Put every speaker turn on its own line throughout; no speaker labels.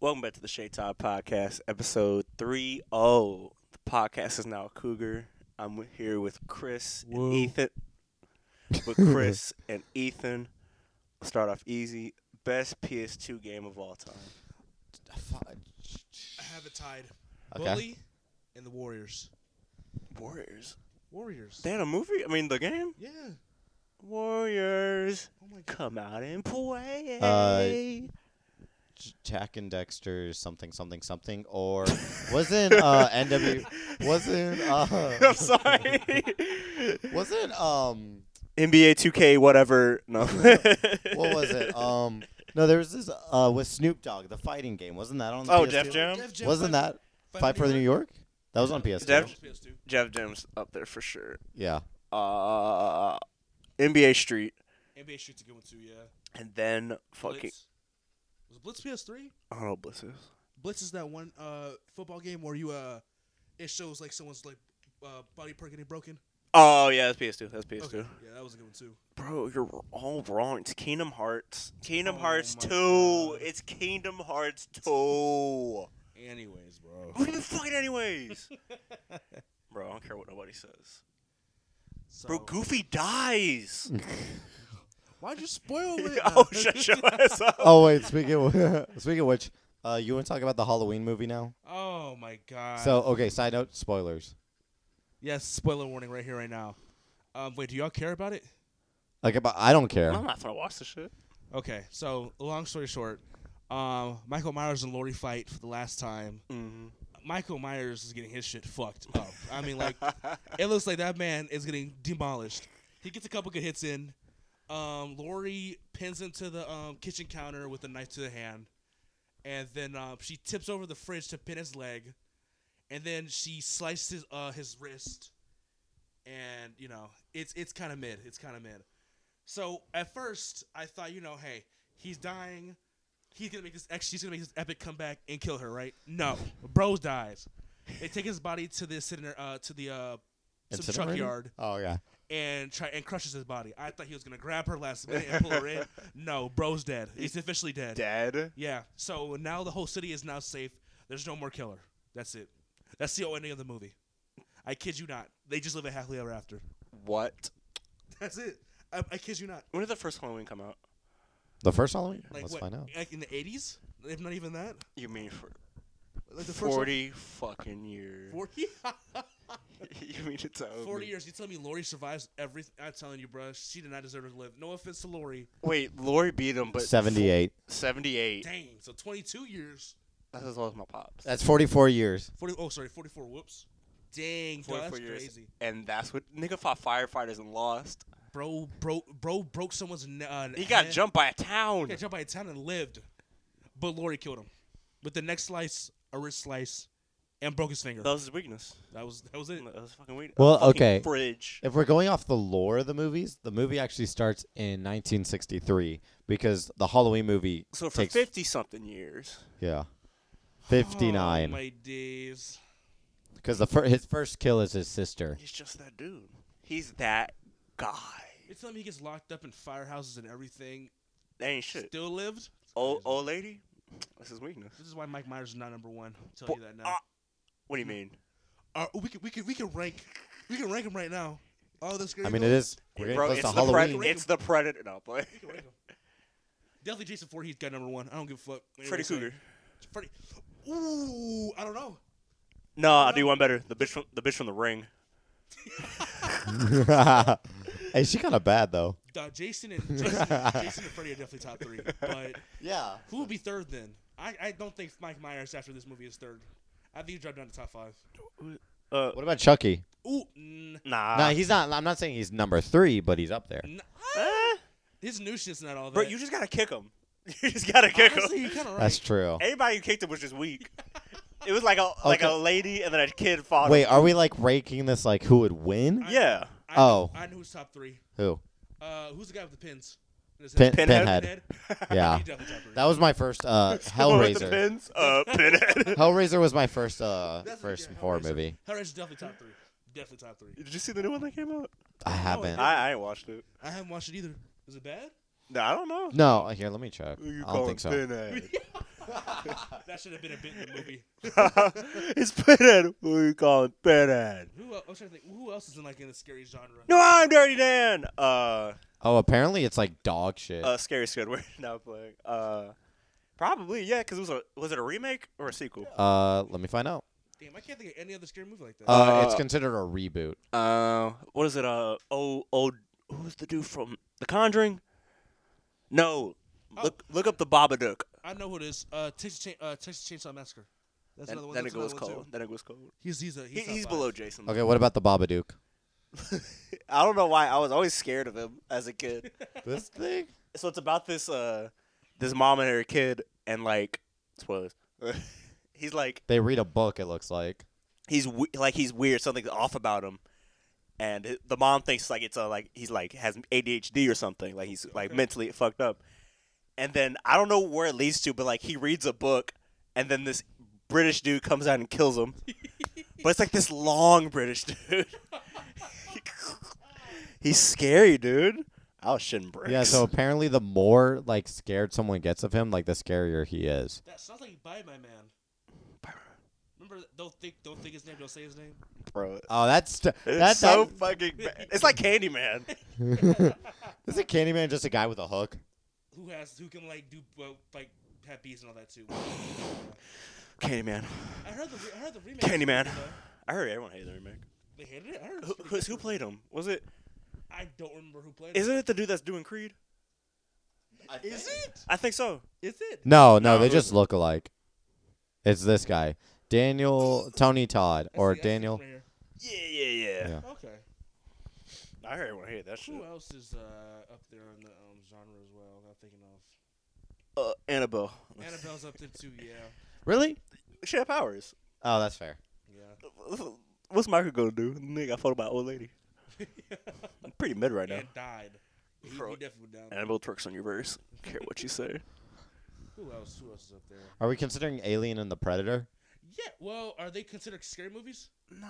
Welcome back to the Shade Todd Podcast, episode 3 0. The podcast is now Cougar. I'm wi- here with Chris
Woo.
and Ethan. With Chris and Ethan. We'll start off easy. Best PS2 game of all time.
I have it tied.
Okay.
Bully and the Warriors.
Warriors.
Warriors.
They had a movie? I mean, the game?
Yeah.
Warriors.
Oh my god.
Come out and play.
Uh, J- Jack and Dexter something something something or wasn't uh NW wasn't uh
I'm sorry.
wasn't um
NBA 2K, whatever. No.
what was it um no there was this uh with Snoop Dogg the fighting game wasn't that on the
Oh,
PS2?
Def Jam?
Def Jam
wasn't
Fight-
that Fight for the New York that was on PS2
Def-
That was PS2.
Jeff Jam's up there for sure.
yeah
uh, NBA Street,
NBA Street's a good one too. Yeah.
and then fucking
Blitz. Was Blitz PS3?
I don't know what this is.
Blitz is that one uh, football game where you uh, it shows like someone's like uh, body part getting broken.
Oh yeah, that's PS2. That's PS2.
Okay. Yeah, that was a good one too.
Bro, you're all wrong. It's Kingdom Hearts. Kingdom
Oh
Hearts
my
2.
God.
It's Kingdom Hearts 2. what
Anyways, bro.
are you fucking anyways? Bro, I don't care what nobody says.
So,
Bro, Goofy dies.
why'd you spoil it?
oh, shut your ass up.
oh wait speaking of, speaking of which uh you want to talk about the Halloween movie now
Oh my god.
so okay side note spoilers
yes, spoiler warning right here, right now. Um, wait, do y'all care about it?
like about I don't care
I'm not gonna watch this shit.
Okay, so long story short, um, Michael Myers and Lori fight for the last time.
Mm.
Michael Myers is getting his shit fucked up. I mean, like, it looks like that man is getting demolished. He gets a couple good hits in. Um, Lori pins him to the um, kitchen counter with a knife to the hand, and then um, she tips over the fridge to pin his leg, and then she slices his, uh, his wrist, and you know it's it's kind of mid. It's kind of mid. So at first I thought, you know, hey, he's dying. He's gonna make this. Ex- she's gonna make this epic comeback and kill her, right? No, Bros dies. They take his body to the incinerator, uh, to the uh, to the truck
Incinerator?
yard
oh yeah
and try and crushes his body. I thought he was gonna grab her last minute and pull her in. No, bro's dead. He's officially dead.
Dead.
Yeah. So now the whole city is now safe. There's no more killer. That's it. That's the ending of the movie. I kid you not. They just live a happily ever after.
What?
That's it. I, I kid you not.
When did the first Halloween come out?
the first Halloween
Like
let's
what?
find out
Like in the 80s? If not even that.
You mean for
Like the first
forty fucking years?
40,
you mean to tell
40
me?
years. You telling me Lori survives everything? I'm telling you, bruh. She did not deserve to live. No offense to Lori.
Wait, Lori beat him, but
seventy eight.
seventy-eight.
Dang. So 22 years.
That's as well as my pops.
That's 44 years.
40, oh, sorry, 44. Whoops. Dang, dog,
44
that's
years.
crazy.
And that's what nigga fought firefighters and lost.
Bro, bro, bro broke someone's ne- uh,
He got
hand.
jumped by a
He
town.
got jumped by a town and lived. But Lori killed him. With the next slice, a wrist slice, and broke his finger.
That was his weakness.
That was that was it.
That was fucking weakness.
Well,
Fucking
okay.
Fridge.
If we're going off the lore of the movies, the movie actually starts in 1963 because the Halloween movie
So for
takes
fifty something years.
yeah
Oh,
59
my days.
because the fir- his first kill is his sister.
He's just that dude. He's that guy.
It's telling me he gets locked up in firehouses and everything.
That ain't shit.
Still lived.
Old old lady. That's his weakness.
This is why Mike Myers is not number one. I'm
But-
telling you that now.
ah, what do you mean?
Uh, we could we could we could rank we can rank him right now. Oh, that's great.
I mean, it is we're getting
Bro,
close
it's
to
the pred-
Halloween.
it's the predator. No, boy.
We can rank him. Definitely Jason Voorhees got number one. I don't give a fuck.
Freddy
Anyway, sorry.
Cougar.
Freddy. Ooh, I don't know.
No, I'll do one better. The bitch from the bitch from the ring.
hey, she kind of bad though.
Uh, Jason and Jason, Jason and Freddy are definitely top three. But
Yeah.
who would be third then? I, I don't think Mike Myers after this movie is third. I think he dropped down to top five.
Uh,
What about Chucky?
Ooh, mm,
nah.
nah, he's not. I'm not saying he's number three, but he's up there.
n-
Eh,
his new shit's not all that.
bro, you just gotta kick him. You just gotta kick
Honestly,
him.
you're kind of right.
That's true.
Everybody who kicked him was just weak. It was like a like a
Okay.
lady and then a kid fought.
Wait,
him.
are we like ranking this like who would win?
yeah,
I,
Oh.
I know who's top three.
Who?
Uh, who's the guy with the pins? in his
Pin-
head?
Pinhead.
Pinhead.
He's
Yeah.
definitely top three.
That was my first uh,
Someone with the
Hellraiser.
pins? Uh, pinhead.
Hellraiser was my first uh,
That's-
first
yeah,
horror
Hellraiser.
movie.
Hellraiser's definitely top three. Definitely top three.
Did you see the new one that came out?
I haven't.
I-
ain't watched it.
I haven't watched it either. Is it bad?
No, I don't know.
No, uh, here, let me check.
Who you
I don't
calling
think so.
pinhead?
That should have been a bit in the movie.
it's Pinhead. Who you calling Pinhead?
Who else, I'm trying to think. Who else is in like in the scary genre?
No, I'm Dirty Dan. Uh,
Oh, apparently it's like dog shit.
uh scary Squidward. now playing. Uh, probably yeah, because it was a was it a remake or a sequel?
Uh, let me find out.
Damn, I can't think of any other scary movie like that.
Uh,
Uh,
it's considered a reboot.
Uh, what is it? Uh, oh, oh, who's the dude from The Conjuring? No, look look up the Babadook.
I know who it is. Uh, Texas, Chain, uh, Texas Chainsaw Massacre. That's
That,
another one.
that
that's
nigga was
another one,
cold.
too.
That nigga was cold.
He's he's a,
He,
he's,
he's,
top five.
below Jason.
Okay, what about the Babadook?
I don't know why I was always scared of him as a kid.
this thing?
so it's about this uh this mom and her kid and like spoilers. he's like
They read a book. It looks like.
he's we- like he's weird. Something's off about him. And hi- the mom thinks like it's a like he's like has ADHD or something. Like he's like mentally fucked up. And then I don't know where it leads to, but like he reads a book, and then this British dude comes out and kills him. but it's like this long British dude. he's scary, dude. I was shitting bricks.
Yeah. So apparently, the more like scared someone gets of him, like the scarier he is.
That sounds like Bye My Man. Remember, don't think, don't think his name, don't say his name.
bro.
Oh, that's st-
It's
that's
so
that-
fucking. Bad. It's like Candyman.
Is it Candyman just a guy with a hook?
Who has, who can like do, well, like have bees and all that too.
Candyman.
I heard the, re- I heard the remake. was pretty
Candyman.
good, though.
I heard everyone hated the remake.
They hated it. I heard. it was
Who,
pretty
who's-
good.
who played him? Was it?
I don't remember who played.
Isn't it the dude that's doing Creed?
it. Is it?
I think so.
Is it?
No,
No,
no, they
who is
just look alike. It's this guy, Daniel Tony Todd
I
or
see- I see him
Daniel.
right here.
Yeah, yeah, yeah.
Yeah.
Okay.
I heard everyone hated that shit.
Who else is uh, up there in the um, genre as well? I'm thinking of.
Uh, Annabelle.
Annabelle's up there too. Yeah.
Really?
She had powers.
Oh, that's fair.
Yeah.
What's Michael gonna do? Nigga, I fought by an old lady. I'm pretty mid right now.
And died. He, he
Bro.
definitely went down.
Annabelle twerks on your verse. Don't care what you say.
Who else? Who else is up there?
Are we considering Alien and the Predator?
Yeah. Well, are they considered scary movies?
Nah.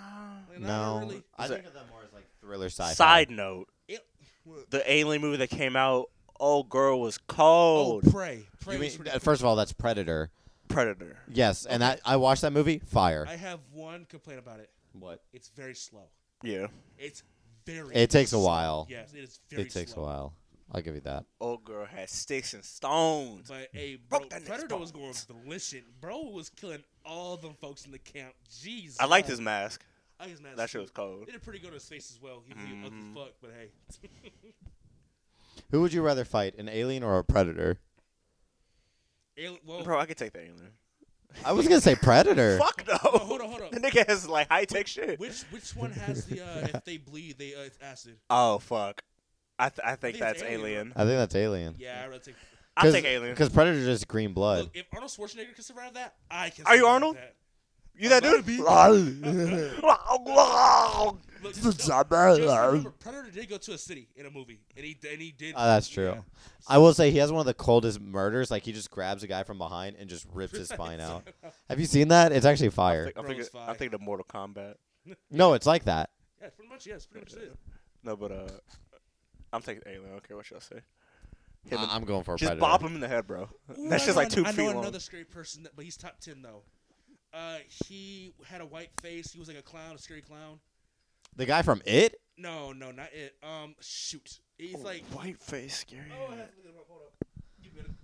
Like,
No,
not Really.
I
Is
think
it-
of them more as like thriller sci-fi.
Side note:
It, well,
the Alien movie that came out, old girl was
oh,
cold.
Prey. Prey
You
was
mean-
pretty
uh, first of all, that's Predator.
Predator.
Yes, and that I watched that movie. Fire.
I have one complaint about it.
what?
It's very slow.
Yeah.
It's very.
It takes a
slow.
while.
Yes, it is very.
It takes a
slow.
while. I'll give you that.
Old girl had sticks and stones.
But hey, bro,
Broke that nigga's
Predator was going
bones.
ballistic. Bro was killing all them folks in the camp. Jeez.
I liked
God.
his mask.
I like his mask.
That shit
too.
was cold.
They did pretty good on his face as well. He was mm ugly
Mhm.
fuck, but hey.
Who would you rather fight, an alien or a predator?
Alien, well,
Bro, I could take the alien.
I was gonna say predator.
Fuck no.
Oh, hold on, hold on.
The nigga has like high tech shit.
which which one has the uh, if they bleed they uh, it's acid?
Oh fuck. I th- I think
think it's
that's
Alien,
alien.
I think that's alien.
Yeah, I rather take.
I'll take alien.
Because predator's just green blood.
Look, if Arnold Schwarzenegger can survive that, I can.
Are you
survive
Arnold?
That.
You that
I'm
dude? That's
Look, just know- just
uh,
remember, Predator did go to a city in a movie, and he and he did.
Oh, that's true.
yeah.
I will say he has one of the coldest murders. Like he just grabs a guy from behind and just rips his spine out. Have you seen that? It's actually fire.
I'm
Bro,
thinking,
it's
I'm
fine.
thinking of Mortal Kombat.
No, it's like that.
Yeah, pretty much. Yes, pretty much it.
No, but uh, I'm taking alien. I don't care what y'all say. Hit
I-
him.
I'm going for a
Just
predator.
bop him in the head, bro.
Ooh,
That's
I
just
know
like two
an- I
feet
know
long.
another scary person, that, but he's top ten though. Uh, he had a white face. He was like a clown, a scary clown.
The guy from It.
No, no, not it. Um, shoot. He's
Oh,
like.
white face, scary.
Oh, I have to look him up. Hold up. You better.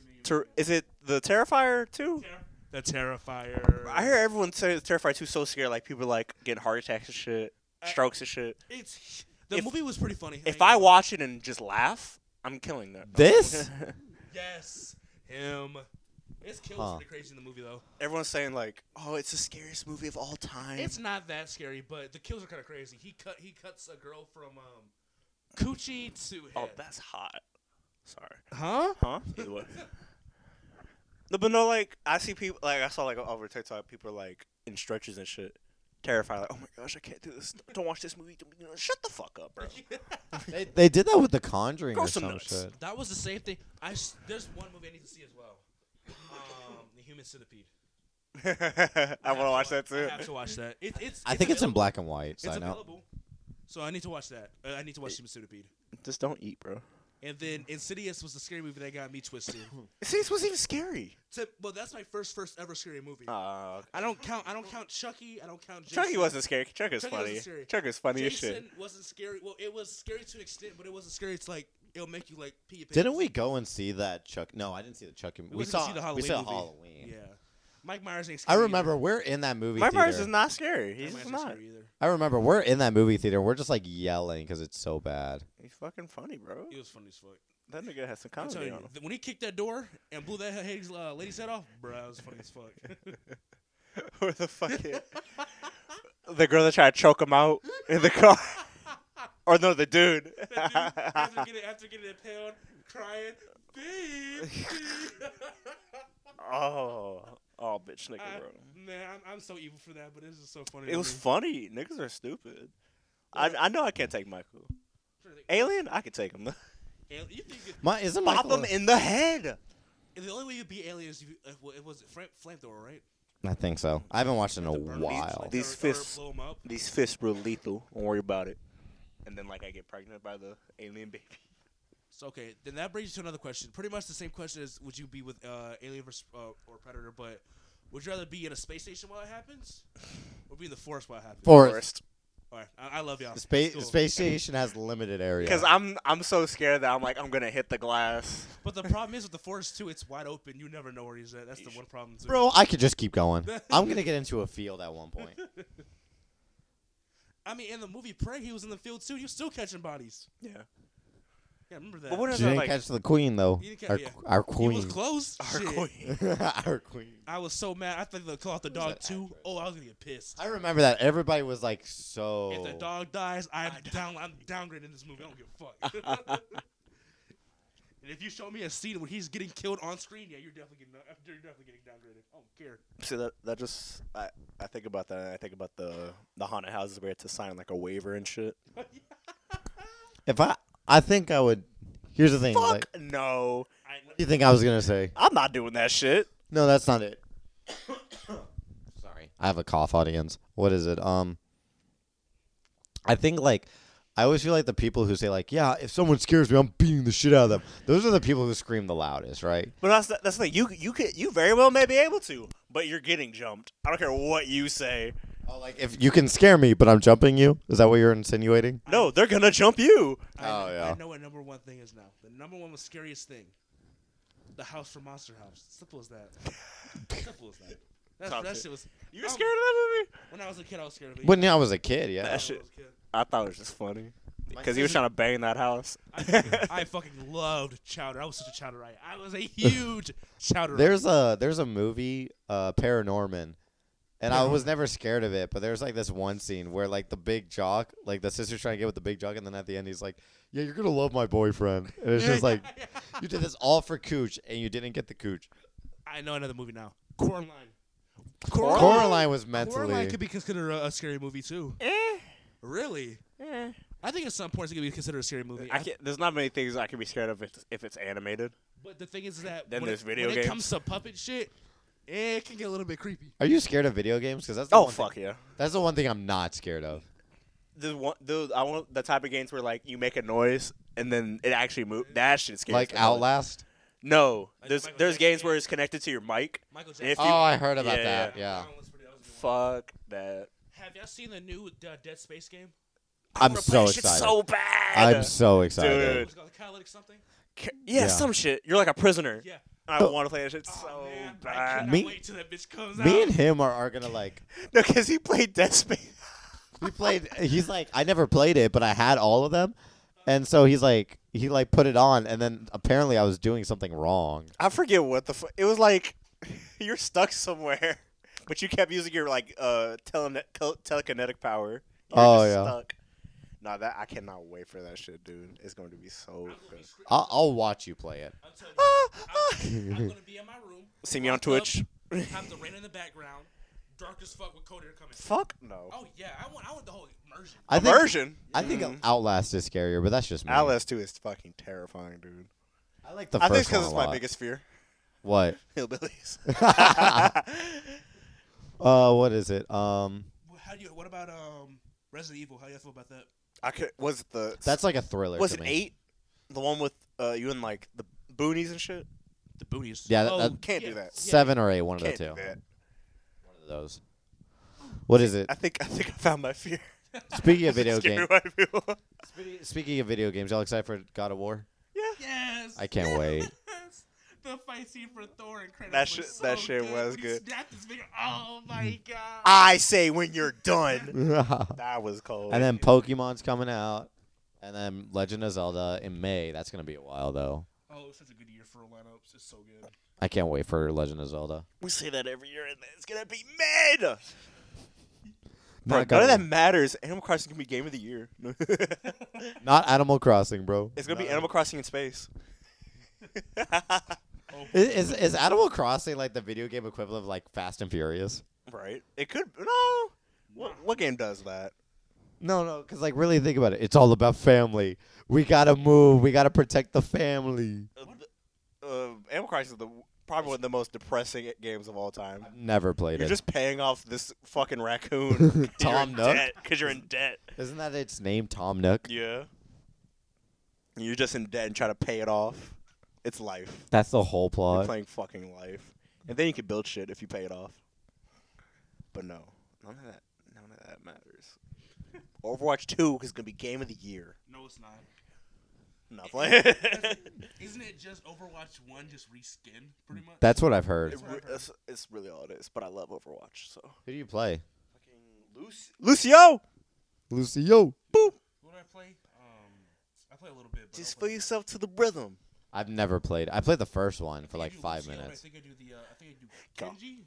Give me-
Ter- is it the Terrifier too?
Terror- The Terrifier.
I hear everyone say the Terrifier too so scared. Like people like getting heart attacks and shit,
I-
strokes and shit.
It's the
If-
movie was pretty funny.
If
ain't
I
gonna-
watch it and just laugh, I'm killing that.
This?
yes, him. His kill
Huh.
was pretty crazy in the movie though.
Everyone's saying like, "Oh, it's the scariest movie of all time."
It's not that scary, but the kills are kind of crazy. He cut he cuts a girl from um, coochie to head.
oh, that's hot. Sorry.
huh?
Huh? Either way. no, but no, like I see people, like I saw like over TikTok, people are like in stretches and shit, terrified. Like, oh my gosh, I can't do this. Don't watch this movie. You know, Shut the fuck up, bro.
They, they did that with The Conjuring
Grow
or
some
some
nuts.
shit.
That was the same thing. I s- there's one movie I need to see as well. Um, the Human Centipede.
I want
have
to watch that
I
too.
have to watch that. It, it's.
I think it's in
available.
black and white.
It's
Side note.
available. So I need to watch that. Uh, I need to watch Human Centipede.
Just don't eat, bro.
And then Insidious was the scary movie that got me twisted.
See, this was even scary.
so, well, that's my first first ever scary movie.
Uh,
I don't count. I don't count Chucky. I don't count. Jason.
Chucky wasn't scary. Chuck is
Chucky
funny.
wasn't scary.
Chuck is funny as
Jason
shit.
wasn't scary. Well, it was scary to an extent, but it wasn't scary. It's like it'll make you like pee your pants.
Didn't we go and see that Chuck? No, I didn't see the Chuck.
We
We,
went to
saw.
see the Halloween
we saw
movie.
Halloween.
Yeah. Mike Myers ain't
I
scary.
remember we're in that movie.
My
theater.
Myers is not scary.
Either.
He's
Mike
just
Myers ain't
not.
scary either.
I remember we're in that movie theater. and We're just like yelling because it's so bad.
He's fucking funny, bro.
It was funny as fuck.
That nigga has some
I'm telling
comedy
you,
on him.
th- when he kicked that door and blew that Hades, uh, lady's head off, bro, that was funny as fuck.
or the fucking the girl that tried to choke him out in the car. or no, the dude.
That dude, after getting after getting impaled, crying, babe.
oh, oh, bitch, nigga,
I,
bro.
man, I'm, I'm so evil for that, but this is so funny.
It
to
was
me.
funny. Niggas are stupid. I I know I can't take Michael. Alien, I could take him. though.
Al- You think it-
My isn't
Pop
Michael?
him in the head.
the only way you beat aliens, you, uh, well, it was flam- flamethrower, right?
I think so. I haven't watched in a
To burn 'em,
while.
flamethrower,
These
or
fists.
blow 'em up.
These fists real lethal. Don't worry about it. And then like I get pregnant by the alien baby.
So okay, then that brings you to another question. Pretty much the same question as would you be with uh, Alien versus, uh, or Predator, but would you rather be in a space station while it happens, or be in the forest while it happens?
Or
First,
All right, I, I love y'all.
space
It's cool.
space station has limited area.
because I'm I'm so scared that I'm like I'm gonna hit the glass.
But the problem is with the forest too; it's wide open. You never know where he's at. That's the one problem. Too.
Bro, I could just keep going. I'm gonna get into a field at one point.
I mean, in the movie Prey, he was in the field too. He was still catching bodies.
Yeah.
Yeah, remember that?
But what
She
is that
didn't
like?
catch the queen though.
You didn't ca-
Our,
yeah.
our
he was
queen.
close.
Our
Shit.
queen.
our queen.
I was so mad. I think they call out the
Who was
dog
that
too.
actress?
Oh, I was gonna get pissed.
I remember that everybody was like
Oh.
so.
If the dog dies, I'm down. I'm downgrading this movie. I don't give a fuck. and if you show me a scene where he's getting killed on screen, yeah, you're definitely getting you're definitely getting downgraded. I don't care.
See that that just I, I think about that and I think about the the haunted houses where it's assigned like a waiver and shit.
If I, I think I would. Here's the thing. Like,
Fuck
what
no.
I,
do you think I was gonna say?
I'm not doing that shit.
No, that's not it. Sorry. I have a cough audience. What is it? Um I think like I always feel like the people who say like, "Yeah, if someone scares me, I'm beating the shit out of them." Those are the people who scream the loudest, right?
But that's the- that's like you you could you very well may be able to, but you're getting jumped. I don't care what you say.
Oh, like if you can scare me, but I'm jumping you. Is that what you're insinuating?
No, they're gonna jump you.
I,
Oh,
know,
yeah.
I know what number one thing is now. The number one most scariest thing, the house from Monster House. Simple as that. Simple as that. That's,
Top
that
shit.
shit was.
You were
Um,
scared of that movie?
When I was a kid, I was scared of it.
When I was a kid, yeah.
That
When I
shit-
was a kid.
I thought it was just funny because he
cousin-
was trying to bang that house.
I fucking, I fucking loved Chowder. I was such a Chowderite. I was a huge Chowderite.
There's a there's a movie, uh, Paranorman, and I
Uh-huh.
was never scared of it. But there's like this one scene where like the big jock, like the sister's trying to get with the big jock, and then at the end he's like, "Yeah, you're gonna love my boyfriend," and it's just like, "You did this all for cooch, and you didn't get the cooch."
I know another movie now. Coraline.
Coraline, was mentally.
Coraline could be considered a, a scary movie too.
Eh,
Really?
eh.
I think at some points it could be considered a scary movie.
I
I-
can't, there's not many things I can be scared of if it's, if it's animated.
But the thing is that
Then
when,
there's
it,
video
when it
games.
comes to puppet shit, it can get a little bit creepy.
Are you scared of video games? Because that's the
Oh
one thing-
fuck yeah.
that's the one thing I'm not scared of.
the one the I want the type of games where like you make a noise and then it actually moves. That shit scares
Like
the hell out of me.
Outlast.
No,
Like
there's
Michael
there's
Jackson
games where
game.
it's connected to your mic.
Michael
If
Oh,
you-
I heard about
yeah,
that. Yeah.
Fuck that.
Have y'all seen the new uh, Dead Space game?
I'm
Wanna
so
play that shit
excited.
So bad.
I'm so excited.
Dude.
Was it called Catalytic something?
Ca- yeah,
Yeah.
some shit. You're like a prisoner.
Yeah.
I want to play that shit
Oh,
so
man, I
bad.
cannot
Me-
wait till that bitch comes out.
Me and him are, are gonna like
No, because he played Dead Space.
We played. He's like, I never played it, but I had all of them, and so he's like, he like put it on, and then apparently I was doing something wrong.
I forget what the fu- it was like. You're stuck somewhere, but you kept using your like uh telene- tel- telekinetic power. You were
Oh,
just
yeah.
Stuck. Nah, that I cannot wait for that shit, dude. It's going to be so
I'm gonna
good.
be scre-
I'll, I'll watch you play it.
I'm telling you, I'm, I'm gonna be in my room.
See me on
locked up,
Twitch.
have the rain in the background, dark as fuck with Cody coming.
Fuck no.
Oh yeah, I want I want the whole immersion.
I think
Immersion.
I think Outlast is scarier, but that's just me.
Outlast 2 is fucking terrifying, dude.
I like the
I think
first
it's
one
because
a
it's my
lot.
biggest fear.
What?
Hillbillies.
Uh, what is it? Um,
Wh- How do you? What about um Resident Evil? How do you feel about that?
I could. Was it the
that's like a thriller.
was
to
it
me.
eight? The one with uh, you in like the boonies and shit?
The booties.
Yeah, that-
Oh,
that-
Can't do
yeah.
that.
Seven or eight, one of the
Can't
two.
do that.
One of those. What is it?
I think I think I found my fear.
Speaking of video
Scary
games,
white people.
speaking of video games, y'all excited for God of War?
Yes.
I can't wait.
Yes. The fight scene for Thor and Kratos
That
was
shit-
so
that shit
good.
was
When he
good.
snapped his finger. Oh my
Mm.
god.
I say when you're done.
and
That was cold.
then Pokemon's coming out, and then Legend of Zelda in May. That's gonna be a while though.
oh, it's such a good year for lineups. It's so good.
I can't wait for Legend of Zelda.
we say that every year, and it's gonna be mad. Bro,
Not,
none of
God
that
of-
matters. Animal Crossing can be game of the year.
not Animal Crossing, bro.
it's gonna be
Not-
Animal Crossing in space.
Oh,
Is, is is Animal Crossing like the video game equivalent of like Fast and Furious?
right? It could. No. What, what game does that?
No, no, because like really think about it. It's all about family. We gotta move. We gotta protect the family.
Uh, uh, Animal Crossing is the probably one of the most depressing games of all time.
Never played
You're
it.
just paying off this fucking raccoon.
Tom Nook?
because you're in debt.
Isn't that its name, Tom Nook?
Yeah. You're just in debt and try to pay it off. It's life.
That's the whole
You're
plot.
playing fucking life, and then you can build shit if you pay it off. But no, none of that, none of that matters. Overwatch Two is gonna be game of the year.
No, it's not.
Not playing.
Isn't it just Overwatch One just reskin pretty much?
That's what I've heard.
It re- it's, it's really all it is, but I love Overwatch. So
Who do you play?
fucking Lucio. Lucio,
Lucio.
boop.
What do I play? Um, I play a little bit. But I
Just
don't
feel
play
yourself to the rhythm.
I've never played. I played the first one
much.
for
I
like
think I do
five
Lucio, and
minutes.
I think I do the. Uh, I think I
Go.
do Genji.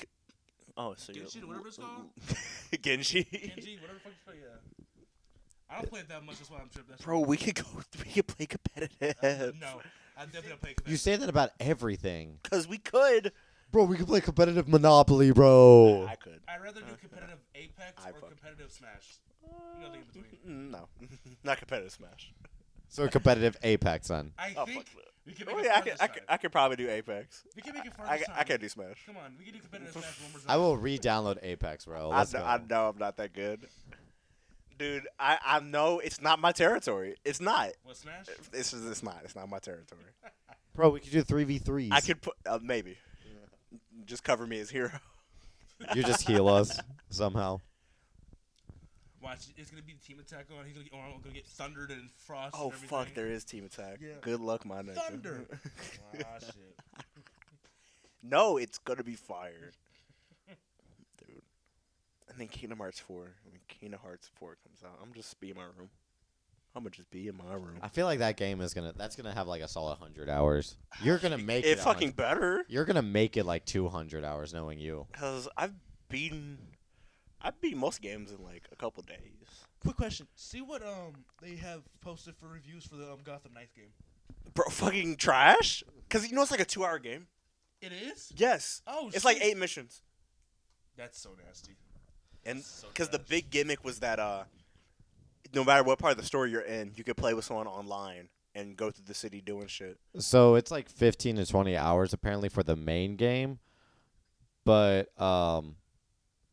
Oh, so you're
Genshin, whatever it's called.
Genji.
Genji, whatever the fuck you play. Yeah. I don't play it that much. That's why I'm tripped. That's
Bro, we could go. We could play
Uh,
competitive.
no, I definitely don't play it.
You say that about everything,
because we could.
bro. We could play competitive Monopoly, bro.
I could.
I'd rather do competitive Apex
I
or
fuck.
competitive Smash. Nothing in between.
Mm, No, not competitive Smash.
So competitive Apex then.
I
Oh,
think
fuck.
we can make
Oh,
it
yeah,
far
I could,
this
I,
time.
could, I could probably do Apex.
We can make it far
I,
this
ca-
time.
I can't do Smash.
Come on, we can do competitive Smash one more time.
I will re-download Apex, bro.
I
Let's
know,
go.
I know I'm not that good. Dude, I, I know it's not my territory. It's not.
What Smash?
It's, just- it's not. It's not my territory.
Bro, we could do three v threes.
I could put, uh, maybe. Just cover me as hero.
You just heal us somehow.
Watch, it's gonna be the team attack on. He's gonna get, oh, I'm gonna get thundered and frost.
Oh,
and everything.
fuck, there is team attack.
Yeah.
Good luck, my nigga.
Thunder. Ah, shit.
no, it's going to be fire. Dude. And then Kingdom Hearts 4. When Kingdom Hearts 4 comes out, I'm just be in my room. I'm going to just be in my room.
I feel like that game is gonna. That's gonna have like a solid hundred hours. You're gonna make it.
It fucking
100
better.
You're gonna make it like two hundred hours, knowing you.
Cause I've beaten, I've beat most games in like a couple days.
Quick question. See what um they have posted for reviews for the um, Gotham Knights game.
Bro, fucking trash. Cause you know it's like a two-hour game.
It is.
Yes,
Oh,
it's like
shit.
eight missions.
That's so nasty.
And
So
cause the
trash.
big gimmick was that uh, no matter what part of the story you're in, you could play with someone online and go through the city doing shit.
So it's like fifteen to twenty hours apparently for the main game, but um,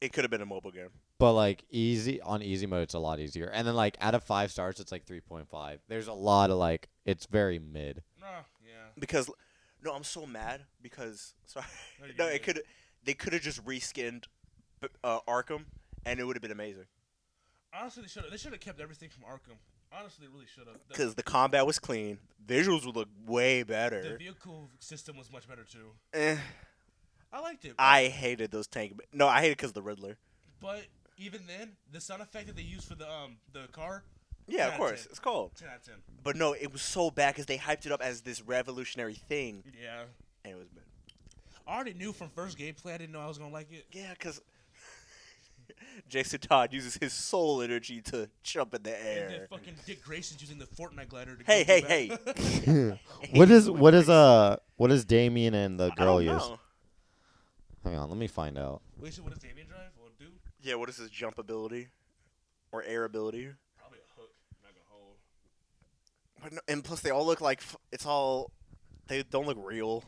It could have been a mobile game.
but like easy on easy mode, it's a lot easier. And then like out of five stars, it's like three point five. There's a lot of like, it's very mid.
Nah, yeah.
because no, I'm so mad because sorry,
No, you're
no, it
good.
could they could have just reskinned b- uh, Arkham and it would have been amazing.
Honestly, they should have. They should have kept everything from Arkham. Honestly, they really should have. The,
Cause the combat was clean, visuals would look way better.
the vehicle system was much better too.
Eh,
I liked it.
I hated those tank. No, I hated because the Riddler.
But even then, the sound effect that they used for the um the car,
Yeah,
Yeah,
of course,
dude.
it's cold.
ten out of ten.
But no, it was so bad because they hyped it up as this revolutionary thing,
Yeah.
and it was bad.
I already knew from first gameplay I didn't know I was gonna like it.
Yeah, because Jason Todd uses his soul energy to jump in the
And then
air.
fucking Dick Grayson's using the Fortnite glider. To
Hey,
go through
hey,
back-
what is what is uh what is Damien and the
I
girl
don't
use?
know.
Hang on, let me find out.
Wait, so what does Damien drive or do?
Yeah, what is his jump ability or air ability?
Probably a hook. Not gonna hold.
But no, and plus, they all look like f- it's all. They don't look real.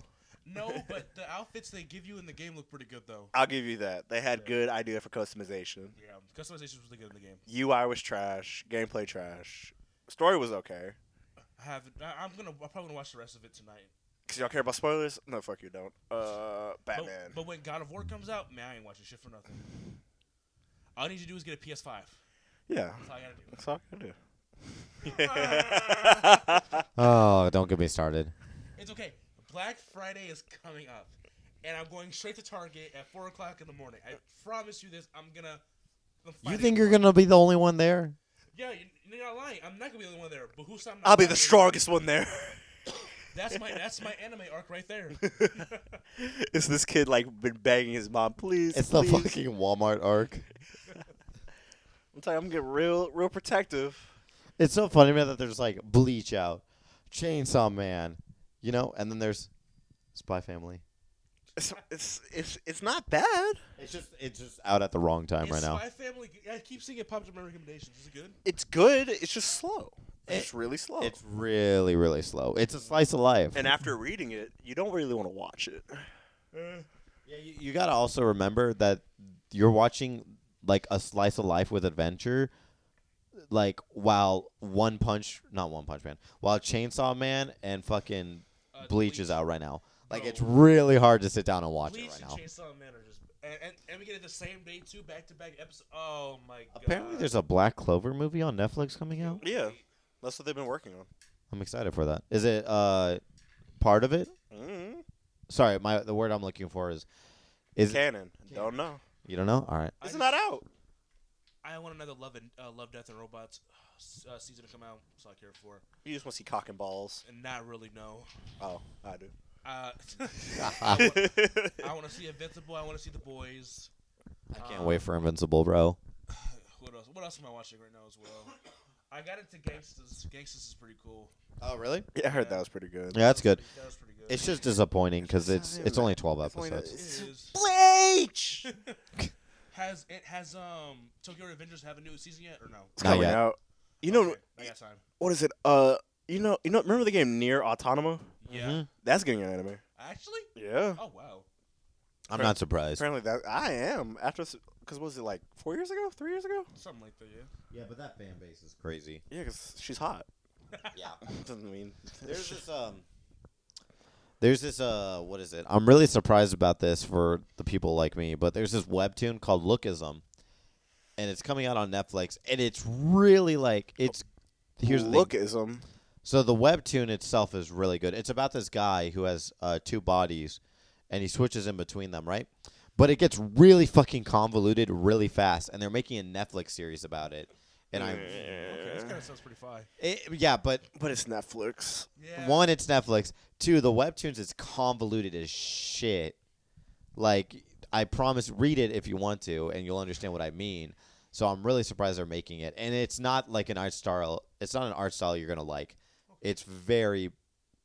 No, but the outfits they give you in the game look pretty good though.
I'll give you that. They had
Yeah.
good idea for customization.
Yeah, customization was really good in the game.
UI was trash. Gameplay trash. Story was okay.
I have. I, I'm gonna. I'm probably gonna watch the rest of it tonight.
Cause y'all care about spoilers? No, fuck you don't. Uh,
But,
Batman.
but when God of War comes out, man, I ain't watching shit for nothing. All I need to do is get a PS5.
yeah,
That's all I gotta do.
that's all I can do.
Oh, don't get me started.
It's okay. Black Friday is coming up, and I'm going straight to Target at four o'clock in the morning. I promise you this. I'm gonna. I'm
You
fighting
think
for
you're
it.
gonna be the only one there?
Yeah, you- you're not lying. I'm not gonna be the only one there. But who's I'm not
I'll be the
lying.
strongest one there.
That's my that's my anime arc right there.
Is this kid like been begging his mom, please?
It's the
please.
fucking Walmart arc.
I'm telling you, I'm getting real, real protective.
It's so funny, man, that there's like Bleach out, Chainsaw Man, you know, and then there's Spy Family.
It's, it's, it's, it's not bad.
It's just it's just out at the wrong time
Is
right now.
Spy Family. I keep seeing it popped up in my recommendations. Is it good?
It's good. It's just slow. It's
It-
really slow.
It's really really slow. It's a slice of life.
And after reading it, you don't really want to watch it.
Yeah, you, you gotta also remember that you're watching like a slice of life with adventure, like while One Punch, not One Punch Man, while Chainsaw Man and fucking
Uh,
Bleach is out right now. Like
No.
it's really hard to sit down and watch
Bleach
it
and
right now.
Chainsaw Man are just and, and, and we get it the same day too, back to back episode. Oh my god!
Apparently, there's a Black Clover movie on Netflix coming out.
Yeah, that's what they've been working on.
I'm excited for that. Is it uh part of it?
mm
Sorry, my the word I'm looking for is is
Canon. Don't know.
you don't know. All right,
I
It's
just-
not out.
I want another Love and uh, Love, Death and Robots uh, season to come out, so I care for,
You just want to see cock and balls.
and not really no.
Oh, I do.
Uh,
I
I want to see Invincible. I want to see The Boys. Uh,
can't wait for Invincible, bro.
What else? What else am I watching right now as well? I got into Gangsters. Gangsters is pretty cool.
Oh really?
Yeah, I heard that was pretty good.
Yeah, that's good.
That was pretty good.
It's just disappointing because it's it's only twelve
It's only-
episodes.
It is.
Bleach.
Has it has um Tokyo Avengers have a new season yet or no?
It's
Not
coming
yet.
out. You know
Okay, I got time.
what is it? Uh, you know, you know. Remember the game Near Autonoma?
Yeah,
Mhm.
That's getting an anime.
actually.
Yeah.
Oh wow.
I'm not surprised.
Apparently that I am after because was it like four years ago, three years ago?
Something like that, yeah.
Yeah, but that fan base is crazy.
Yeah, because she's hot.
Yeah.
Doesn't mean
There's this um. There's this uh, what is it? I'm really surprised about this for the people like me, but there's this webtoon called Lookism, and it's coming out on Netflix, and it's really like it's. Here's the thing.
lookism.
So the webtoon itself is really good. It's about this guy who has uh, two bodies, and he switches in between them, right? But it gets really fucking convoluted really fast, and they're making a Netflix series about it. And I,
Okay, this kind of sounds pretty fine.
it, yeah, but
But it's Netflix.
Yeah.
one, it's Netflix. Two, the webtoons is convoluted as shit. Like I promise, read it if you want to, and you'll understand what I mean. So I'm really surprised they're making it, and it's not like an art style. It's not an art style you're gonna like. It's very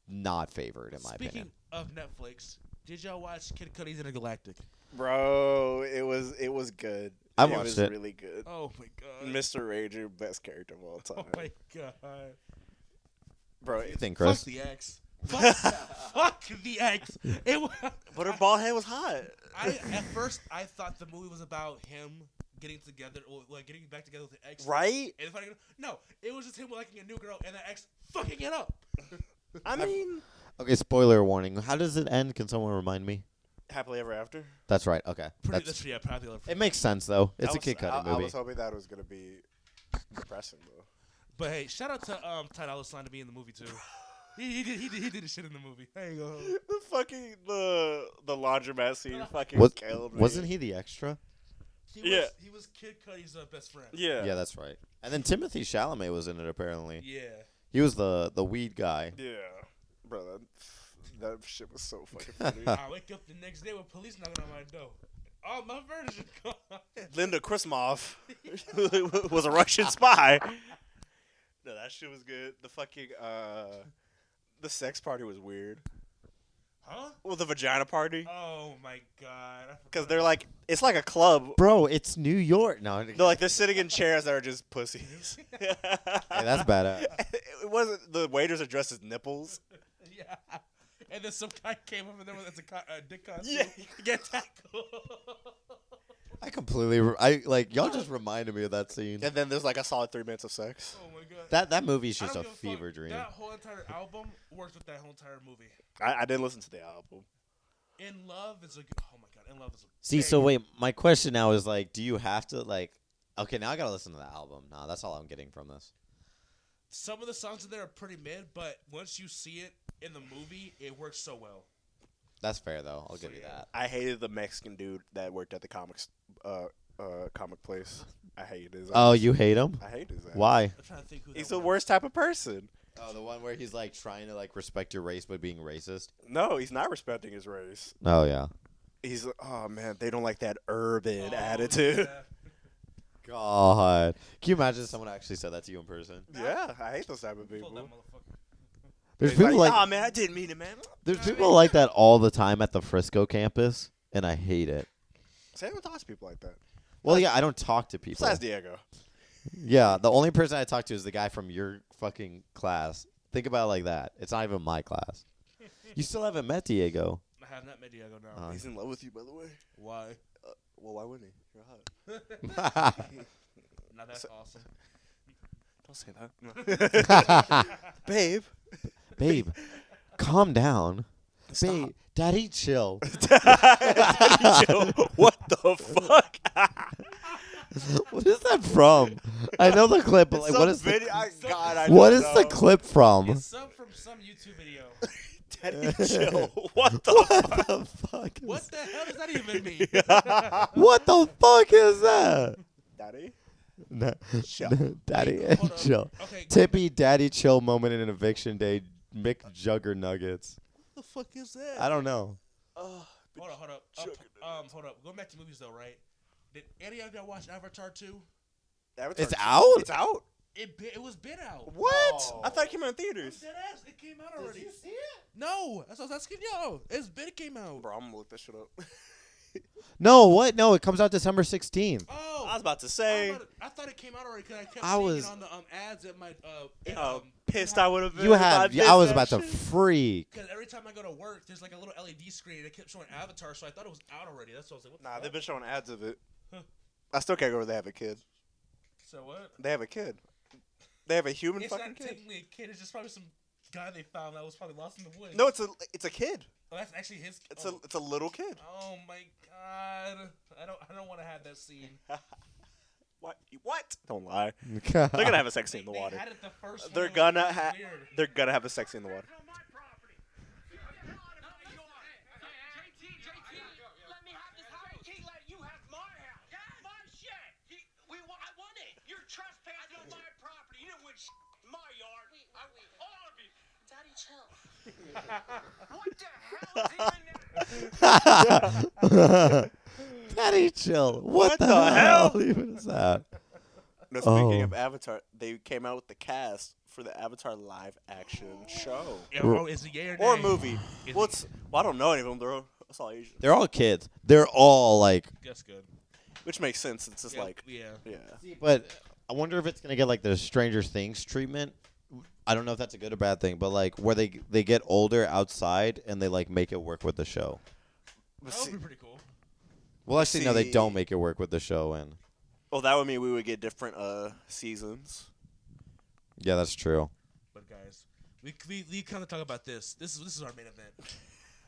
not favored in my
Speaking
opinion.
of Netflix, did y'all watch Kid Cudi's Intergalactic?
Bro, it was it was good.
I
it
watched
was
it.
really good.
Oh my god.
Mr. Ranger, best character of all
Oh
time.
my god.
Bro,
What do
it-
you think,
Fuck
Chris?
the X. Fuck, fuck the X. It was,
But her bald head was hot.
I at first I thought the movie was about him getting together, or like getting back together with the ex.
Right?
And finding- no, it was just him liking a new girl and the ex fucking it up.
I mean,
Okay, spoiler warning. How does it end? Can someone remind me?
happily ever after.
That's right. Okay,
Pretty,
That's-
that's, yeah, probably.
it makes sense though. It's
I
a
was-
Kid Cudi
I, I was
movie.
hoping that was gonna be depressing though.
But hey, shout out to um Ty Dolla Sign to be in the movie too. He, he did he did he did his shit in the movie. There you go.
The fucking the the laundromat scene fucking
Was,
killed me.
wasn't he the extra?
He
Yeah.
was he was Kid Cudi's uh, best friend.
Yeah.
Yeah, that's right. And then Timothy Chalamet was in it apparently.
Yeah.
He was the the weed guy.
Yeah. Bro, that, that shit was so fucking funny.
I wake up the next day with police knocking on my door. Oh, my version.
Linda Krismov was a Russian spy.
no, that shit was good. The fucking uh the sex party was weird.
huh?
Well, the vagina party.
Oh my god. I
Because they're like, it's like a club.
Bro, it's New York. No,
They're like, they're sitting in chairs that are just pussies.
Hey, that's badass.
it wasn't, the waiters are dressed as nipples.
forgot. yeah. And then some guy came up and there was that's a, co- a dick costume.
Yeah.
Get tackled.
I completely. Re- I like y'all just reminded me of that scene.
And then there's like a solid three minutes of sex.
Oh my god.
That that movie's
I
just
don't
a
give fuck.
fever dream.
That whole entire album works with that whole entire movie.
I, I didn't listen to the album.
In Love is a g- oh my god. In Love is a
See, so wait, my question now is like, do you have to like? Okay, now I gotta listen to the album. Nah, that's all I'm getting from this.
some of the songs in there are pretty mid, but once you see it in the movie, it works so well.
That's fair though. I'll
So,
give you
yeah.
that.
I hated the Mexican dude that worked at the comics, uh, uh, comic place. I hated his.
Oh,
ass.
you hate him?
I hate his. ass.
Why?
I'm trying to think who
He's
that
the
was.
worst type of person.
Oh, the one where he's like trying to like respect your race by being racist.
No, he's not respecting his race.
Oh yeah.
He's oh man, they don't like that urban
Oh,
attitude.
yeah.
God, can you imagine if someone actually said that to you in person?
Yeah, I hate those type of
Fuck that
people.
motherfucker.
There's
He's
people like
"Nah, man, I didn't mean it, man.
there's people like that all the time at the Frisco campus, and I hate it.
Sam talks to people like that.
Well, yeah, I don't talk to people.
Besides Diego,
Yeah, the only person I talk to is the guy from your fucking class. Think about it like that. It's not even my class. You still haven't met Diego.
I have not met Diego now.
Uh.
he's in love with you, by the way.
Why?
Well, why wouldn't he? You're hot.
Now that's awesome.
Don't say that, babe.
Babe, calm down.
Stop.
Babe, daddy, chill.
Yo, what the fuck?
what is that from? I know the clip, but like, what
Some
is
video-
the,
I, God, I
what
don't
is the
know.
clip from?
It's some from some YouTube video.
Daddy chill. What the fuck?
What the fuck? Is,
What the hell does that even mean?
what the fuck is that?
Daddy?
No,
Chill.
no, daddy,
Hold up.
chill.
Okay.
Tippy, daddy, chill moment in an eviction day. Mick Jugger Nuggets.
What the fuck is that?
I don't know.
Oh,
Hold up, hold up.
Sugar
Up- um, hold up. Going back to movies though, right? Did any of y'all watch Avatar 2?
Avatar
It's
two.
out?
It's out.
It be- it was been out.
What? I thought it came out in theaters.
Dead ass. It came out already. No, that's what I was asking y'all. It's been came out.
Bro, I'm gonna look that shit up.
No, what? No, it comes out December 16th.
Oh,
I was about to
I
say,
thought it- I thought it came out already because I kept
I
seeing
was-
it on the um, ads at my uh,
you
at,
Oh,
know,
um,
pissed I would have been.
You
if
have.
missed
I was
that
about to
shit.
freak.
Because every time I go to work, there's like a little LED screen and it kept showing Avatar, so I thought it was out already. That's what I was like. What the
Nah,
fuck?
they've been showing ads of it.
Huh.
I still can't go over they have a kid.
So what?
They have a kid. They have a human
It's
fucking
not
kid.
technically a kid. It's just probably some guy they found that was probably lost in the woods.
No, it's a it's a kid.
oh, that's actually his.
It's
oh.
a it's a little kid.
Oh my god! I don't. I don't want to have that scene.
What? What?
Don't lie.
They're
They're
gonna have a sex scene
They,
in the
they
water.
had it the first. one,
They're
it was
gonna ha-
weird.
they're gonna have a sex scene in the water.
Let me have this house. He let you have my house. My shit. He, we, wa- I want it. You're trespassing on my property. You didn't win shit in my yard. I, all of you.
Daddy, chill.
What the hell is even that?
Daddy, chill. What,
the hell?
even is that?
No, speaking
Oh.
of Avatar, they came out with the cast for the Avatar live action show
Yeah, bro, is it yay or,
Or
nay?
movie.
Is
Well,
it-
it's, well, I don't know any of them. They're all, it's all Asian,
They're all kids. They're all like.
That's good.
which makes sense. It's just
Yeah,
like
yeah.
yeah,
But I wonder if it's gonna get like the Stranger Things treatment. I don't know if that's a good or bad thing, but like where they they get older outside and they like make it work with the show.
But
That
see-
would be pretty cool.
Well, actually, no, they
See-
don't make it work with the show, and
well, that would mean we would get different uh seasons.
yeah, that's true.
But guys, we we, we kind of talk about this. This is this is our main event.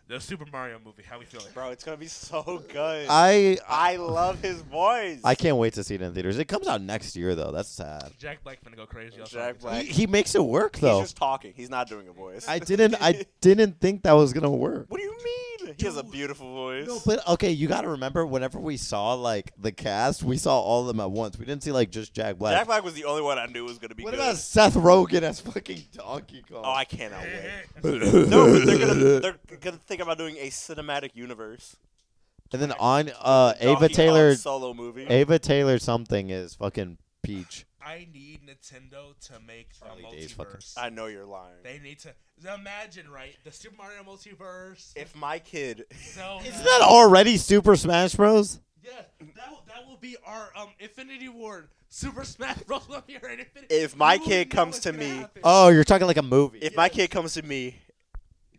The Super Mario movie. How we feeling?
Bro, it's gonna be so good.
I
I love his voice.
I can't wait to see it in theaters. It comes out next year though. That's sad.
Jack Black finna go crazy. y'all.
Jack
He,
Black.
he makes it work
He's
though.
just talking. He's not doing a voice.
I didn't I didn't think that was gonna work.
what do you mean? He has a beautiful voice.
No, but okay, you gotta remember whenever we saw like the cast, we saw all of them at once. We didn't see like just Jack Black.
Jack Black was the only one I knew was gonna be
what
good.
about Seth Rogen as fucking Donkey Kong?
oh, I cannot wait.
no,
No, but they're gonna they're gonna think about doing a cinematic universe.
And then on uh,
Donkey
Ava
Kong
Taylor,
solo movie.
Ava Taylor something is fucking Peach.
I need Nintendo to make a
Charlie Day's fucking-
multiverse.
I know you're lying.
They need to imagine, right? The Super Mario multiverse.
if my kid,
Zelda.
Isn't that already Super Smash Bros?
Yes, that will, that will be our um Infinity Ward Super Smash Bros. will be our Infinity.
If my
You
kid
already know
comes
what's
to
gonna
me-
happen.
Oh, you're talking like a movie.
if my kid comes to me,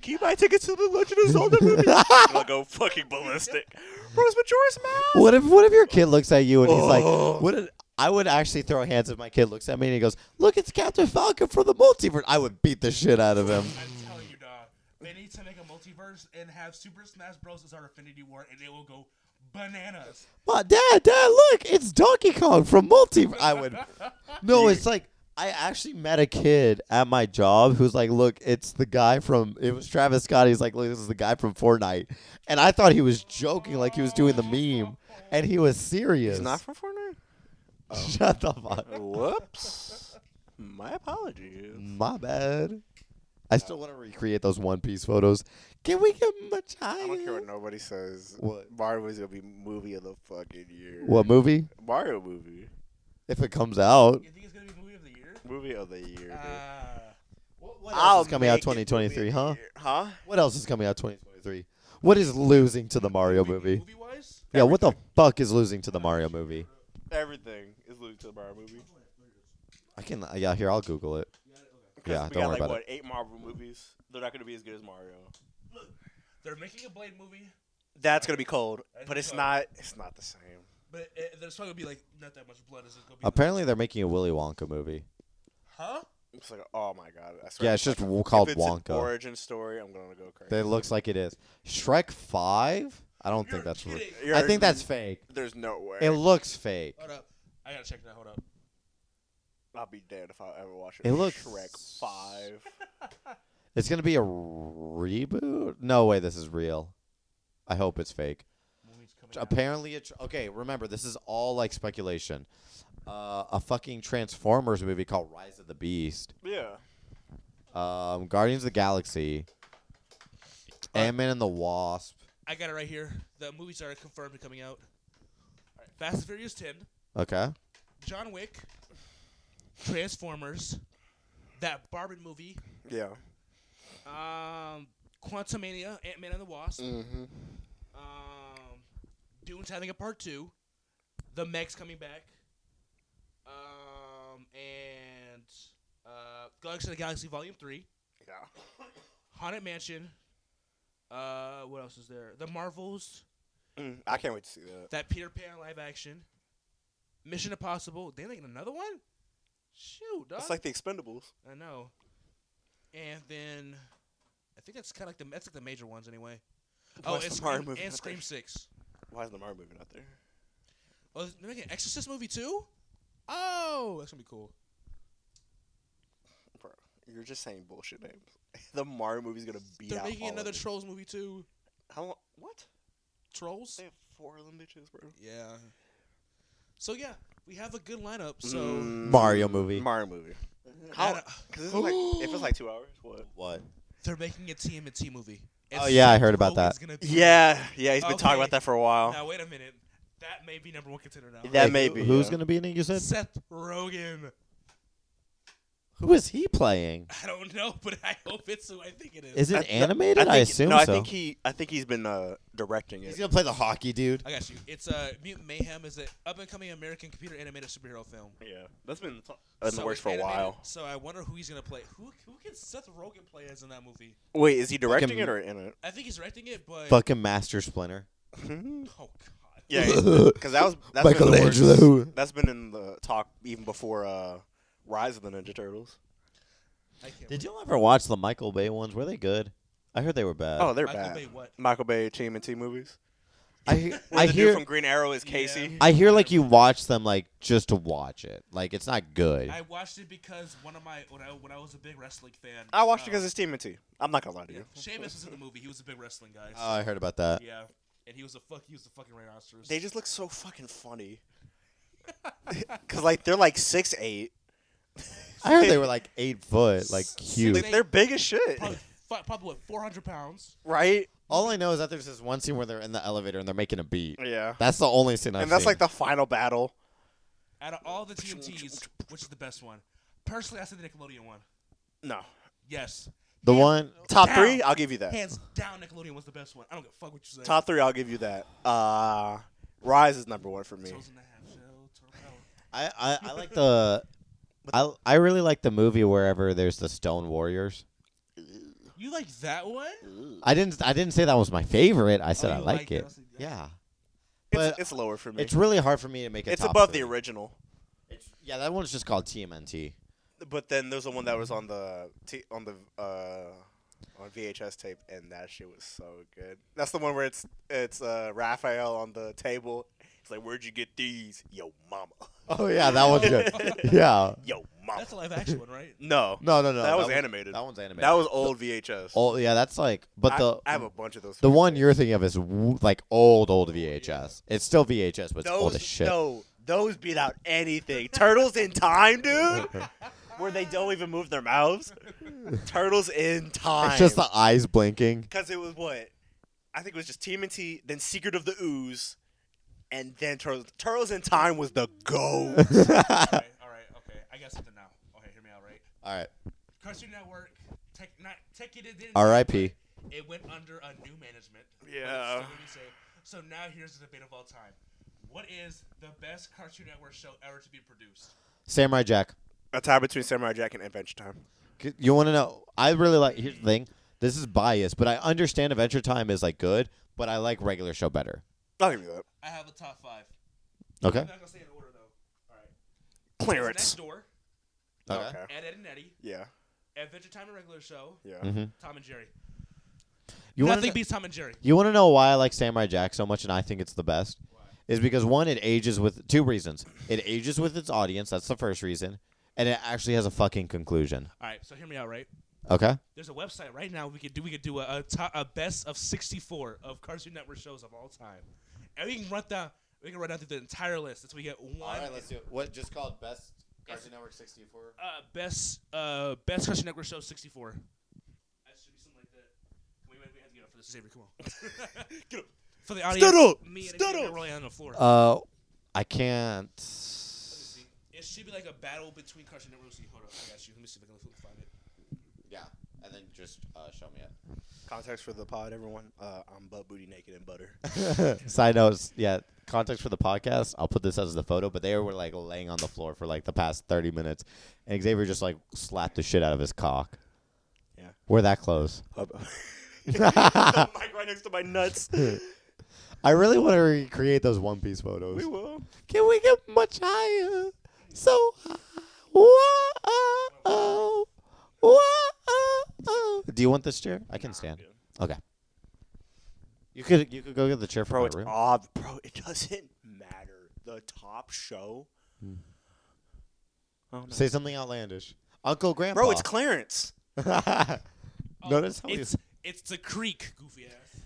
can you buy tickets to the Legend of Zelda movie? I'll go fucking ballistic. Bruce Majora's Mask.
What if what if your kid looks at you and he's
Oh.
like, "What?" Did, I would actually throw hands if my kid looks at me and he goes, "Look, it's Captain Falcon from the multiverse." I would beat the shit out of him.
I'm telling you, dog. They need to make a multiverse and have Super Smash Bros. as our Infinity War, and they will go bananas.
My dad, dad, look, it's Donkey Kong from multiverse. I would. No, it's like I actually met a kid at my job who's like, "Look, it's the guy from." It was Travis Scott. He's like, "Look, this is the guy from Fortnite," and I thought he was joking, like he was doing the meme, and he was serious.
He's not oh. from Fortnite.
Shut the fuck.
Whoops. My apologies.
My bad. I still want to recreate those One Piece photos. Can we get much higher?
I don't care what nobody says.
What?
Mario is gonna be movie of the fucking year.
What movie?
Mario movie?
If it comes out.
You think it's gonna be movie of the year?
Movie of the year. dude.
Ah.
What else is coming out
Uh, make it movie of
2023,
the
huh?
year. Huh?
What else is coming out 2023? What is losing to the Mario movie?
Movie wise,
Yeah, what the fuck is losing to the Mario movie?
Everything is losing to the Mario movie.
I can. uh, Yeah, here I'll Google it.
'Cause
Yeah,
we
don't
got
worry
like
about
what
it.
eight Marvel movies. They're not gonna be as good as Mario.
they're making a Blade movie,
That's gonna be cold, but it's not.
It's not the same.
but it, there's probably gonna be like not that much blood. It's just gonna be
Apparently, they're making a Willy Wonka movie.
huh?
It's like oh my god. I swear
Yeah,
to
it's just
God.
w- called
if it's An
Wonka.
origin story. I'm gonna go crazy.
That looks like it is. Shrek Five. I don't think that's.
kidding.
Re-
You're-
I think that's fake.
There's no way.
It looks fake.
Hold up, I gotta check that. Hold up.
I'll be damned if I ever watch it.
It looks-
Shrek Five.
It's gonna be a reboot. No way, this is real. I hope it's fake.
Movie's coming out.
Apparently, it's okay. Remember, this is all like speculation. Uh, a fucking Transformers movie called Rise of the Beast.
yeah.
Um, Guardians of the Galaxy.
Uh,
Ant Man and the Wasp.
I got it right here. The movies are confirmed to coming out. Fast and Furious 10,
Okay.
John Wick, Transformers, that Barbie movie,
Yeah.
um, Quantumania, Ant Man and the Wasp,
Mm-hmm.
um, Dune's having a part two, The Meg's coming back, um, and uh, Galaxy of the Galaxy Volume 3,
Yeah.
Haunted Mansion, uh, what else is there? The Marvels,
Mm, I can't wait to see that.
That Peter Pan live action. Mission Impossible. They making another one? Shoot, dog.
It's like the Expendables.
I know. And then I think that's kind of like the that's like the major ones anyway. Oh,
Why's
and,
the Mario
Scream,
movie
and
not
Scream
there?
Six.
Why isn't the Mario movie not there?
Oh, they're making an Exorcist movie too. Oh, that's gonna be cool.
Bro, you're just saying bullshit names. the Mario movie's gonna beat
They're
out
making
all of
another
it.
Trolls movie too.
How long? What?
Trolls.
They have four of them bitches, bro.
Yeah. So yeah, we have a good lineup. So
Mm.
Mario movie.
Mario movie.
I
How?
don't-
Because it's like if it's like two hours, what?
What?
they're making a TMNT movie.
Oh, yeah, I
Seth
heard about
Rogen's
that.
gonna be-
Yeah, yeah. He's been
Okay.
talking about that for a while.
Now wait a minute. That may be number one contender now.
That may be.
Who's
yeah.
gonna be in it? You said.
Seth Rogen.
Who is he playing?
I don't know, but I hope it's who I think it is.
Is it
I th-
animated? I,
I think-
assume
No,
so.
I think he. I think he's been uh, directing
He's
it.
gonna play the hockey dude.
I got you. It's uh, Mutant Mayhem is an up and coming American computer animated superhero film.
Yeah, that's been in the to- in the
So
works
it's
for a
animated,
while.
So I wonder who he's gonna play. Who who can Seth Rogen play as in that movie?
Wait, is he directing
Fucking-
it or in it?
I think he's directing it, but
Fucking Master Splinter.
oh god,
yeah, because that was that's been in the works.
Michelangelo.
That's been in the talk even before uh, Rise of the Ninja Turtles.
I can't.
Did you ever watch the Michael Bay ones? Were they good? I heard they were bad.
Oh, they're
Michael
bad.
Bay what?
Michael Bay Team and T movies.
I
Where
I
the
hear
dude from Green Arrow is Casey.
I hear like you watch them like just to watch it. Like it's not good.
I watched it because one of my when I when I was a big wrestling fan.
I watched it
uh,
because it's Team and T. I'm not gonna lie to
yeah,
you.
Sheamus was in the movie. He was a big wrestling guy. so-
oh, I heard about that.
yeah, and he was a fuck. He was the fucking rhinoceros.
They just look so fucking funny. Cause like they're like six eight.
I heard they were like eight foot, like huge.
Like, they're big as shit,
probably, fi- probably what 400 pounds.
right?
All I know is that there's this one scene where they're in the elevator and they're making a beat.
Yeah.
That's the only scene I've
and that's
seen.
like the final battle.
Out of all the TMTs, which is the best one? Personally, I said the Nickelodeon one.
No.
Yes.
the
Hands-
one.
Top
Down.
three, I'll give you that.
Hands down, Nickelodeon was the best one. I don't give a fuck what you say.
Top three, I'll give you that. Uh Rise is number one for me.
Toes in the half shell, turtle power.
I, I, I like the. I, I really like the movie wherever there's the Stone Warriors.
You like that one?
I didn't I didn't say that was my favorite. I said
Oh,
I
you
like
liked it.
it.
I said, yeah.
Yeah. But
it's, it's lower for me.
It's really hard for me to make a
It's
top
above
three.
the original.
It's, yeah, that one's just called TMNT.
But then there's the one that was on the t- on the uh, on VHS tape, and that shit was so good. That's the one where it's it's uh, Raphael on the table. It's like, where'd you get these? Yo, mama.
Oh yeah, that one's good. yeah.
Yo, mama.
That's a live action one, right?
no,
No, no, no.
That was
one-
animated.
That one's animated.
that was old VHS.
Oh yeah, that's like. But
I-
the
I, have a bunch of those.
the
fucking
one
things.
you're thinking of is w- like old old VHS. It's still VHS, but it's old
Those
as shit.
no, those beat out anything. Turtles in Time, dude. Where they don't even move their mouths. Turtles in Time.
It's just the eyes blinking.
because it was what I think it was just TMNT, then Secret of the Ooze, and then Turtles. Turtles in Time was the go.
all
All
right, all right, okay. I got something now. Okay, hear me out, right?
right.
Cartoon Network, tech, not tech, it didn't.
R.I.P.
It went under a new management. but it's
Yeah.
still gonna be safe. So now here's the debate of all time: What is the best Cartoon Network show ever to be produced?
Samurai Jack.
a tie between Samurai Jack and Adventure Time.
C- You want to know? I really like. Here's the thing. This is biased, but I understand Adventure Time is like good, but I like regular show better.
I'll give you that.
I have a top five.
Okay.
I'm not gonna say in order though. All right. Kids
Clarence.
Next door,
Okay.
Ed, Ed and Eddie,
Yeah.
Adventure Time and Regular Show,
Yeah.
hmm
Tom and Jerry.
You want
Nothing
to
beats Tom and Jerry.
You want to know why I like Samurai Jack so much and I think it's the best? Is because one, it ages with two reasons. It ages with its audience. That's the first reason, and it actually has a fucking conclusion.
All right, so hear me out, right?
Okay.
There's a website right now we could do. We could do a, a, top, a best of 64 of Cartoon Network shows of all time, and we can run down. We can run down through the entire list until we get one.
do it. What just called best
Cartoon
Network 64?
uh, best uh, best Cartoon Network show 64. That should be something like that. Wait, wait, we have to get up for this, Xavier. Come on, get up for the audience.
up!
Me and
Stand
Xavier
up!
rolling on the floor.
Uh, I
Let
can't.
me see. It should be like a battle between Cartoon Network. Let me see. Hold on, I got you. Let me see if I can find it.
Yeah, and then just uh, show me
Context for the pod, everyone. Uh, I'm butt booty naked and butter.
it. Side notes. Yeah. Context for the podcast. I'll put this as the photo, but they were like laying on the floor for like the past thirty minutes, and Xavier just like slapped the shit out of his cock.
Yeah.
We're that close.
the mic right next to my nuts.
I really want to recreate those One Piece photos.
We will.
Can we get much higher? So high. Whoa. Whoa. Do you want this chair? I can stand. Okay. You could you could go get the chair for
Bro,
my
it's
room.
ob- bro, it doesn't matter. The top show. Oh, no.
Say something outlandish. Uncle Grandpa.
Bro, it's Clarence.
Notice how
It's it's the Creek, goofy ass.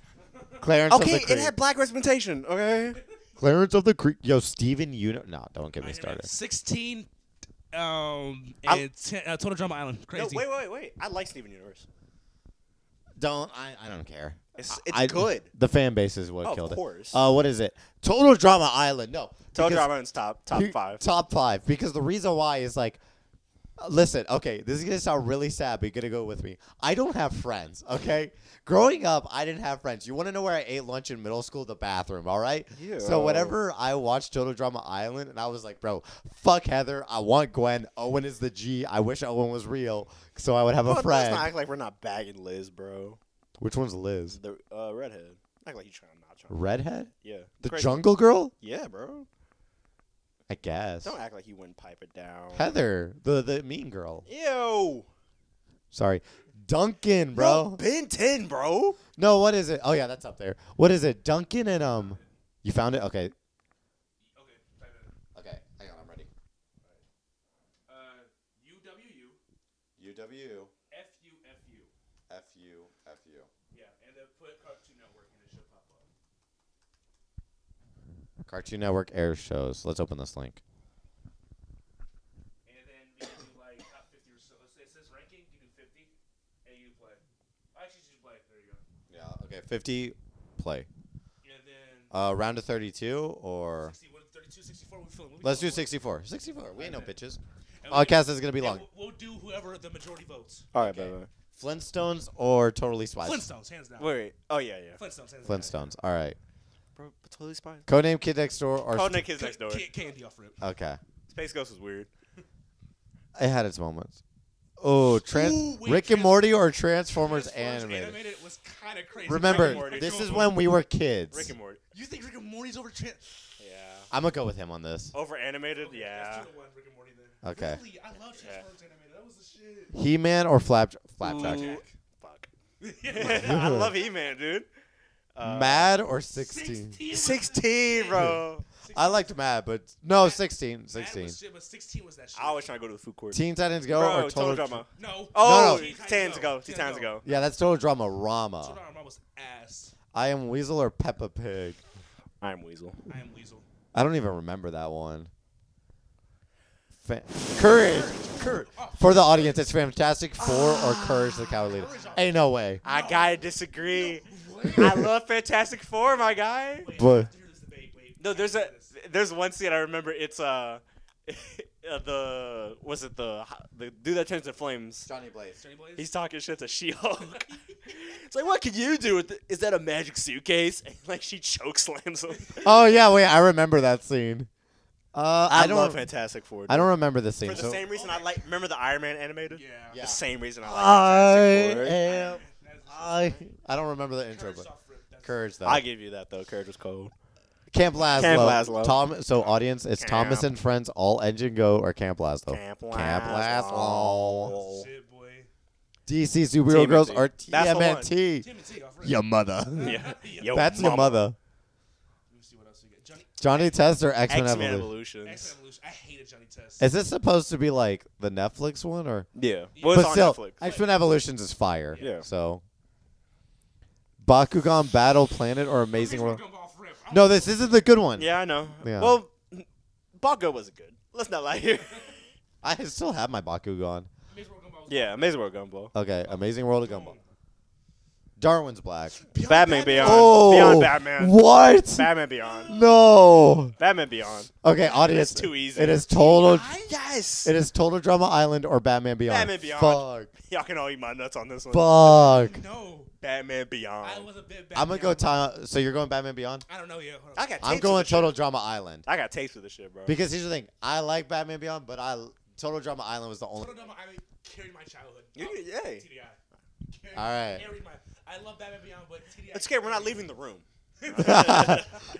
we Clarence
Okay,
of the Creek.
it had black representation. Okay.
Clarence of the Creek. Yo, Steven Uno. No, don't get
All right, here we go.
me started.
16 um,
I'm-
and ten, uh, Total Drama Island.
No,
Crazy.
wait, wait, wait. I like Steven Universe.
Don't I? I don't care.
It's,
I-
it's
I-
good.
The fan base is what
Oh, of
killed
course.
it. Uh, what is it? Total Drama Island. No.
Total
because-
Drama is top top
Here-
five.
Top five. Because the reason why is like, uh, listen, okay, this is going to sound really sad, but you're going to go with me. I don't have friends, okay? Growing up, I didn't have friends. You want to know where I ate lunch in middle school? The bathroom, all right? So
Ew.
whenever I watched Total Drama Island, and I was like, bro, fuck Heather. I want Gwen. Owen is the G. I wish Owen was real so I would have
Bro,
a friend.
Let's not act like we're not bagging Liz, bro.
Which one's Liz?
The uh, redhead. Act like you trying not trying.
Redhead?
Yeah.
The
Crazy.
Jungle Girl?
Yeah, bro.
I guess.
Don't act like you wouldn't pipe it down.
Heather, the, the mean girl.
Ew.
Sorry. Duncan, bro.
Ben 10, bro.
No, what is it? Oh yeah, that's up there. What is it? Duncan and um, you found it? Okay.
Okay, type it in.
Okay, hang on, I'm ready.
Uh, UWU,
U W
FUFU.
F U F U.
Yeah, and then put Cartoon Network and it should pop up.
Cartoon Network air shows. Let's open this link.
And then we can do like top 50 or so. Let's say it says ranking, you do 50, and you play. Actually, you should play. There you go.
Yeah. Okay. Fifty, play.
And then
Uh, round of thirty-two or
61, 32, 64, we feeling.
let's do sixty-four. Sixty-four. We ain't no bitches.
And we-
Podcast is gonna uh, be
and
long.
We'll, we'll do whoever the majority votes.
All right,
Okay.
bye bye.
Flintstones or Totally Spies.
Flintstones, hands down.
Wait, wait. Oh, yeah, yeah.
Flintstones, hands down.
Flintstones. All right.
Bro, totally spies.
Codename Kid Next Door or
Codename Kids Next Door.
Ca- Candy off rip.
Okay.
Space Ghost was weird.
It had its moments. Oh, trans-
Ooh, wait,
Rick and
Trans-
Morty or Transformers
Transformers
animated.
was kind of crazy.
Remember,
Rick and
this
Morty.
is when we were kids.
Rick and Morty.
You think Rick and Morty's over. Tran-
Yeah.
I'm gonna go with him on this.
Over animated, yeah.
Let's do the one Rick and Morty then.
Okay.
Really, I love Transformers animated. That was the shit.
He Man or Flap Flapjack?
Ooh, Fuck. I
I
love
love
E Man, dude. uh,
Uh,
Mad or 16?
was the-
16, bro.
I liked Mad, but no, 16. 16.
That was shit, but 16 was that shit.
I always trying to go to the food court.
Teen Titans Go
bro,
or
total
Total,
drama.
No.
Oh,
no.
Teen Titans Go. Teen Titans Go.
Yeah, that's Total Drama
So
Rama.
Dorama was ass.
I Am Weasel or Peppa Pig?
I am Weasel.
I am Weasel.
I don't even remember that one. Fa- Courage. Courage. For the audience, it's Fantastic Four or Courage the Cowardly Leader. Ain't no way.
I gotta disagree. I love Fantastic Four, my guy.
Wait,
But-
I have to hear this debate. Wait,
No,
I
there's
have
a
to hear this.
there's one scene I remember. It's uh, uh the was it the the dude that turns to flames.
Johnny Blaze.
Johnny Blaze?
He's talking shit to She-Hulk. it's like, what can you do with? It? Is that a magic suitcase? And like she choke slams him.
Oh yeah, wait, I remember that scene. Uh, I, don't.
Fantastic Four.
I don't remember the scene.
For the
so
same reason I like remember the Iron Man animated.
Yeah.
Yeah.
The same reason I
I
like Fantastic Four.
am.
That is the shit.
I I don't remember the intro,
Courage
but
off rip, that's-
courage though.
I give you that though. Courage was cold.
Camp Lazlo.
Camp Lazlo.
Tom. So audience, it's Thomas
Camp.
and Friends. All engine go or Camp Lazlo.
Camp
Camp
Lazlo.
Lazlo.
that's the Shit, boy.
DC Superhero Girls
TMNT.
or
That's the one.
TMNT.
TMNT off rip.
Your mother.
Yeah.
Yeah.
Yo,
That's your mother.
Let me see what else we get. Johnny
Johnny Test or X Men
X
Evolution.
Men Evolutions.
X Evolution. I hated Johnny Test.
Is this supposed to be like the Netflix one or?
Yeah. Well, it's
but
on
still,
Netflix.
X Men Evolutions is fire.
Yeah.
So. Bakugan Battle Planet or Amazing
Here's
World?
where I'm off rip. I'm
No, this isn't the good one.
Yeah, I know.
Yeah.
Well, Bakugo wasn't good. Let's not lie here.
I still have my Bakugan.
Amazing World Gumball was
yeah, Amazing World Gumball.
Okay, Amazing World of Gumball. Darwin's black.
Beyond
Batman
Batman.
Beyond.
Oh,
Beyond Batman.
What?
Batman Beyond.
no.
Batman Beyond.
Okay, audience.
too easy.
It is total.
Yes.
It is total drama island or Batman Beyond.
Batman Beyond.
Fuck.
Y'all can all eat my nuts on this one.
Fuck.
No.
Batman
I
Beyond.
was a bit
I'm gonna go.
Batman.
Time. So you're going Batman Beyond?
I don't know yet. Hold on.
I got.
I'm
tapes
going
of this shit.
total drama island
I got taste for this shit, bro.
because here's the thing. I like Batman Beyond, but I total drama island was the only.
Total Drama Island carried my childhood.
You-
Oh,
yay.
TDI. Carried-
All right.
Carried my, I love Batman Beyond, but TDI.
It's okay. We're not leaving the room.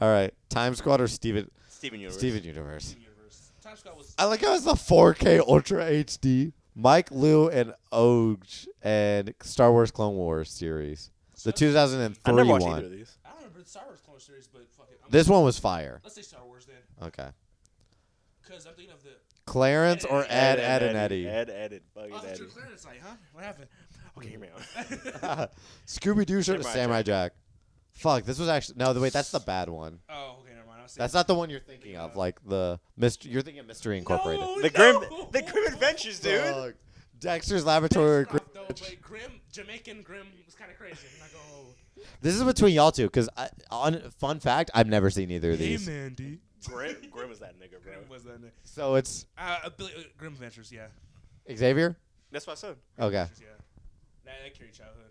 All right, Time Squad or Steven
Steven Universe.
Steven Universe.
universe. Time Squad was.
I like how it's the 4K Ultra HD. Mike Liu and Oge and Star Wars Clone Wars series. The 2003
I never watched either of
one.
these.
I don't remember the Star Wars Clone series, but fuck it. I'm
This one was fire.
let's say Star Wars then,
Okay.
because I'm thinking of the.
Clarence or Ed, Ed, and Eddie.
Ed, Ed, and Buggy
Oh,
Daddy.
that's your clearance night, huh? What happened?
Okay, hear me out.
Scooby Doo shirt or
Samurai
Samurai Jack. Fuck, this was actually no. The wait, that's the bad one.
Oh, okay, never mind. I was
That's not the one you're thinking of. Like the mystery. You're thinking of Mystery Incorporated.
No,
The Grim,
no!
the Grim Adventures, dude.
Fuck. Dexter's
Based
Laboratory. or
off,
Grim-
though, but Grim, Jamaican Grim was kind of crazy. I'm not gonna hold.
This is between y'all two, because on fun fact, I've never seen either of these.
Mandy.
Grim, Grim is that nigga, bro.
Grim was that name?
So it's
Uh, uh, Billy, uh, Grim Adventures, yeah.
Xavier.
That's what I said.
Okay.
Adventures, yeah. That, that carried childhood.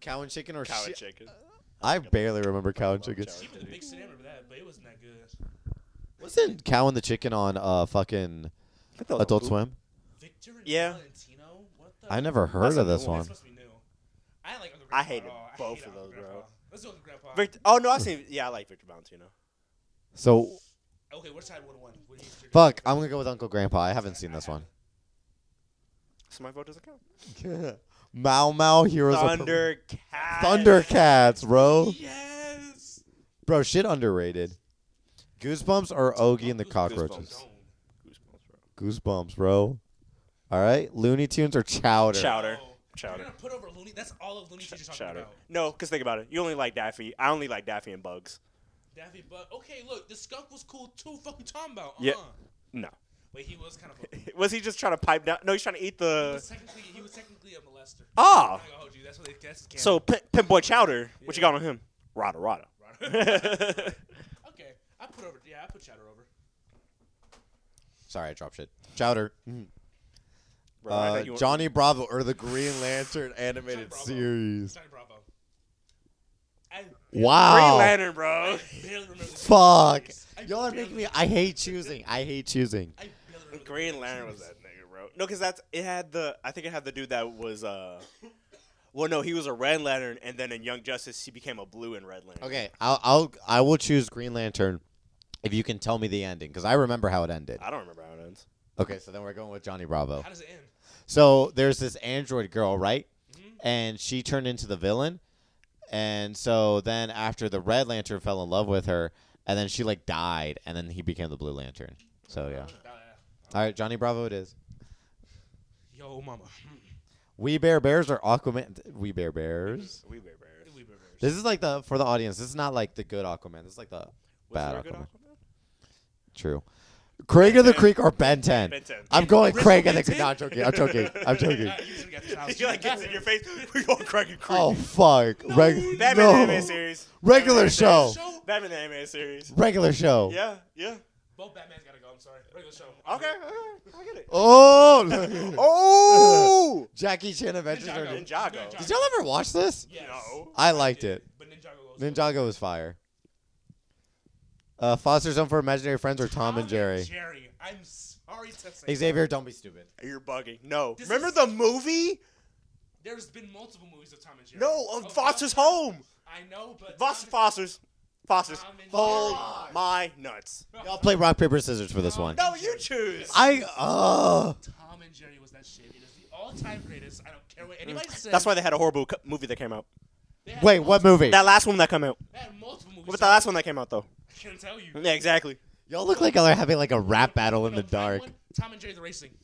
Cow and chicken or
Cow and
shit?
chicken.
I barely remember cow and chicken.
Shower.
Even the big city, I remember that, but it wasn't that good.
Wasn't cow and the chicken on uh fucking Adult Swim?
Victor and
Yeah.
Valentino? What the?
I never
That's
heard
a
of
good
this
one.
That's
one.
supposed to be new. I didn't like Uncle Grandpa.
I
at
hated
all. I
both
hated
of
Uncle
those, bro.
Grandpa. Let's do Uncle Grandpa.
Victor, oh no, I've seen. Yeah, I like Victor Valentino.
So
okay, we're tied one one. What do you think?
fuck, I'm gonna go with Uncle Grandpa. I haven't seen this one.
So my vote doesn't count.
Mau Mau Heroes of
Thundercat.
Thundercats, bro.
Yes.
Bro, shit underrated. Goosebumps or Ogie and the
Goosebumps.
Cockroaches?
Don't.
Goosebumps, bro. All right, Looney Tunes or Chowder?
Chowder.
Oh,
Chowder.
You're gonna put over Looney. That's all of Looney Tunes you're talking
Chowder.
about.
No, because think about it. You only like Daffy. I only like Daffy and Bugs.
Daffy Buck. Okay, look, the skunk was cool too. Fuck you talking about? Uh-huh.
Yeah. No.
Wait, he was kind of. A, he
Was he just trying to pipe down? No, he's trying to eat the.
was technically he was technically a molester.
Ah.
I'm not gonna hold you. That's what they. That's his canon.
So P- Pinboy Chowder. What you got on him? Rada Rada.
Okay, I put over. Yeah, I put Chowder over.
Sorry, I dropped shit. Chowder.
Mm-hmm. Bro, I
Uh,
thought you were-
Johnny Bravo or the Green Lantern
Johnny
animated
Bravo.
series.
Johnny Bravo. I
Green
Wow.
Lantern,
Oh.
bro.
barely remember. this
Fuck.
series. I
Y'all are
barely-
making me. I hate choosing. I hate choosing.
I barely remember.
Green
this
Lantern was
series.
that nigga, bro. No, because that's it had the. I think it had the dude that was uh, Well, no, he was a Red Lantern, and then in Young Justice, he became a Blue and Red Lantern.
Okay, I'll, I'll I will choose Green Lantern if you can tell me the ending because I remember how it ended.
I don't remember how it ends.
Okay, so then we're going with Johnny Bravo.
How does it end?
So there's this android girl, right? And she turned into the villain. And so then after the Red Lantern fell in love with her, and then she like died, and then he became the Blue Lantern. So yeah.
Oh,
All right, Johnny Bravo it is.
Yo, mama. Hmm.
We Bear Bears are Aquaman. We Bear Bears.
Mm-hmm.
We bear bears.
We bear bears.
This is like the for the audience. This is not like the good Aquaman. This is like the bad Aquaman. True. Craig of the Creek or Ben 10?
Ben 10.
I'm going
Rick
Craig
Ben
of the Creek. No, I'm joking. I'm joking. I'm joking.
Ah, you should've got this out.
He like gets in your face. We're going crack and creep.
Oh fuck! Reg-
Batman the
no.
anime series.
Regular show.
Show.
Batman the anime series.
Regular show.
Yeah, yeah.
Both Batman's gotta go. I'm sorry. Regular show.
Okay, okay, I get it.
Oh.
Oh,
Jackie Chan Adventures.
Ninjago.
Are-
Ninjago.
Did y'all ever watch this?
Yes.
No.
I liked it.
But Ninjago goes.
Ninjago was fire. Uh, Foster's Home for Imaginary Friends or Tom and Jerry?
Jerry. I'm sorry to say.
Xavier, don't be stupid.
you're bugging. No,
This
remember
is-
the movie?
There's been multiple movies of Tom and Jerry.
No, of
Oh,
Foster's
Tom-
Home.
I know, but
Foster,
Tom
Foster's, Foster's.
Tom and
Hold
Jerry.
my nuts.
I'll play rock paper scissors for this one.
No, you choose.
I uh
and- Tom and Jerry was that shit. It is the all-time greatest. I don't care what anybody says.
That's why they had a horrible co- movie that came out.
They had
wait. What
multiple-
movie?
That last one that came out.
They had multiple movies.
What was the last one that came out though?
I can't tell you.
Yeah, exactly.
Y'all look like y'all are having like a rap battle in
No,
the
Prime
dark.
one, Tom and Jerry the racing.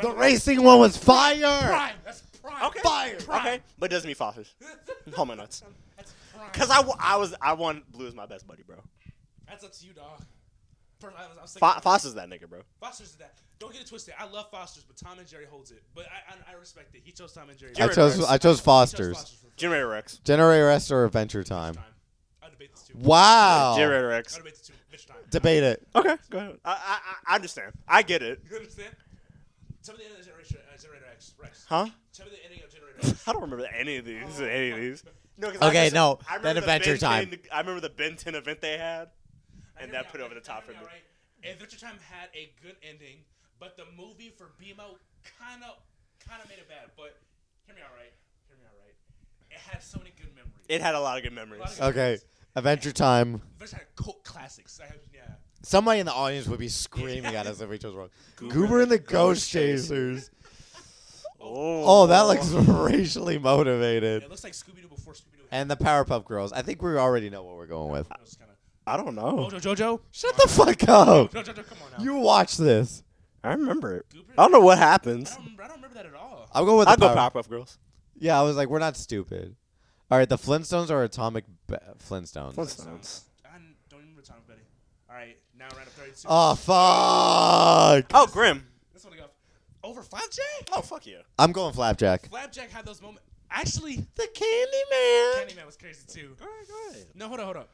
The racing one was fire.
Prime. That's prime.
Okay.
Fire.
Okay, but it doesn't mean Foster's. Hold my nuts.
That's prime.
Cause I, w- I was I won Blue is my best buddy, bro.
That's up to you, dog. First, I was, I was thinking-
Fo- Foster's that nigga, bro.
Foster's is that. Don't get it twisted. I love Foster's, but Tom and Jerry holds it. But I, I, I respect it. He chose Tom and Jerry.
I chose I chose
He chose
Foster's.
for the first
Generator X.
Generator Rest or Adventure Time.
time. I debate this too.
Wow.
Generator
I
X.
debate this too. Bitch time.
Debate it.
Okay, go ahead. I, I I understand. I get it.
You understand? Tell me the end of generation, uh, Generator X. Rex.
Huh?
Tell me the ending of Generator X.
I don't remember any of these. Any of these. No, 'cause
Okay,
just-
no,
I remember
then
the
Adventure
Ben
Time.
10 I remember the Benton event they had,
Now, hear
and
me
that
out,
put it over the
right?
top for
Now,
me.
hear me out, right? Adventure Time had a good ending, but the movie for BMO kind of kind of made it bad. But hear me out, right? Hear me out, right? It had so many good memories.
It had a lot of good memories.
Okay.
Okay. Adventure Time.
Adventure Time had cult classics. I have, yeah.
Somebody in the audience would be screaming at us if we chose wrong. Goober and the Ghost Chasers. Oh, that looks racially motivated.
It looks like Scooby Doo before Scooby Doo.
And the Powerpuff Girls. I think we already know what we're going with.
I don't know.
Mojo Jojo.
Shut the fuck up.
Mojo Jojo, come on now.
Oh, You watch this.
I remember it.
Goober?
I don't know what
I
happens. Uh,
don't, remember- I don't remember that at all.
I'll go with the
I go
Power-
Powerpuff Girls.
Yeah, I was like, we're not stupid. All right, the Flintstones are Atomic Be- Flintstones.
Flintstones.
I don't even return Betty. All right, now we're at a 32.
Oh fuck!
Oh, Grim.
this one I got over Flapjack.
Oh, fuck yeah.
I'm going Flapjack.
Flapjack had those moments. Actually,
The Candyman.
Candyman was crazy too.
All right, go ahead.
No, hold up, hold up.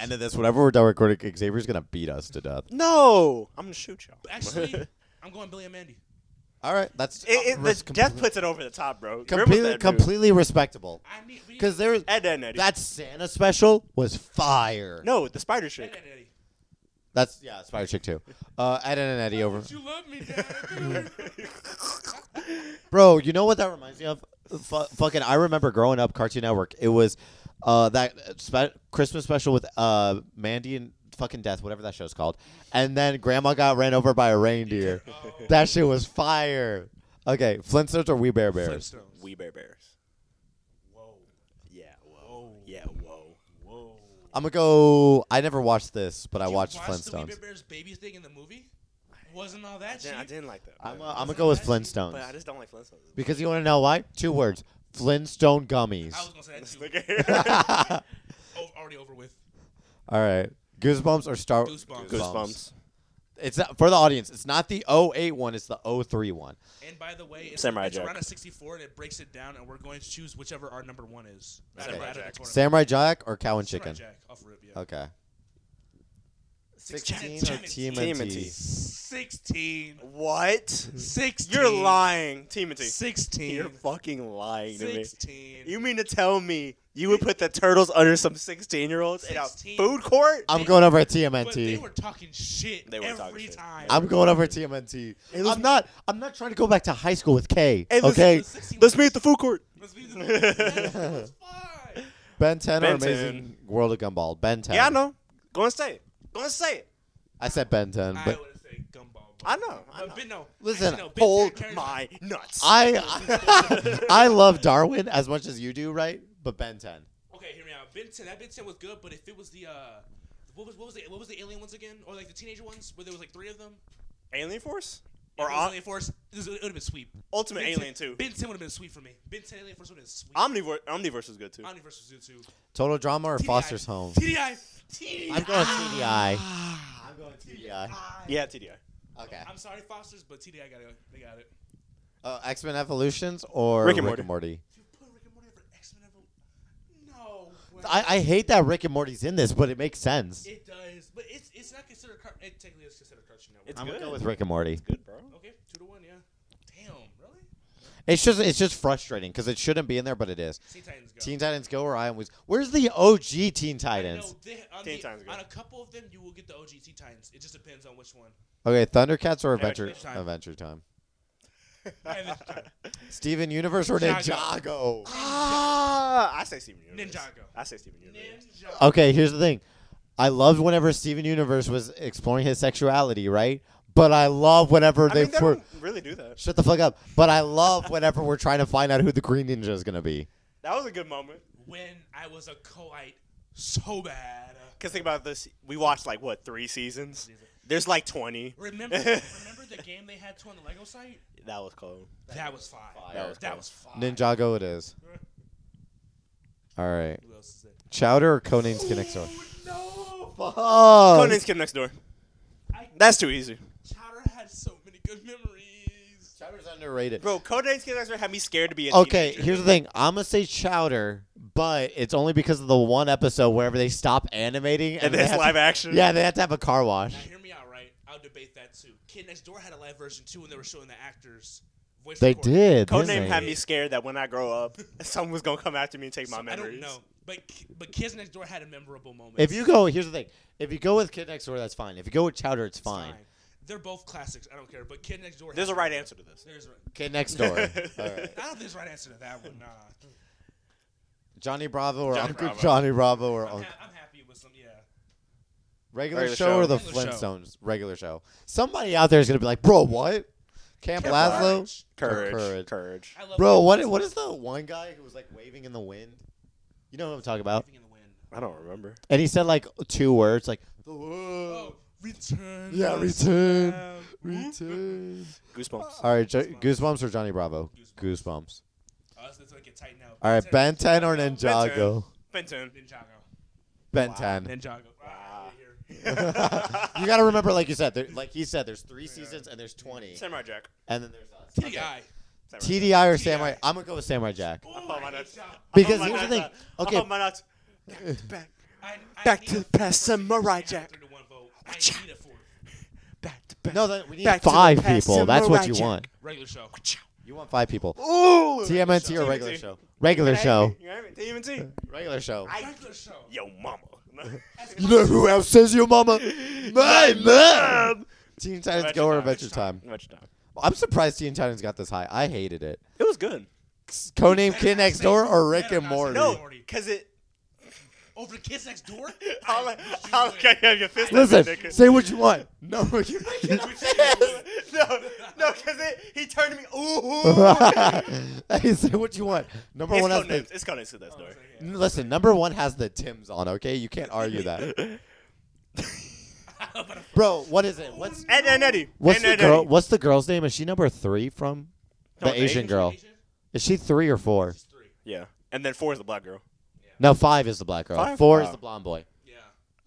End of this. Whatever we're done recording, Xavier's gonna beat us to death.
No, I'm gonna shoot y'all.
Actually, I'm going Billy and Mandy.
All right, that's
It, it,
res-
the death puts it over the top, bro. Grim was
completely
that dude.
completely respectable.
I need we need-
Cause there was
Ed, Ed, and Eddie.
that Santa special was fire.
no, the spider
Ed,
chick.
Ed, Eddie.
That's yeah, it's Fire Chick too. Uh, Ed and Eddie over.
You love me, Dad.
Bro, you know what that reminds me of? Fu- fucking, I remember growing up Cartoon Network. It was uh, that spe- Christmas special with uh, Mandy and fucking Death, whatever that show's called. And then Grandma got ran over by a reindeer. That shit was fire. Okay, Flintstones or We Bear Bears?
Flintstones.
We Bear Bears.
Whoa,
Yeah, whoa. Yeah, whoa.
whoa.
I'm gonna go. I never watched this, but I
You
watched
watched the Wee Bear
Flintstones.
Bears baby thing in the movie. Wasn't all
I
that cheap.
didn't, I didn't like that.
I'm
but-
gonna go with
but I
Flintstones
just don't like Flintstones.
because you want to know why? Two words: Flintstone gummies.
I was gonna say that too.
Nigga.
O- already over with.
All right, Goosebumps or Star
Goosebumps.
Goosebumps.
It's not, for the audience. It's not the 08 one. It's the 03 one.
And by the way, it's,
Samurai
it's
Jack.
around a 64, and it breaks it down, and we're going to choose whichever our number one is. Out of-
Samurai
out of the
Jack.
tournament.
Samurai Jack or Cow and
Samurai
Chicken?
Jack, off rip, yeah.
Okay. Uh, Sixteen or
Team-
Team
Team
and T?
T.
16.
What?
16.
You're lying, Team and T.
16.
You're fucking lying to me.
16.
You mean to tell me you would put the turtles under some 16 year olds in a
16.
food court?
I'm going over at
but they
TMNT.
were talking shit
They were
every
talking shit.
time.
I'm going over at TMNT.
Hey, let's-
I'm not. I'm not trying to go back to high school with K.
Hey, let's-
Okay,
16
Let's meet at the food court.
Let's be the It's fine.
Ben 10 or
Ben 10.
Amazing World of Gumball. Ben 10.
Yeah, I know. Go and say it. Go and say it.
I said Ben 10,
I
but
would say gumball.
I know, I
But
know.
Ben- no,
Listen,
actually, no, Ben
Hold
10 carries
my nuts.
I I love Darwin as much as you do, right? But Ben 10.
Okay, hear me out. Ben 10, that Ben 10 was good, but if it was the uh, what was what was the what was the alien ones again, or like the teenager ones, where there was like three of them,
Alien Force?
If
Or
it was
Om-
Alien Force, this would- it would have been sweet.
Ultimate
Ben 10
Alien 2?
Ben 10 would have been sweet for me. Ben 10 Alien Force would have been sweet.
Omnivore- Omniverse was good too.
Omniverse was good too.
Total Drama or
TDI.
Foster's Home?
TDI.
I'm going TDI. I'm going TDI.
Yeah, TDI.
Okay.
I'm sorry, Foster's, but TDI got it. They got it.
Uh, X Men Evolutions or
Rick
Rick
and Morty.
and, Morty?
You put Rick and Morty over X Men No. Way.
I, I hate that Rick and Morty's in this, but it makes sense.
It does, but it's it's not considered. Car- it technically is considered cartoon network.
It's
I'm
good.
gonna go with Rick and Morty.
good, bro.
okay, two to one, yeah. Damn, really?
It's just it's just frustrating because it shouldn't be in there, but it is.
Teen Titans Go.
Teen Titans Go or I Am Weeps. Where's the OG Teen
I know,
Titans?
they- on
Teen
the-
Titans Go.
On a couple of them, you will get the OG Teen Titans. It just depends on which one.
Okay, Thundercats or Adventure
Adventure Time.
Adventure Time.
Adventure Time.
Steven Universe or
Ninjago.
Ninjago?
Ah, I say Steven Universe.
Ninjago.
I say Steven Universe.
Ninja.
Okay, here's the thing. I loved whenever Steven Universe was exploring his sexuality, right? But I love whenever
I
they
mean, they
were-
don't really do that.
shut the fuck up. But I love whenever we're trying to find out who the Green Ninja is gonna be.
That was a good moment.
When I was a co-ite, so bad.
Cause think about this, we watched like what three seasons? There's like twenty.
Remember, remember the game they had to on the Lego site?
That was cool.
That was fire.
That was
That
cool.
was fire.
Ninjago it is. All right,
Who else is there?
Chowder or Conan's Kid Next Door?
No,
Oh,
Conan's Kid Next Door.
I-
That's too easy.
Chowder had so many good memories.
Chowder's underrated.
Bro, Codename Kid Next Door had me scared to be a
Okay,
teenager.
here's the thing. I'm gonna say Chowder, but it's only because of the one episode wherever they stop animating
And
and,
then
they
it's
have
live
to,
action.
Yeah, they have to have a car wash.
Now hear me out, right? I'll debate that too. Kid Next Door had a live version too, when they were showing the actors. Voice
They
recording.
did. didn't
Codename
they?
had me scared that when I grow up, someone's gonna come after me and take my
So, I
memories.
don't know, but but Kids Next Door had a memorable moment.
If you go, here's the thing. If you go with Kid Next Door, that's fine. If you go with Chowder, it's
It's
fine.
They're both classics. I don't care. But Kid Next Door.
There's
has
a right
one.
answer to this.
There's a right.
Kid Next Door. All right.
I don't think there's a right answer to that one. Nah.
Johnny Bravo or
Johnny
Uncle
Bravo.
Johnny Bravo or
I'm,
Uncle.
ha- I'm happy with some. Yeah.
Regular,
Regular
show,
Show.
or the
Regular Show.
Flintstones? Regular show. Somebody out there is gonna be like, bro, what? Camp,
Camp
Lazlo?
Courage.
Courage.
Courage.
Courage.
I love
Bro, what? What is the one guy who was like waving in the wind? You know what I'm talking about?
Living in the wind.
I don't remember.
And he said like two words, like the
Oh, return.
Yeah,
us
return.
now.
return.
Goosebumps.
All right, jo- Goosebumps or Johnny Bravo? Goosebumps.
Oh, that's- that's gonna get tight now.
All right, Ben 10 or Ninjago?
Benton.
Ninjago.
Ben 10.
Ninjago.
Wow.
Ah, here.
you got to remember, like you said, there, like he said, there's three seasons and there's 20,
Samurai Jack.
and then there's us.
TDI.
Samurai Jack.
TDI or
TDI.
Samurai? I'm gonna go with Samurai Jack
Ooh,
on my
I hate
nuts.
y'all.
because
I'm on
here's the
my
thing.
nuts. I'm
Okay,
on my nuts. Back,
I, I
Back
need
to
a
the past,
fourth person
Samurai
to
Jack.
count three to one vote. I
Watcha.
need a fourth.
back to back.
no, that, we need
Back to the
five
past
people. That's what
Samurai
you
Jack.
want.
Regular show.
You want five people.
Ooh.
TMNT or regular
TMNT.
show? Regular show.
You hear me? TMNT.
Regular show.
Regular show.
Yo, mama.
You know who else says your mama? My mom. Teen Titans
Adventure
Go or
Time.
Adventure Time?
Much time.
I'm surprised Teen Titans got this high. I hated it.
It was good.
Codename Kid Next Door or Rick
Better
and
not say
Morty?
No,
Morty.
because it.
Over Kids Next Door?
I'll,
I-
I'll,
you
okay, yeah, your fist up,
Listen,
nigga.
say what you want. No, you
no, no, because it. He turned to me. Ooh.
hey, say what you want. Number
it's
one has
codenames.
the,
It's codenames to that
would.
story.
N- listen. Number one has the Tims on. Okay, you can't argue that, bro. What is it? What's
Ed, Ed, Eddie.
what's
Ed,
the
Ed,
girl?
Eddie.
What's the girl's name? Is she number three from
No,
the
it's
Asian
Asian.
girl?
Asian?
Is she three or four?
It's three.
Yeah, and then four is the black girl.
No, five is the black girl.
Five?
Four is
Oh.
the blonde boy.
Yeah.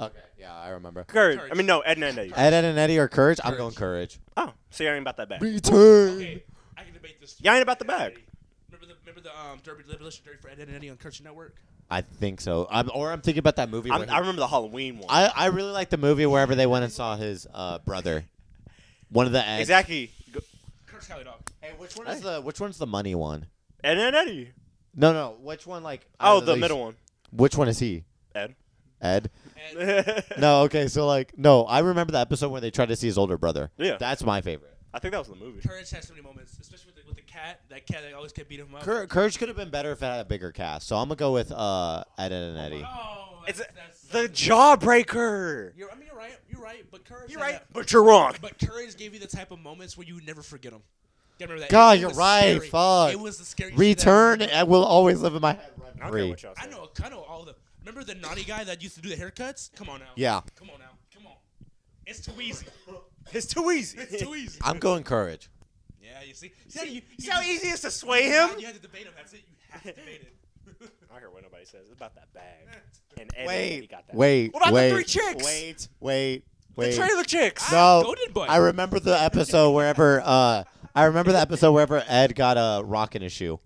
Okay, yeah, I remember.
Courage.
Courage.
I mean, no, Ed, Ed, Eddie.
Ed, Ed, and Eddie or Courage? I'm
Courage.
going Courage.
Oh, so y'all ain't about that bad.
Return.
Okay, I can debate this.
Y'all ain't about the bag.
Remember the remember the um Derby Liberation Derby for Ed, Ed and Eddie on Cartoon Network?
I think so. I'm, or I'm thinking about that movie.
I'm,
where
I remember the Halloween one.
I, I really like the movie wherever they went and saw his uh, brother. One of the eggs.
exactly. Go-
Curse Cali Dog.
Hey, which one is the which one's the money one?
Ed and Eddie.
No, no. Which one? Like
Oh,
out of
the
these-
middle one.
Which one is he?
Ed.
Ed.
And
no.
No. Okay. So like, no. I remember the episode where they tried to see his older brother.
Yeah.
That's my favorite.
I think that was the movie.
Courage has so many moments, especially with the, with the cat. That cat that always kept beating him up.
Cour- Courage could have been better if it had a bigger cast. So I'm gonna go with uh, Ed Ed, and Eddie.
Oh,
It's
that's,
a-
that's,
The
that's-
Jawbreaker.
You're, I mean, you're right. You're right. But Courage.
You're
had
right,
that-
but you're wrong.
But Courage gave you the type of moments where you would never forget them. You gotta remember that.
God,
It
you're
was
right,
scary.
fuck.
It was the scary. shit that
Return.
happened.
I will always live in my head. rent
I don't care
free.
what y'all
I
say.
know. I know all the. Remember the naughty guy that used to do the haircuts? Come on now.
Yeah.
Come on now. Come on. It's too easy.
It's too easy.
It's too easy.
I'm going Courage.
yeah, you see. See, how you,
See
you-
how easy it is to sway
you-
him?
You had to debate him. That's it. You have to debate it.
I don't care what nobody says. It's about that bag. And Ed and Eddie
Wait.
got that.
Wait.
What about
wait,
the three chicks?
Wait. Wait. Wait.
The trailer chicks.
Ah,
No,
Golden Boy.
I remember the episode wherever. Uh, I remember the episode wherever Ed got a rock in his shoe.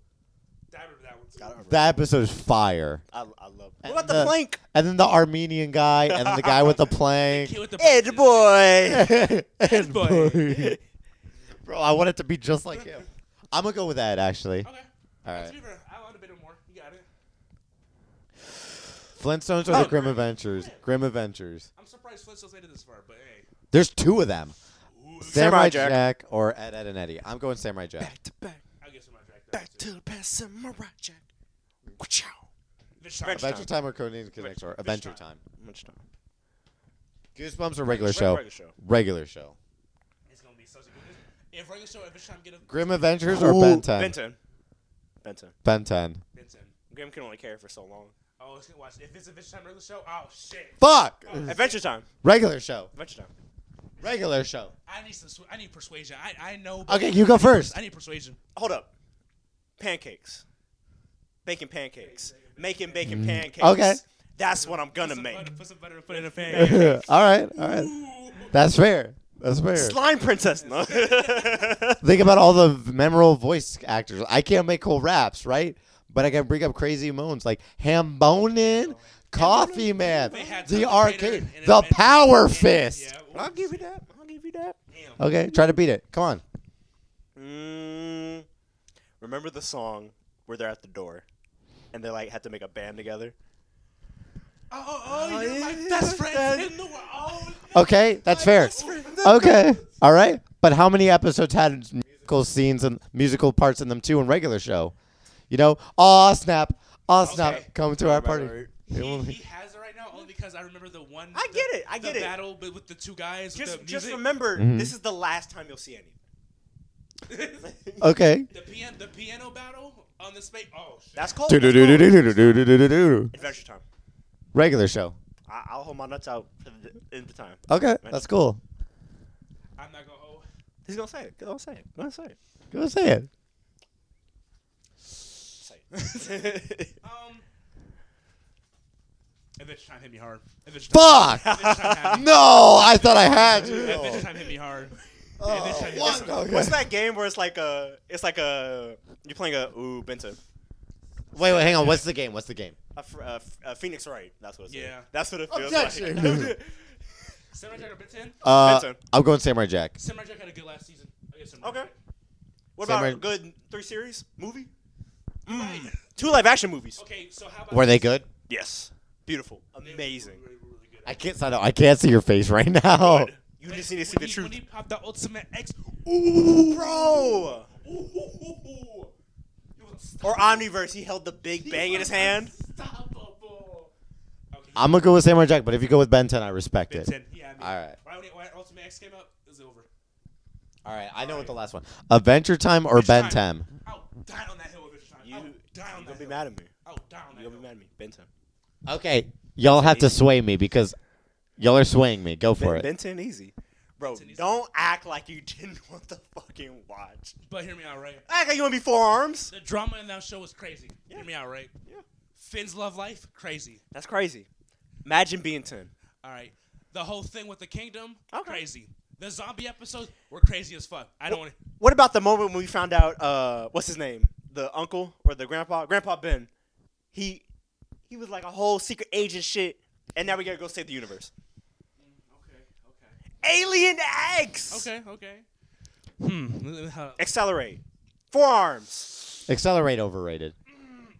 I remember that one. too.
That episode is fire.
I, I love.
And
What about the,
the-
plank?
And then the Armenian guy and the guy with the plank.
Kid with the
Ed boy.
And
boy.
boy. Bro, I want it to be just like him. I'm gonna go with Ed actually.
Okay.
All
Alright.
right.
To be fair, I want to debate him more. You got it.
Flintstones or the Grim Adventures? Grim Adventures.
I'm surprised Flintstones made it this far, but hey.
There's two of them.
Ooh,
Samurai
Samurai,
Jack.
Jack or Ed, Ed and Eddie. I'm going Samurai Jack.
Back to back,
I'll give some my track.
back to the past, samurai jack. Watch out.
Adventure Time or Conan Connector?
Adventure
Adventure
Time.
Time.
Much time.
Goosebumps or regular
Reg-
show?
regular show.
Regular show.
It's gonna be such a good. If regular show Adventure Time get a
Grim Adventures or Ben 10?
Benton. Benton.
Ben 10.
Ben 10.
Grim can only carry for so long.
Oh, it's gonna watch. If it's Adventure Time regular show, oh shit.
Fuck!
Adventure time.
Regular show.
Adventure time.
Regular show.
I need some. sw- I need persuasion. I I know. but-
Okay, you go first.
I need persuasion.
Hold up. Pancakes. Baking pancakes. Making bacon pancakes.
Mm. Okay.
That's what I'm gonna
Put some
make.
butter- Put some butter and put it in a
all
pan.
right, all right.
Ooh.
That's fair. That's fair.
Slime princess. No.
Think about all the memorable voice actors. I can't make cool raps, right? But I can bring up crazy moans like Hambonin, Coffee Man,
They had
the
some
arcade,
potato and-
the
and-
Power
and-
Fist.
yeah, Oh, ooh,
I'll give you that. I'll give you that.
damn.
Okay, try to beat it. Come on.
Mm, remember the song where they're at the door, and they like had to make a band together.
Oh, oh, oh, you're my
yeah,
best friend
friend.
in the world. Oh,
Okay, that's fair.
Uh,
Okay, all right. But how many episodes had musical scenes and musical parts in them too in regular show? You know, aw snap, aw snap,
Okay.
come to our
Right,
party.
right,
It
He,
won't-
he has it right now only because I remember the one.
I
the-
get it, I get
the
it.
Battle, but with the two guys. with
Just,
the
just
music.
remember,
Mhm.
this is the last time you'll see anything.
Okay.
The piano, the piano battle on the space. Oh shit!
That's cold. That's cold.
Do-do-do-do-do-do-do-do-do-do.
Adventure time.
Regular show.
I, I'll hold my nuts out for the, in the time.
Okay, that's cool.
I'm not gonna. Oh,
He's gonna say it. Go say it. Go say it.
Go say it.
Say it.
um. Adventure Time hit me hard. Adventure Time.
Fuck!
Adventure Time had me.
No, I thought I had
Adventure
to.
Time hit me hard.
Oh,
Adventure
what?
Time.
Okay.
What's that game where it's like a, it's like a, you're playing a ooh Bento,
Wait, wait, hang on. What's the game? What's the game?
a, ph- a, ph- a Phoenix Wright. That's what it's. like.
Yeah.
That's what it feels like.
Objection.
Samurai Jack or Ben 10?
Uh,
Benson.
I'm going Samurai Jack.
Samurai Jack had a good last season. I guess Samurai
Okay.
Jack.
What
Samurai-
about a good three series movie? Mm. Two live action movies.
Okay, so how about
Were they good?
Yes. Beautiful.
They were
Amazing.
really, really good.
I can't. I, know, I can't see your face right now.
Good. You just need to see
When
the
he-
truth.
When he popped the Ultimate X.
Ooh, bro.
Ooh, ooh, ooh, ooh. It was unstoppable.
Or Omniverse. He held the big
He
bang in
was
his hand.
Unstoppable. Okay,
I'm gonna go with Samurai Jack, but if you go with Ben 10, I respect
Ben
it.
10. Yeah, I mean,
All right.
Right when, it, when Ultimate X came out, it was over.
All right, I know what the last one. Adventure Time or Ben
Adventure
10?
Time. I'll die on that hill with Time.
You,
I'll
you're
die on
gonna
that
be
hill.
mad at me.
I'll die on that
You're gonna be
hill.
mad at me. Benton.
Okay, y'all have to sway me because y'all are swaying me. Go for
Ben,
it.
Benton easy. Bro,
easy.
don't act like you didn't want the fucking watch.
But hear me out, right?
Act like you want to be forearms.
The drama in that show was crazy.
Yeah.
Hear me out, right?
Yeah.
Finn's love life, crazy.
That's crazy. Imagine being ten.
All right. The whole thing with the kingdom,
Okay.
crazy. The zombie episodes were crazy as fuck. I don't want to.
What about the moment when we found out? Uh, what's his name? The uncle or the grandpa? Grandpa Ben. He He was like a whole secret agent shit, and now we gotta go save the universe.
Okay.
Alien X.
Okay. Okay. Hmm. How-
Accelerate. Forearms.
Accelerate overrated.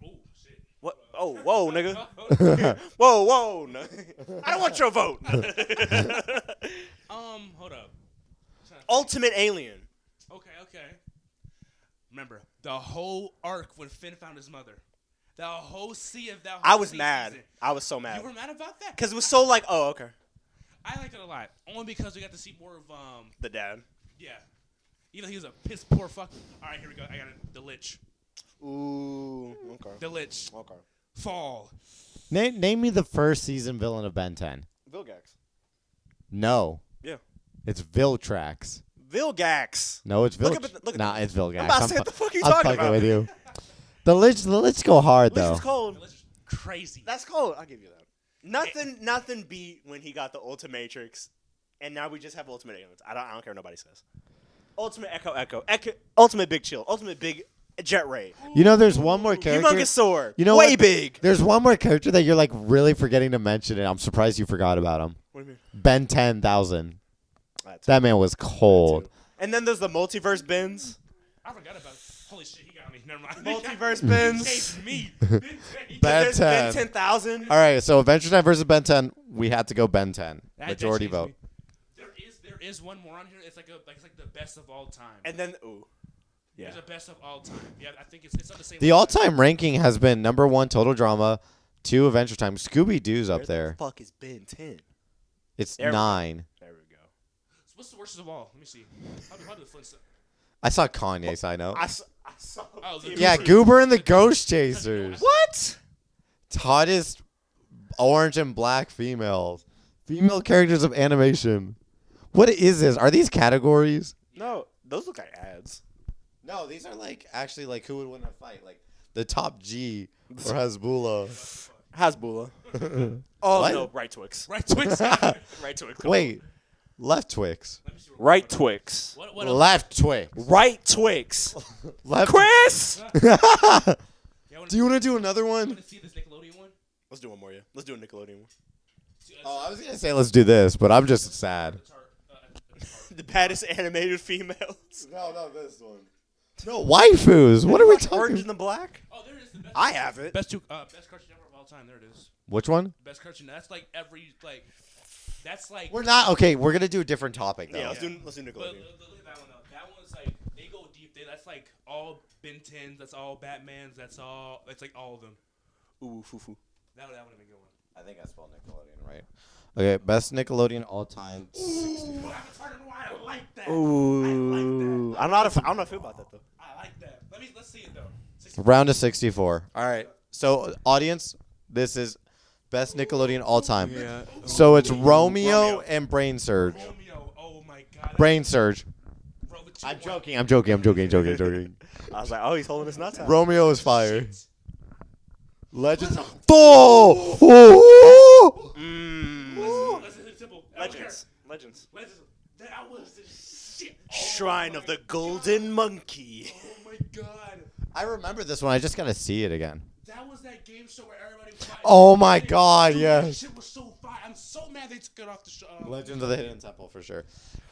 Oh shit.
What? Oh, whoa, nigga.
That's
Whoa, whoa. No. I don't want your vote.
Um. Hold up.
Ultimate Alien.
Okay, okay. Remember the whole arc when Finn found his mother. The whole sea of that. Whole
I was
sea
mad.
season.
I was so
You
mad
were mad about that
because it was so like, oh, okay,
I liked it a lot, only because we got to see more of um.
the dad.
Yeah, you know he was a piss poor fuck. All right, here we go. I got it. The lich.
Ooh. Okay.
The lich.
Okay.
Fall.
name name me the first season villain of Ben 10.
Vilgax.
No.
Yeah.
It's Viltrax.
Vilgax.
No, it's Viltrax.
Look at the- look at
nah,
the-
it's Vilgax.
I'm about to say,
fu-
what the fuck are you
I'm
talking
fucking
about?
with you. The lich, the lich go hard
This
though.
is cold.
The lich is crazy.
That's cold. I'll give you that.
Nothing-
Nothing, nothing beat when he got the Ultimate Matrix, and now we just have Ultimate Aliens. I don't, I don't care what nobody says. Ultimate Echo, Echo, Echo Ultimate Big Chill, Ultimate Big Jet Ray,
You know, there's one more character.
Humongous Sword.
You know
way
what?
big.
There's one more character that you're like really forgetting to mention, and I'm surprised you forgot about him.
What do you mean?
Ben Ten Thousand.
That too.
That man was cold.
And then there's the multiverse bins.
I forgot about. It. Holy shit, he got me. Never mind.
Multiverse bins.
Chase me.
Ben
There's Ben
10.
ten thousand.
All right, so Adventure Time versus Ben Ten. We had to go Ben Ten.
That- that
Majority
changed
vote.
me. There is there is one more on here. It's like a like it's like the best of all time.
And then ooh, yeah.
It's the best of all time. Yeah, I think it's it's on the same.
The all-time ranking has been number one Total Drama, two Adventure Time. Scooby Doo's up
Where the
there.
fuck is Ben ten?
It's
There we go.
nine.
There we go.
What's the worst of all? Let me see. How do, how do the Flintstones?
I saw Kanye sign up.
I saw. I saw
Oh, the
Yeah, Goober and the Ghost Chasers.
What?
Hottest orange and black females. Female characters of animation. What is this? Are these categories?
No, those look like ads.
No, these are like actually like who would win a fight? Like the top G or Hasbula.
Hasbula. oh
What?
no, right Twix.
Right Twix. Let me
Right Twix.
Wait, left Twix.
see. What,
Right Twix.
what, what else?
Left Twix.
Right Twix.
Left.
Chris.
Yeah, I want
Do you want to do another one?
to see this Nickelodeon one?
Let's do one more. Yeah. Let's do a Nickelodeon one.
See, uh,
Oh, I was gonna say let's do this, but I'm just sad.
the tar- uh, uh, the tar-
The baddest animated females.
No, no, this one. No, waifus. What are we talking?
Orange and the black.
Oh, there it is. The best,
I have it.
best two, uh, best cartoon network of all time. There it is.
Which one?
Best cartoon. That's like every like. That's like.
We're not okay. We're gonna do a different topic though.
Yeah, let's do let's do
But
Nickelodeon.
look, look at that one though. That one's like they go deep. They, that's like all Ben 10s. That's all Batman's. That's all. That's like all of them.
Ooh, foo foo.
That would that would have been a good one.
I think I spelled Nickelodeon right. Okay, best Nickelodeon all time.
Ooh, I can turn it around. I like that.
Ooh, I don't know. How to, I don't know how I feel about that though.
I like that. Let me let's see it though. Six-
Round of 64. All right. So, audience, this is best Nickelodeon all time. Yeah. So it's Romeo,
Romeo.
and Brain Surge.
Romeo. Oh my god.
Brain Surge.
Bro, what you
I'm
want?
joking. I'm joking. I'm joking. Joking. Joking.
I was like, oh, he's holding his nuts out.
Romeo is fire.
Shit.
Legends. Oh! Ooh!
Mm.
That's a simple- I don't care.
Legends. Legends.
Legends. That was the shit. Oh
Shrine
my
of the
God.
Golden Monkey.
Oh my god.
I remember this one. I just gotta see it again.
That was that game show where everybody.
Oh my God,
Dude,
yes.
That shit was so fire. I'm so mad they took it off the show. Um,
Legends of the Hidden Temple for sure.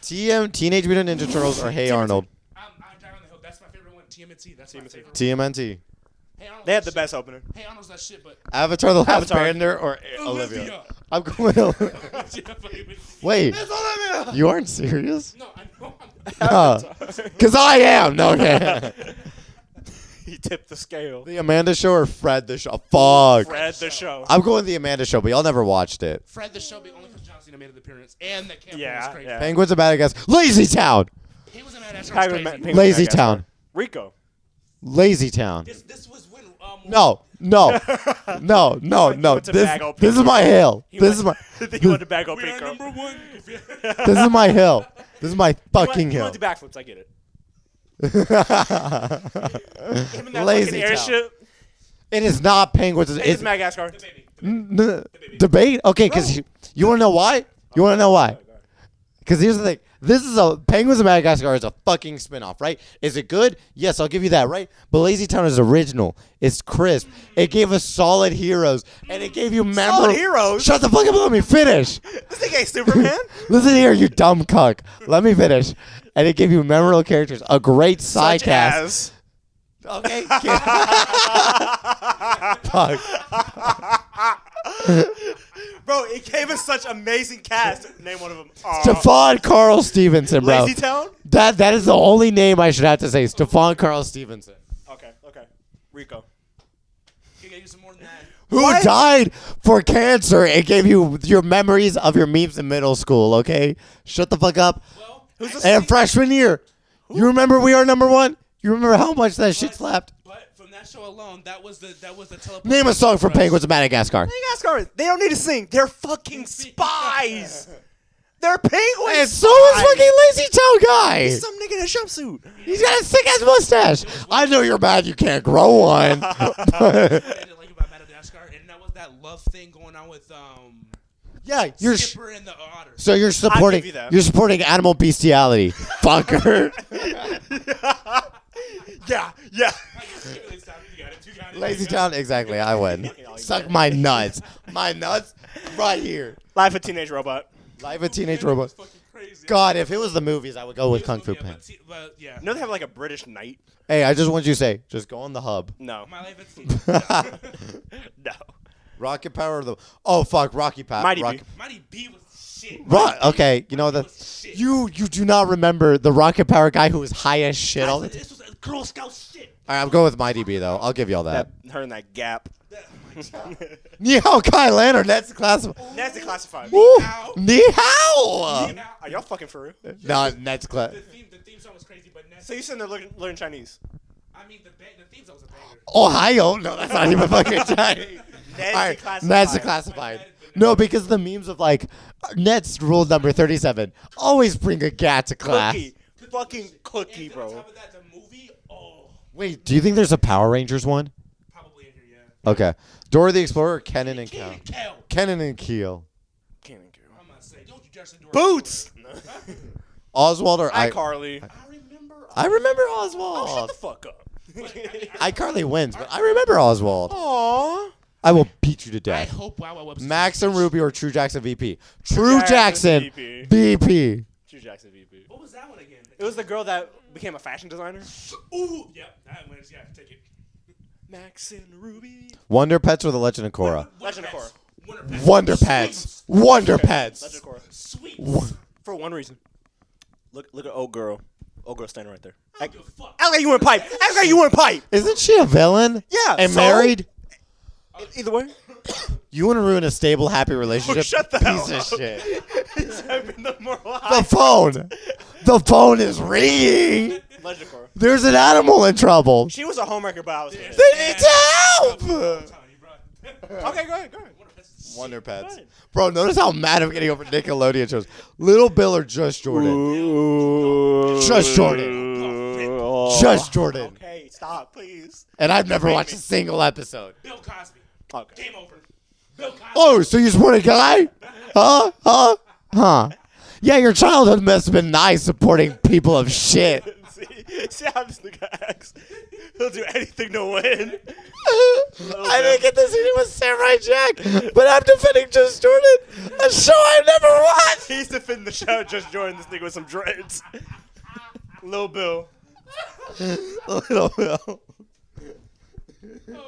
TM Teenage Mutant Ninja Turtles or Hey Arnold.
I'm, I'm down on the hill. That's my favorite one. TMNT. That's my favorite. one.
TMNT.
Hey, Arnold's
They had the
that
best opener.
shit. Hey, Arnold's that shit, but.
Avatar the Last
Avatar.
Airbender or Olivia.
Olivia.
I'm going. Olivia. Wait, you aren't serious?
No, I know. I'm-
Because I am. No, okay.
He tipped the scale.
the Amanda Show or Fred the Show? Fuck.
Fred the show.
I'm going the Amanda Show, but y'all never watched it.
Fred the Shelby only because John Cena made an appearance and the camera
Yeah,
was crazy.
yeah.
Penguins of Madagascar. Lazy Town.
He was a mad ass.
Tiger
crazy.
Ma- Penguin
Lazy
Madagascar.
Town.
Rico.
Lazy Town.
this this was when um
No, no, no, no,
went-
no.
went to
This,
bag open.
this is my hill.
He
This is my.
went- he wanted to back up
we are
Rico.
number one.
This is my hill. This is my fucking
He
hill.
wanted to backflips. I get it. Him and that
Lazy
fucking
Town.
airship.
It is not penguins. It's,
It's, Madagascar.
n- n- debate. Okay, because you, you want to know why? You want to know why? Because here's the thing. This is a Penguins of Madagascar is a fucking spinoff, right? Is it good? Yes, I'll give you that, right? But Lazy Town is original. It's crisp. It gave us solid heroes, and it gave you memorable
heroes?
Shut the fuck up! and Let me finish.
This thing ain't Superman.
Listen here, you dumb cuck. Let me finish. And it gave you memorable characters, a great side
Such
cast.
as-
Okay. Fuck.
bro, it gave us such amazing cast. Name one of them. Uh,
Stephon Carl Stevenson, bro.
Lazy Town.
That that is the only name I should have to say. Stephon Carl Stevenson.
Okay, okay. Rico.
Can you some more than that?
Who
What?
died for cancer and gave you your memories of your memes in middle school, okay? Shut the fuck up.
Well,
And freshman year. You remember we are number one? You remember how much that shit
What?
slapped?
but from that show alone, that was the that was the teleport.
Name a song for Penguins of Madagascar.
You guys, Carmen, they don't need to sing. They're fucking spies. They're penguins.
And so is fucking Lazy Town Guy.
Some nigga in a jumpsuit.
He's got a sick ass mustache. I know you're mad you can't grow one.
I didn't like about Madagascar, and that was that love thing going on with um
yeah, you're. Sh-
Skipper and the otter.
so you're supporting
you that.
you are supporting animal bestiality, fucker.
Yeah, yeah.
Lazy Town, exactly. I win. Suck my nuts, my nuts, right here.
Life a teenage robot.
Live a teenage robot.
Fucking crazy.
God, if it was the movies, I would go with Kung Fu
Yeah,
Panda.
but, see- but yeah,
You know they have like a British knight.
Hey, I just want you to say, just go on the hub.
No,
my life at sea.
no.
Rocket Power, or the oh fuck, Rocky Power,
Mighty
Rock-
Bee.
Mighty B was shit.
Ro- okay, you know the you you do not remember the Rocket Power guy who was high as shit all the time.
This was a Girl Scout shit.
All right, I'm going with Mighty B though. I'll give you all that.
That her in that gap.
Ni hao Kai Lantern. That's classified.
That's the classified.
Woo!
hao.
Ni hao.
Now,
Are y'all fucking for real?
No, that's class.
the theme, the theme song was crazy, but next,
So you sitting there learning, learning Chinese?
I mean, the ba- the theme song was a banger.
Ohio. No, that's not even fucking Chinese.
That's
All right, That's the classified. No, because the memes of like Nets rule number thirty-seven. Always bring a gat to class.
Cookie, fucking cookie,
And then on
bro.
top of that, the movie, oh,
Wait, do you think there's a Power Rangers one?
probably in here, yeah.
Okay, Dora the Explorer, Kenan and Kel.
Keenan Kel.
Kenan and Keel.
Can't do.
I'm gonna say, don't you dress the door.
Boots.
Oswald or I.
iCarly.
I remember. uh,
I remember
Oh, Shut
Oswald.
the fuck up.
iCarly wins, but I remember Oswald.
Aww.
I will beat you to
I
death.
hope Wow Wow Webster.
Max and Ruby or True Jackson VP. True Jackson,
Jackson VP.
VP.
Drew Jackson VP.
What was that one again?
It was the girl that became a fashion designer.
Ooh, yep, that wins. Yeah, take it.
Max and Ruby.
Wonder Pets or The Legend of Korra?
Legend of Korra.
Winter Pets.
Wonder Pets. Wonder
Legend
Pets.
of Korra.
Sweet.
For one reason. Look, look at old girl. Old girl standing right there. Act,
Give a fuck.
act like you in pipe. Act like you in pipe.
Isn't she a villain?
Yeah,
And
so?
married?
Either way.
You want to ruin a stable, happy relationship?
Oh, shut the
Piece
hell
of shit.
the moral
The phone. The phone is ringing.
Legend of Korra.
There's an animal in trouble.
She was a homemaker, but I was. Okay,
They need to help.
Tony, bro.
go ahead, go ahead.
Winter Pets is shit.
Wonder Pets.
Good.
Bro, notice how mad I'm getting over Nickelodeon shows. Little Bill or Just Jordan? Just Jordan. Just Jordan.
Okay, stop, please.
And I've never watched a single episode.
Bill Cosby.
Okay.
Game over. Bill Cosby.
Oh, so you just want a guy? Huh? Huh? Huh? Yeah, your childhood must have been nice supporting people of shit.
see, see how this nigga acts. He'll do anything to win.
I didn't get this scene with Samurai Jack, but I'm defending Just Jordan, a show I've never watched.
He's defending the show. Just joined this nigga with some dreads. Lil Bill.
Little Bill.
Oh my god.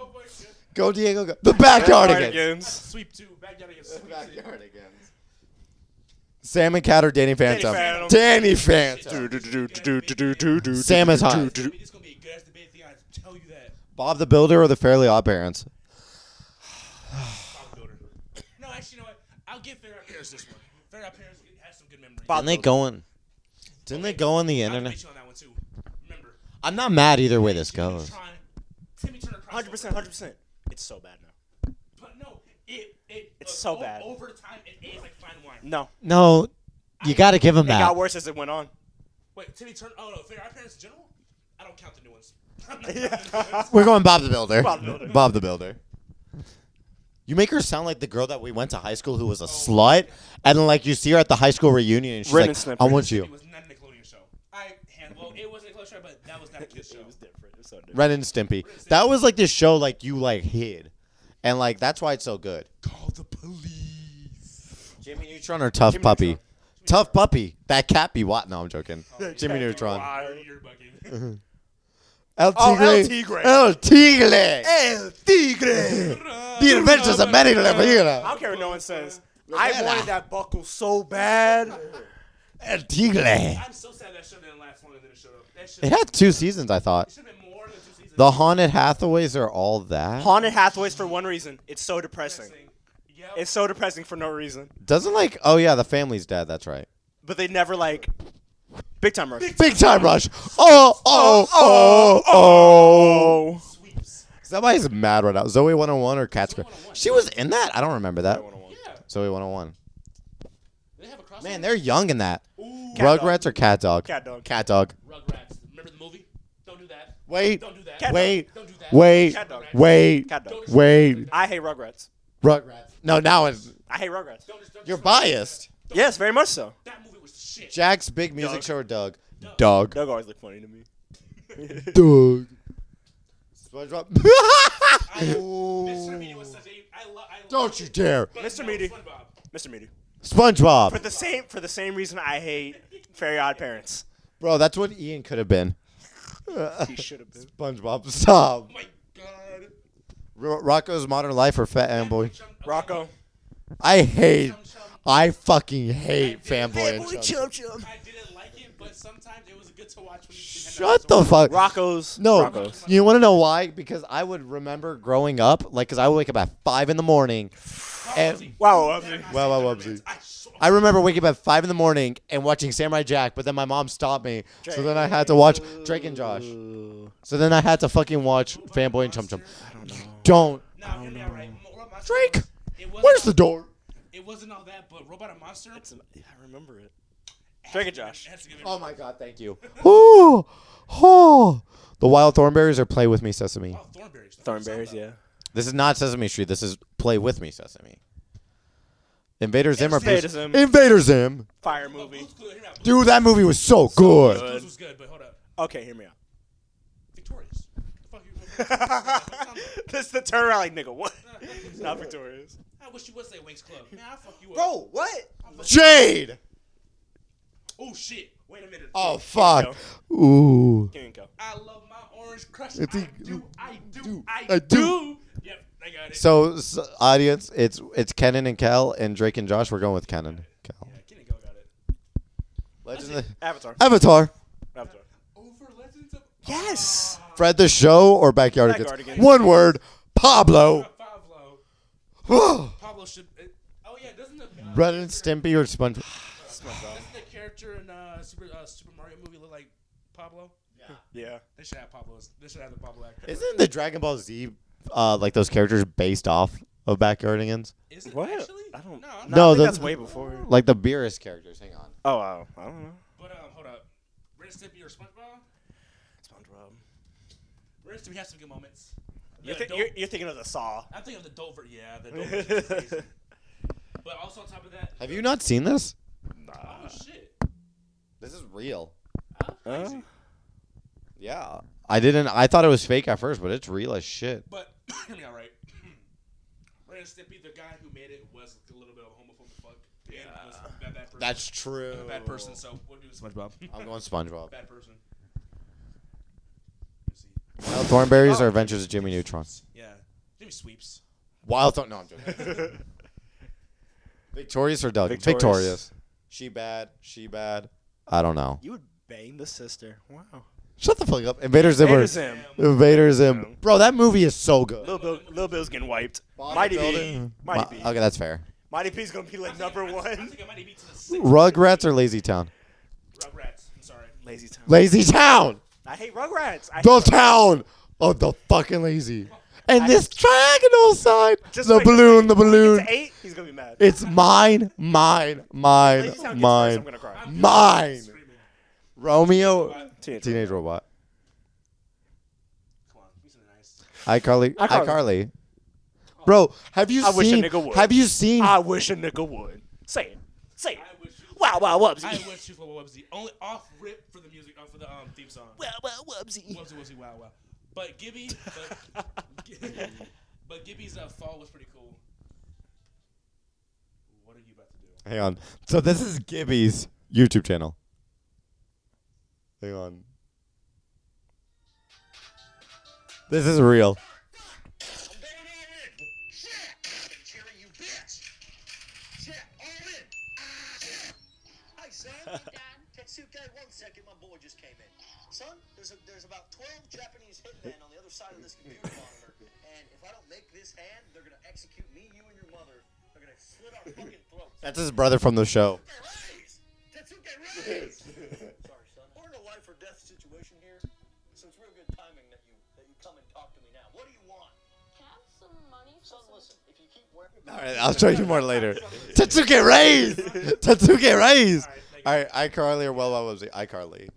Go, Diego, go. The backyard again.
Cardigans.
Sweep two. Backyard against sweep two.
Sam and Cat or Danny Phantom?
Phantom.
Danny Phantom. Sam is hot.
I mean, this is gonna be a good ass debate thing. I tell you that.
Bob the Builder or the Fairly Odd Parents?
Bob Builder. No, actually, you know what? I'll give Fair Out Parents this one. Fair Out Parents has some good memories.
Didn't they go on? Didn't they go on the
I'll
internet?
debate you on that one too. Remember.
I'm not mad either way this
Timmy
goes.
Tron- Timmy Turner. crossover.
100%, 100%. It's so bad now.
But no, it it.
It's so
o-
bad.
Over time, it is like fine wine.
No.
No, you got to give him
It
that.
got worse as it went on.
Wait, Timmy Turner. Oh no, Fair Out Parents in general. I don't count the new ones. I'm not counting the new ones.
We're going Bob the Builder.
Bob the Builder.
Bob the Builder. You make her sound like the girl that we went to high school who was a slut, and then like you see her at the high school reunion, and she's
Ribbon
like,
snipper.
"I want you."
It was not a Nickelodeon show. I hand well, it was a Nickelodeon show, but that was not a kid's show.
different. It was so different.
Ren and Stimpy. That was like this show like you like hid, and like that's why it's so good.
Call the police.
Jimmy Neutron or Tough Puppy? Tough Puppy. That cat be what? No, I'm joking. Jimmy Neutron.
Fire your bucket.
El
Oh, El Tigre.
Tigre. El Tigre.
El Tigre.
The Adventures of Manny La
I
Figuera.
don't care what no one says.
Yeah.
I wanted that buckle so bad.
El Tigre.
I'm so sad that show didn't last longer than it showed up. That should
It
it
had two seasons, I thought.
should have been more than two seasons.
The Haunted Hathaways are all that.
Haunted Hathaways for one reason. It's so depressing.
Yep.
It's so depressing for no reason.
Doesn't like. Oh yeah, the family's dead. That's right.
But they never like big time rush.
Big time rush. Oh oh oh oh.
sweeps.
Somebody's mad right now. Zoe 101 or Cat's Cradle. She was in that. I don't remember that.
Yeah.
Zoe 101.
They have a crossover.
Man, they're young in that.
Ooh,
Cat dog.
Rugrats or Cat Dog?
Cat dog.
Cat Dog.
Rugrats. Remember the movie? Don't do that.
Wait.
Don't do that.
Cat-
Wait.
Don't do that.
Wait.
Cat dog.
Wait.
Cat dog.
Wait.
I hate Rugrats.
Rugrats. No, now it's
I hate Rugrats.
Don't just, don't
you're
just don't do
biased.
that. Don't-
Yes, very much so.
That movie was shit.
Jack's big music
Dog.
show or Doug? Doug.
Doug always looked funny to me.
Doug. SpongeBob.
Mr. Meaty was such a. I lo- I
Don't you dare.
Mr. Meaty. Mr. Meaty. For
SpongeBob.
the same for the same reason I hate Fairy Odd Parents.
Bro, that's what Ian could have been.
He should have been.
SpongeBob. Stop.
Oh my god.
R- Rocco's Modern Life or Fat Amboy?
Chum-
Rocco.
I hate.
Chum Chum.
I fucking hate fanboy and Chum Chum.
chum.
I didn't like it, but sometimes it was good to watch when you didn't
Shut the fuck.
Rocco's.
No,
Rocco's.
you want to know why? Because I would remember growing up, like, because I would wake up at five in the morning, and
Wow. Wubsy.
Wow, wow, wubsy.
I saw
I remember waking up at five in the morning and watching Samurai Jack. But then my mom stopped me, so then I had to watch Drake and Josh. So then I had to fucking watch Fanboy and Chum Chum. Don't.
Now, hear me out, right? Mo- Robot Monster
Drake,
was- It wasn't,
Where's the door?
It wasn't all that, but Robot and Monster.
It's- I remember it. Drake and Josh.
That's a good
Oh my God! Thank you. Ooh, oh. The Wild Thornberries or Play with Me Sesame.
Oh, Thornberries.
Thornberries, yeah.
This is not Sesame Street. This is Play with Me Sesame. Invader Zim or
Invader
Bruce-
Zim.
Invader Zim.
Fire
Oh,
movie.
Blue's Clues, hear me out.
Dude, that movie was so
Blue's
good.
Clues was good, but hold up.
Okay, hear me out.
Victorious. Fuck you.
this is the turnaround, like nigga. What? Not victorious.
I wish you would say Wings Club. Man, I fuck you up.
Oh,
Bro, what?
Jade.
Oh shit. Wait a minute.
Oh fuck. Ooh.
Kinko.
I love my orange crush.
It's
I
a-
do. I do. I,
I
do.
do.
Yep, I got it.
So, s audience, it's it's Kenan and Cal and Drake and Josh. We're going with Kenan. Cal.
yeah, Kenny Go got it.
Legend of-
Avatar.
Avatar.
Avatar.
Over Legends of
Yes.
Fred the Show or Backyardigans.
Backyardigans.
One word. Pablo.
Pablo.
Red
Pablo should. uh, oh yeah, doesn't the uh,
and Stimpy or SpongeBob.
doesn't the character in uh, Super uh, Super Mario movie look like Pablo?
Yeah.
They should have Pablo's. They should have the Pablo actor.
Isn't the Dragon Ball Z uh, like those characters based off of Backyardigans?
Is it
What?
actually?
I don't-
No, I'm
No,
I think
the-
that's way before.
Like the Beerus characters. Hang on.
Oh, wow. I don't know.
But um, hold up. Red Stimpy or SpongeBob?
SpongeBob.
Red Stimpy has some good moments.
You're,
The
thi-
adult-
you're, you're thinking of the Saw.
I'm thinking of the Dover. Yeah, the Dover. is crazy. But also on top of that,
Have you not seen this?
oh
Ah.
shit,
This is real.
I'm crazy.
Huh?
Yeah. I didn't. I thought it was fake at first, but it's real as shit.
But hear me out, right? Ren Stimpy, the guy who made it, was a little bit of a homophobic fuck. Yeah, and was a bad, bad person.
true.
a bad person. So what do you SpongeBob?
I'm going SpongeBob.
bad person.
Wild Thornberries or Adventures of Jimmy Neutron?
Yeah, Jimmy sweeps.
Wild Thorn. No, I'm joking. Victorious or Doug?
Victorious.
She bad. She bad. I don't know.
You would bang the sister. Wow.
Shut the fuck up. Invader Zim.
Vader
or-
Zim.
Invader Zim. Bro, that movie is so good.
Lil, Bill, Lil Bill's getting wiped. Mighty B.
Building.
Mighty
Mi-
B.
Okay, that's fair.
Mighty B's gonna be like number
I think
one.
I might be to the six.
Rugrats or Lazy Town?
Rugrats. I'm sorry.
Lazy Town.
Lazy Town.
I hate Rugrats. I
The
hate
town of the fucking lazy. And this triangle sign.
Just
the
wait, just
balloon.
wait.
The
Rugrats.
balloon.
It's eight. He's gonna be mad.
It's mine, mine, mine,
Lazy Town gets worse, I'm
mine,
gonna cry.
mine.
Screaming.
Romeo,
Teenage
teenage robot.
Come on, these are nice.
iCarly,
iCarly.
iCarly. Bro, have you
I wish a
seen?
nigga would. Ah.
Have you seen?
I wish a nigga would. Say it. Say it. Wow, wow,
I
wubsy.
wish you for Wubsy. Only off rip for the music, uh, for the um, theme song.
Wow, wow, wubsy.
Wubsy, Wubsy, wow, wow. But Gibby, but, but Gibby's uh, fall was pretty cool. What are you about to do?
Hang on. So this is Gibby's YouTube channel. Hang on. This is real.
Jerry, you bitch! Shit, all in! Hey, Sam. Hey, Dan. Tetsuke, one second, my boy just came in. Son, there's, a, there's about 12 Japanese hitmen on the other side of this computer monitor, and if I don't make this hand, they're gonna execute me, you, and your mother. They're gonna slit our fucking throats.
That's his brother from the show.
Raise! Tetsuke, raise! Sorry, son. We're in a life or death situation here, so it's real good timing that you, that you come and talk to me now. What do you want?
Can I have some money for
Son,
some
listen, if you keep wearing...
All right, I'll show you more later. Tatsuke raise. Tatsuke raise. All right, iCarly or well, well, was it iCarly?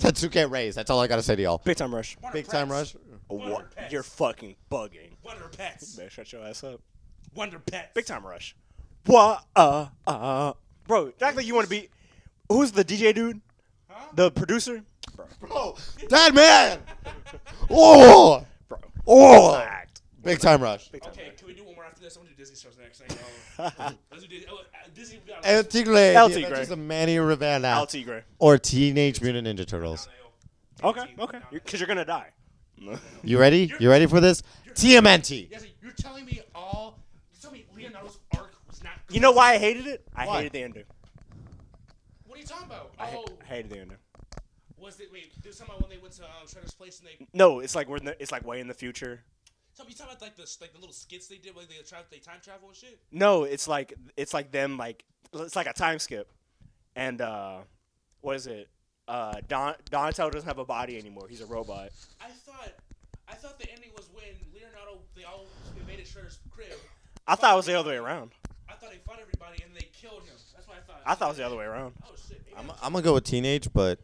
Tatsuke raise. That's all I gotta say to y'all.
Big time rush.
Big time rush.
What? You're fucking bugging.
Wonder Pets.
Better shut your ass up.
Wonder Pets.
Big time rush. What? Uh, uh, bro. the fact that you want to be. Who's the DJ dude? The producer? Bro.
Bro, Oh, that man. Oh,
Bro.
oh. Big time rush.
Okay, can we do one more after this? I want to do Disney shows next. Thing. Um, let's do Disney. Oh, uh, Disney. we got-
El Tigre.
El
the
Tigre.
Adventures of Manny Rivera.
Al Tigre.
or Teenage Mutant Ninja Turtles.
Okay, okay. Because you're going to die.
You ready? You ready for this? TMNT.
Yes, you're telling me all. You tell me Leonardo's arc was not.
You know why I hated it? I
Why?
hated the ending.
What are you talking about?
I, ha-
Oh,
I hated the ending.
was it? Wait, there's something when they went to um, Shredder's place and they.
No, it's like we're in the, it's like way in the future.
Tell me, you talking about like the like the little skits they did, like they, tra- they time travel and shit.
No, it's like it's like them like it's like a time skip, and uh, what is it? Uh, Don Donatello doesn't have a body anymore. He's a robot.
I thought, I thought the ending was when Leonardo they all invaded Shredder's crib.
I thought it was the other way around.
I thought they fought everybody and they killed him. That's what I thought.
I thought it was the other way around.
Oh shit!
I'm, I'm gonna go with teenage, but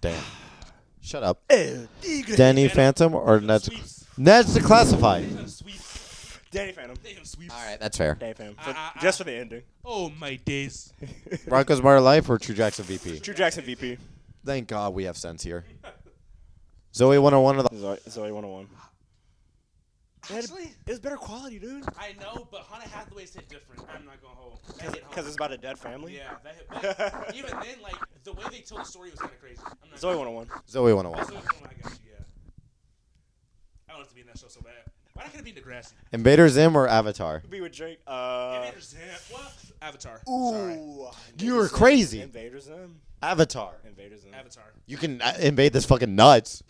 damn. Shut up.
Danny
Eh, Danny Phantom or Ned's
Sweeps.
Ned's the Classified.
They done sweeps.
Phantom.
They done sweeps.
All right, that's fair.
Danny Phantom. For-
I- I-
just for the ending.
Oh my days.
Broncos Mar Life or True Jackson VP.
Drew Jackson VP.
Thank God we have sense here. Zoe 101 or the
Zoe, Zoe 101.
Actually,
It's better quality, dude.
I know, but Hunter Hathaway's hit different. I'm not gonna hold. That hit home.
Because it's about a dead family.
Yeah, that hit. But even then, like the way they told the story was kind of crazy. I'm not
Zoe
gonna-
101.
Zoe
That's
101.
the only one I got you. Yeah. I don't have to be in that show so bad. Why not gonna be in Degrassi?
Invader Zim or Avatar?
Be with Drake. Uh,
Invaders, yeah. What? Avatar.
ooh.
You were crazy.
Invaders in.
Avatar.
Invaders in.
Avatar.
You can uh, invade this fucking nuts.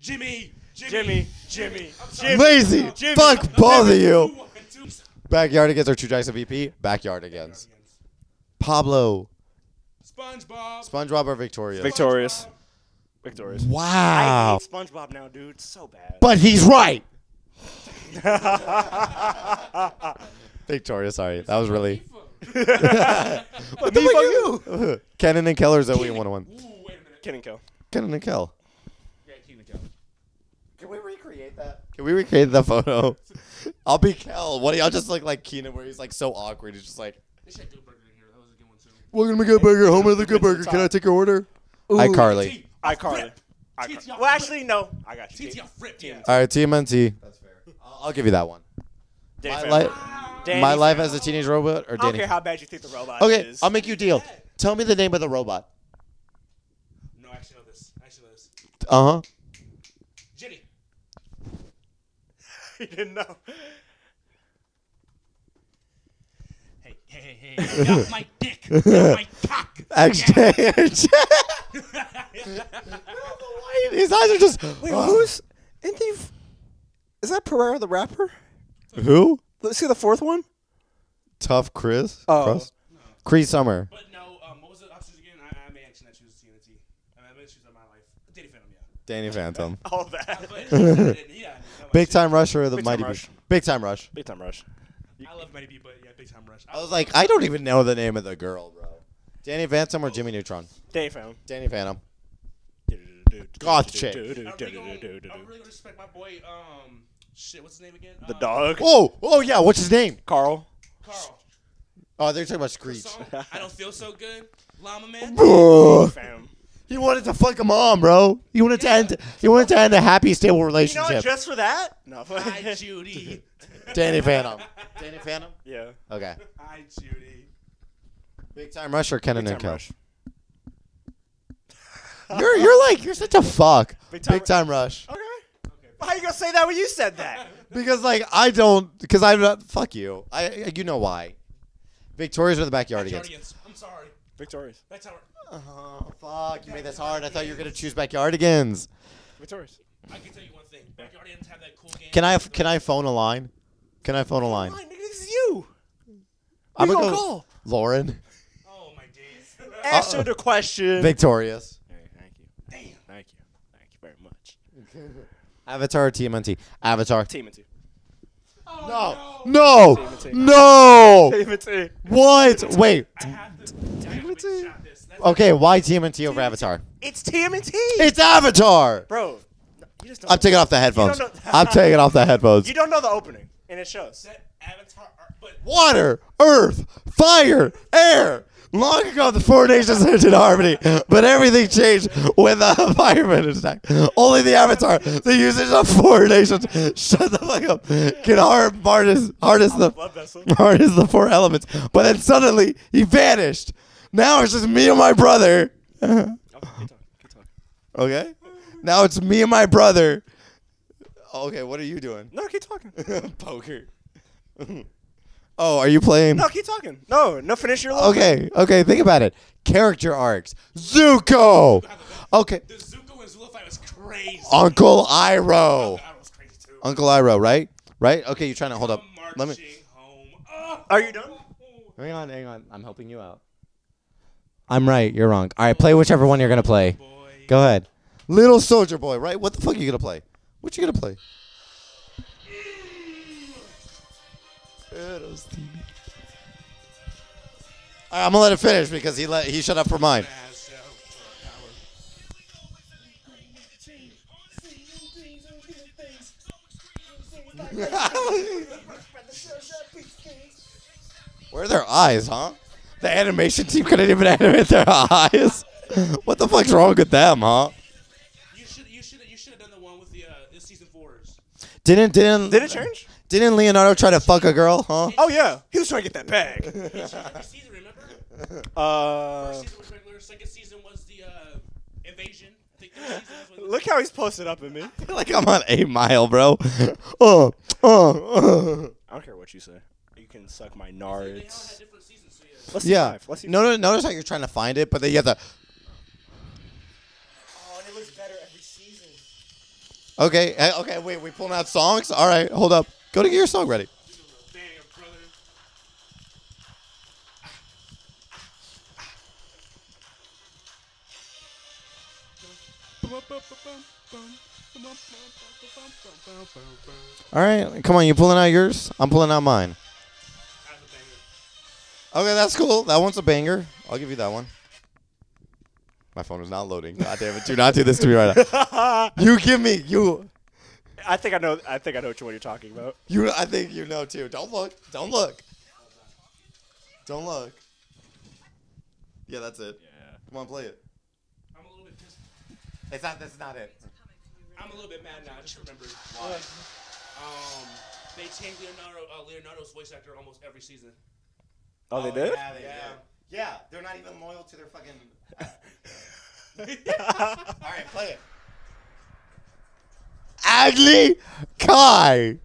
Jimmy. Jimmy.
Jimmy. Jimmy.
I'm sorry.
Jimmy.
Lazy.
Jimmy.
Fuck bother you.
Who won? Two-
Backyard against our True Jackson VP. Backyard against Pablo.
SpongeBob.
SpongeBob or Victoria?
Victorious. Victorious. I
wow.
hate SpongeBob now, dude. So bad.
But he's right. Victoria, sorry. That was really.
Ooh,
What the fuck you? Kenan and Keller's Zoe 101.
wait a minute.
Kid and Kill.
Kenan and Kell.
Yeah, Keenan Kelly.
Can we recreate that? Can we recreate the photo? I'll be Kel. What do y'all just look like Keenan, where he's like so awkward? He's just like,
They should have Good Burger in here. That was a good one too.
Welcome to Good Burger, home of the Good Burger. Can I take your order? iCarly.
T,
iCarly.
Teeth,
iCarly.
y'all
Well, actually, no. I got you.
TT, I'll rip you.
All right, TMNT. That's fair. I'll, I'll give you that one.
Danny
My,
Phantom.
li-
Danny
my life
Phantom.
as a teenage robot or
I don't
Danny?
care how bad you think the robot
Okay,
is.
I'll make you a deal. Tell me the name of the robot.
No, I actually know this. I actually know this.
Uh huh.
Jenny.
you didn't know.
Hey, hey, hey, hey. Get off my dick. Get off my cock.
Actually, his eyes are just. Wait,
Isn't he? Is that Pereira the rapper?
who?
Let's see the fourth one.
Tough Chris.
Oh.
Chris? Cree Summer.
But no, um, what was the options again? I, I may actually not choose TNT. I, mean, I may choose on my life. Danny Phantom, yeah.
Danny Phantom.
All that.
But uh, yeah, that
Big
was-
time rusher or the
Big Time
mighty
Rush.
Bee? Big time rush.
Big time rush.
I love Mighty B, but yeah, Big Time Rush.
I was like, I don't even know the name of the girl, bro. Danny Phantom or Jimmy Neutron?
Danny Phantom.
Danny Phantom. God, shit.
I'm really, gonna, I'm really gonna respect my boy, um, Shit, what's his name again?
The
Um,
dog.
Oh, oh yeah. What's his name?
Carl.
Carl.
Oh, they're talking about
The
Screech.
song, I don't feel so good. Llama man.
Ugh.
Fam.
he wanted to fuck a mom, bro. He wanted to
Yeah.
end. He wanted to end a happy, stable
You know,
relationship.
what, just for that. No.
Hi Judy.
Danny Phantom. Danny Phantom.
yeah.
Okay.
Hi Judy.
Big time rush or Ken and
Big Time
Nico?
Rush.
You're you're like you're such a fuck. Big
Big
time,
Time
rush.
Okay. How you gonna say that when you said that?
Because like I don't because I'm not fuck you. I I- you know why. Victoria's are the backyardigans.
Guardians. I'm sorry.
Victorious.
That's how.
Oh fuck, you made this hard. I thought you were gonna choose backyardigans.
Victorious.
I can tell you one thing. Guardians have that cool game.
Can I can I phone a line? Can I phone a line?
Come on, nigga, this is you.
I'm
Who
gonna
you
go-
call?
Lauren.
Oh my days.
Answer the question.
Victorious.
Hey, thank you. Thank you. Thank you very much.
Avatar or TMNT? Avatar.
Team into.
no. No. No.
Team into.
What? Wait.
I have to. I have to make a shot at this.
Oh.
That's-
Okay, why TMNT over Avatar?
It's TMNT.
It's Avatar.
Bro, no, you just don't.
I'm taking off the headphones.
know-
I'm taking off the headphones.
you don't know the opening, and it shows.
That Avatar. art- But
Water, earth, fire, air. Long ago, the four nations lived in harmony, but everything changed when the fireman attacked. Only the avatar, the users of four nations, shut the fuck up, can harm, harness, harness the
Blood vessel.
harness the four elements. But then suddenly he vanished. Now it's just me and my brother.
Okay, good talk. Good talk.
Okay. Now it's me and my brother. Okay, what are you doing?
No, keep talking.
Poker. oh, are you playing?
No, keep talking. No, no, finish your little
Okay, okay, think about it. Character arcs. Zuko. Okay.
the Zuko and Zula fight was crazy.
Oh.
Uncle Iroh.
That was crazy too.
Uncle Iroh, right? Right? Okay, you're trying to hold up.
I'm
Let me
marching home. Oh.
Are you done?
Hang on, hang on. I'm helping you out. I'm right, you're wrong. All right, play whichever one you're going to play.
Boy.
Go ahead. Little Soldier Boy, right? What the fuck are you going to play? What you going to play? All right, I'm gonna let it finish because he let he shut up for mine.
Ass out for power.
Where are their eyes, huh? The animation team couldn't even animate their eyes. What the fuck's wrong with them, huh?
You should. You should. You should have done the one with the uh, the season fours.
Didn't didn't
Did it change?
Didn't Leonardo try to fuck a girl, huh?
Oh yeah, he was trying to get that bag.
Each every season, remember?
Uh,
First season was regular. Second season was the uh, invasion. I think third season was when
look how he's posted up at me. I
Like I'm on eight mile, bro. Uh, uh, uh.
don't care what you say. You can suck my
they all had
nards.
different seasons. So yeah.
Let's see
Yeah.
Five. Let's see
No, no, notice how you're trying to find it, but then you have to.
Oh, and it looks better every season.
Okay, eh, okay, wait, we pulling out songs. All right, hold up. Go to get your song ready.
Damn, brother.
All right, come on, you pulling out yours? I'm pulling out mine.
That was a banger.
Okay, that's cool. That one's a banger. I'll give you that one. My phone is not loading. God damn it! Do not do this to me right now. You give me you.
I think I know. I think I know which one you're talking about.
You. I think you know too. Don't look. Don't look. Don't look. Yeah, that's it. Come on, play it.
I'm a little bit pissed.
It's not. That's not it.
I'm a little bit mad now. I just remembered. Why? Um, they changed Leonardo uh, Leonardo's voice actor almost every season.
Oh, they did.
Yeah. Yeah. They're not even loyal to their fucking. All right, play it. Agni Kai.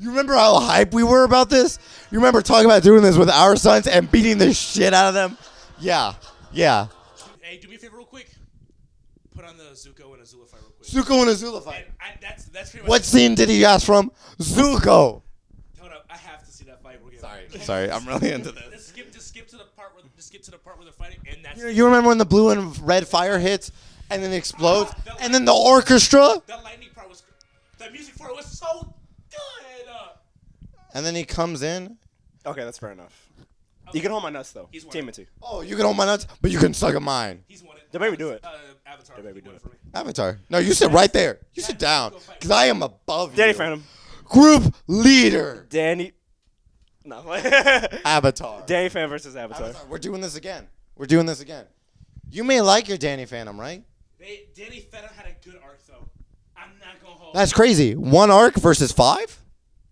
You remember how hype we were about this? You remember talking about doing this with our sons and beating the shit out of them? Yeah, yeah.
Hey, do me a favor, real quick. Put on the Zuko and Azula fight, real quick.
Zuko and Azula fight.
And I, that's that's pretty much.
What scene did he ask from? Zuko.
Hold up, I have to see that fight. We're getting
Sorry, I'm really into this.
Let's skip. Just skip to the part where. Just skip to the part where they're fighting, and that's
You, you remember when the blue and red fire hits and then explodes and then the orchestra?
that lightning part was. The music for it was so good. Uh,
And then he comes in.
Okay, that's fair enough. You can hold my nuts though.
He's one.
Team into.
Oh, you can hold my nuts, but you can suck at mine.
he's won it.
They made me do it.
Uh, Avatar.
They made me
he won
do it.
for me.
Avatar. No, you sit right there. You sit down. Because I am above you.
Danny Phantom.
Group leader.
Danny. No.
Avatar.
Danny Fan versus Avatar.
Avatar. We're doing this again. We're doing this again. You may like your Danny Phantom, right?
They, Danny Phantom had a good arc though. I'm not gonna hold.
That's crazy. One arc versus five?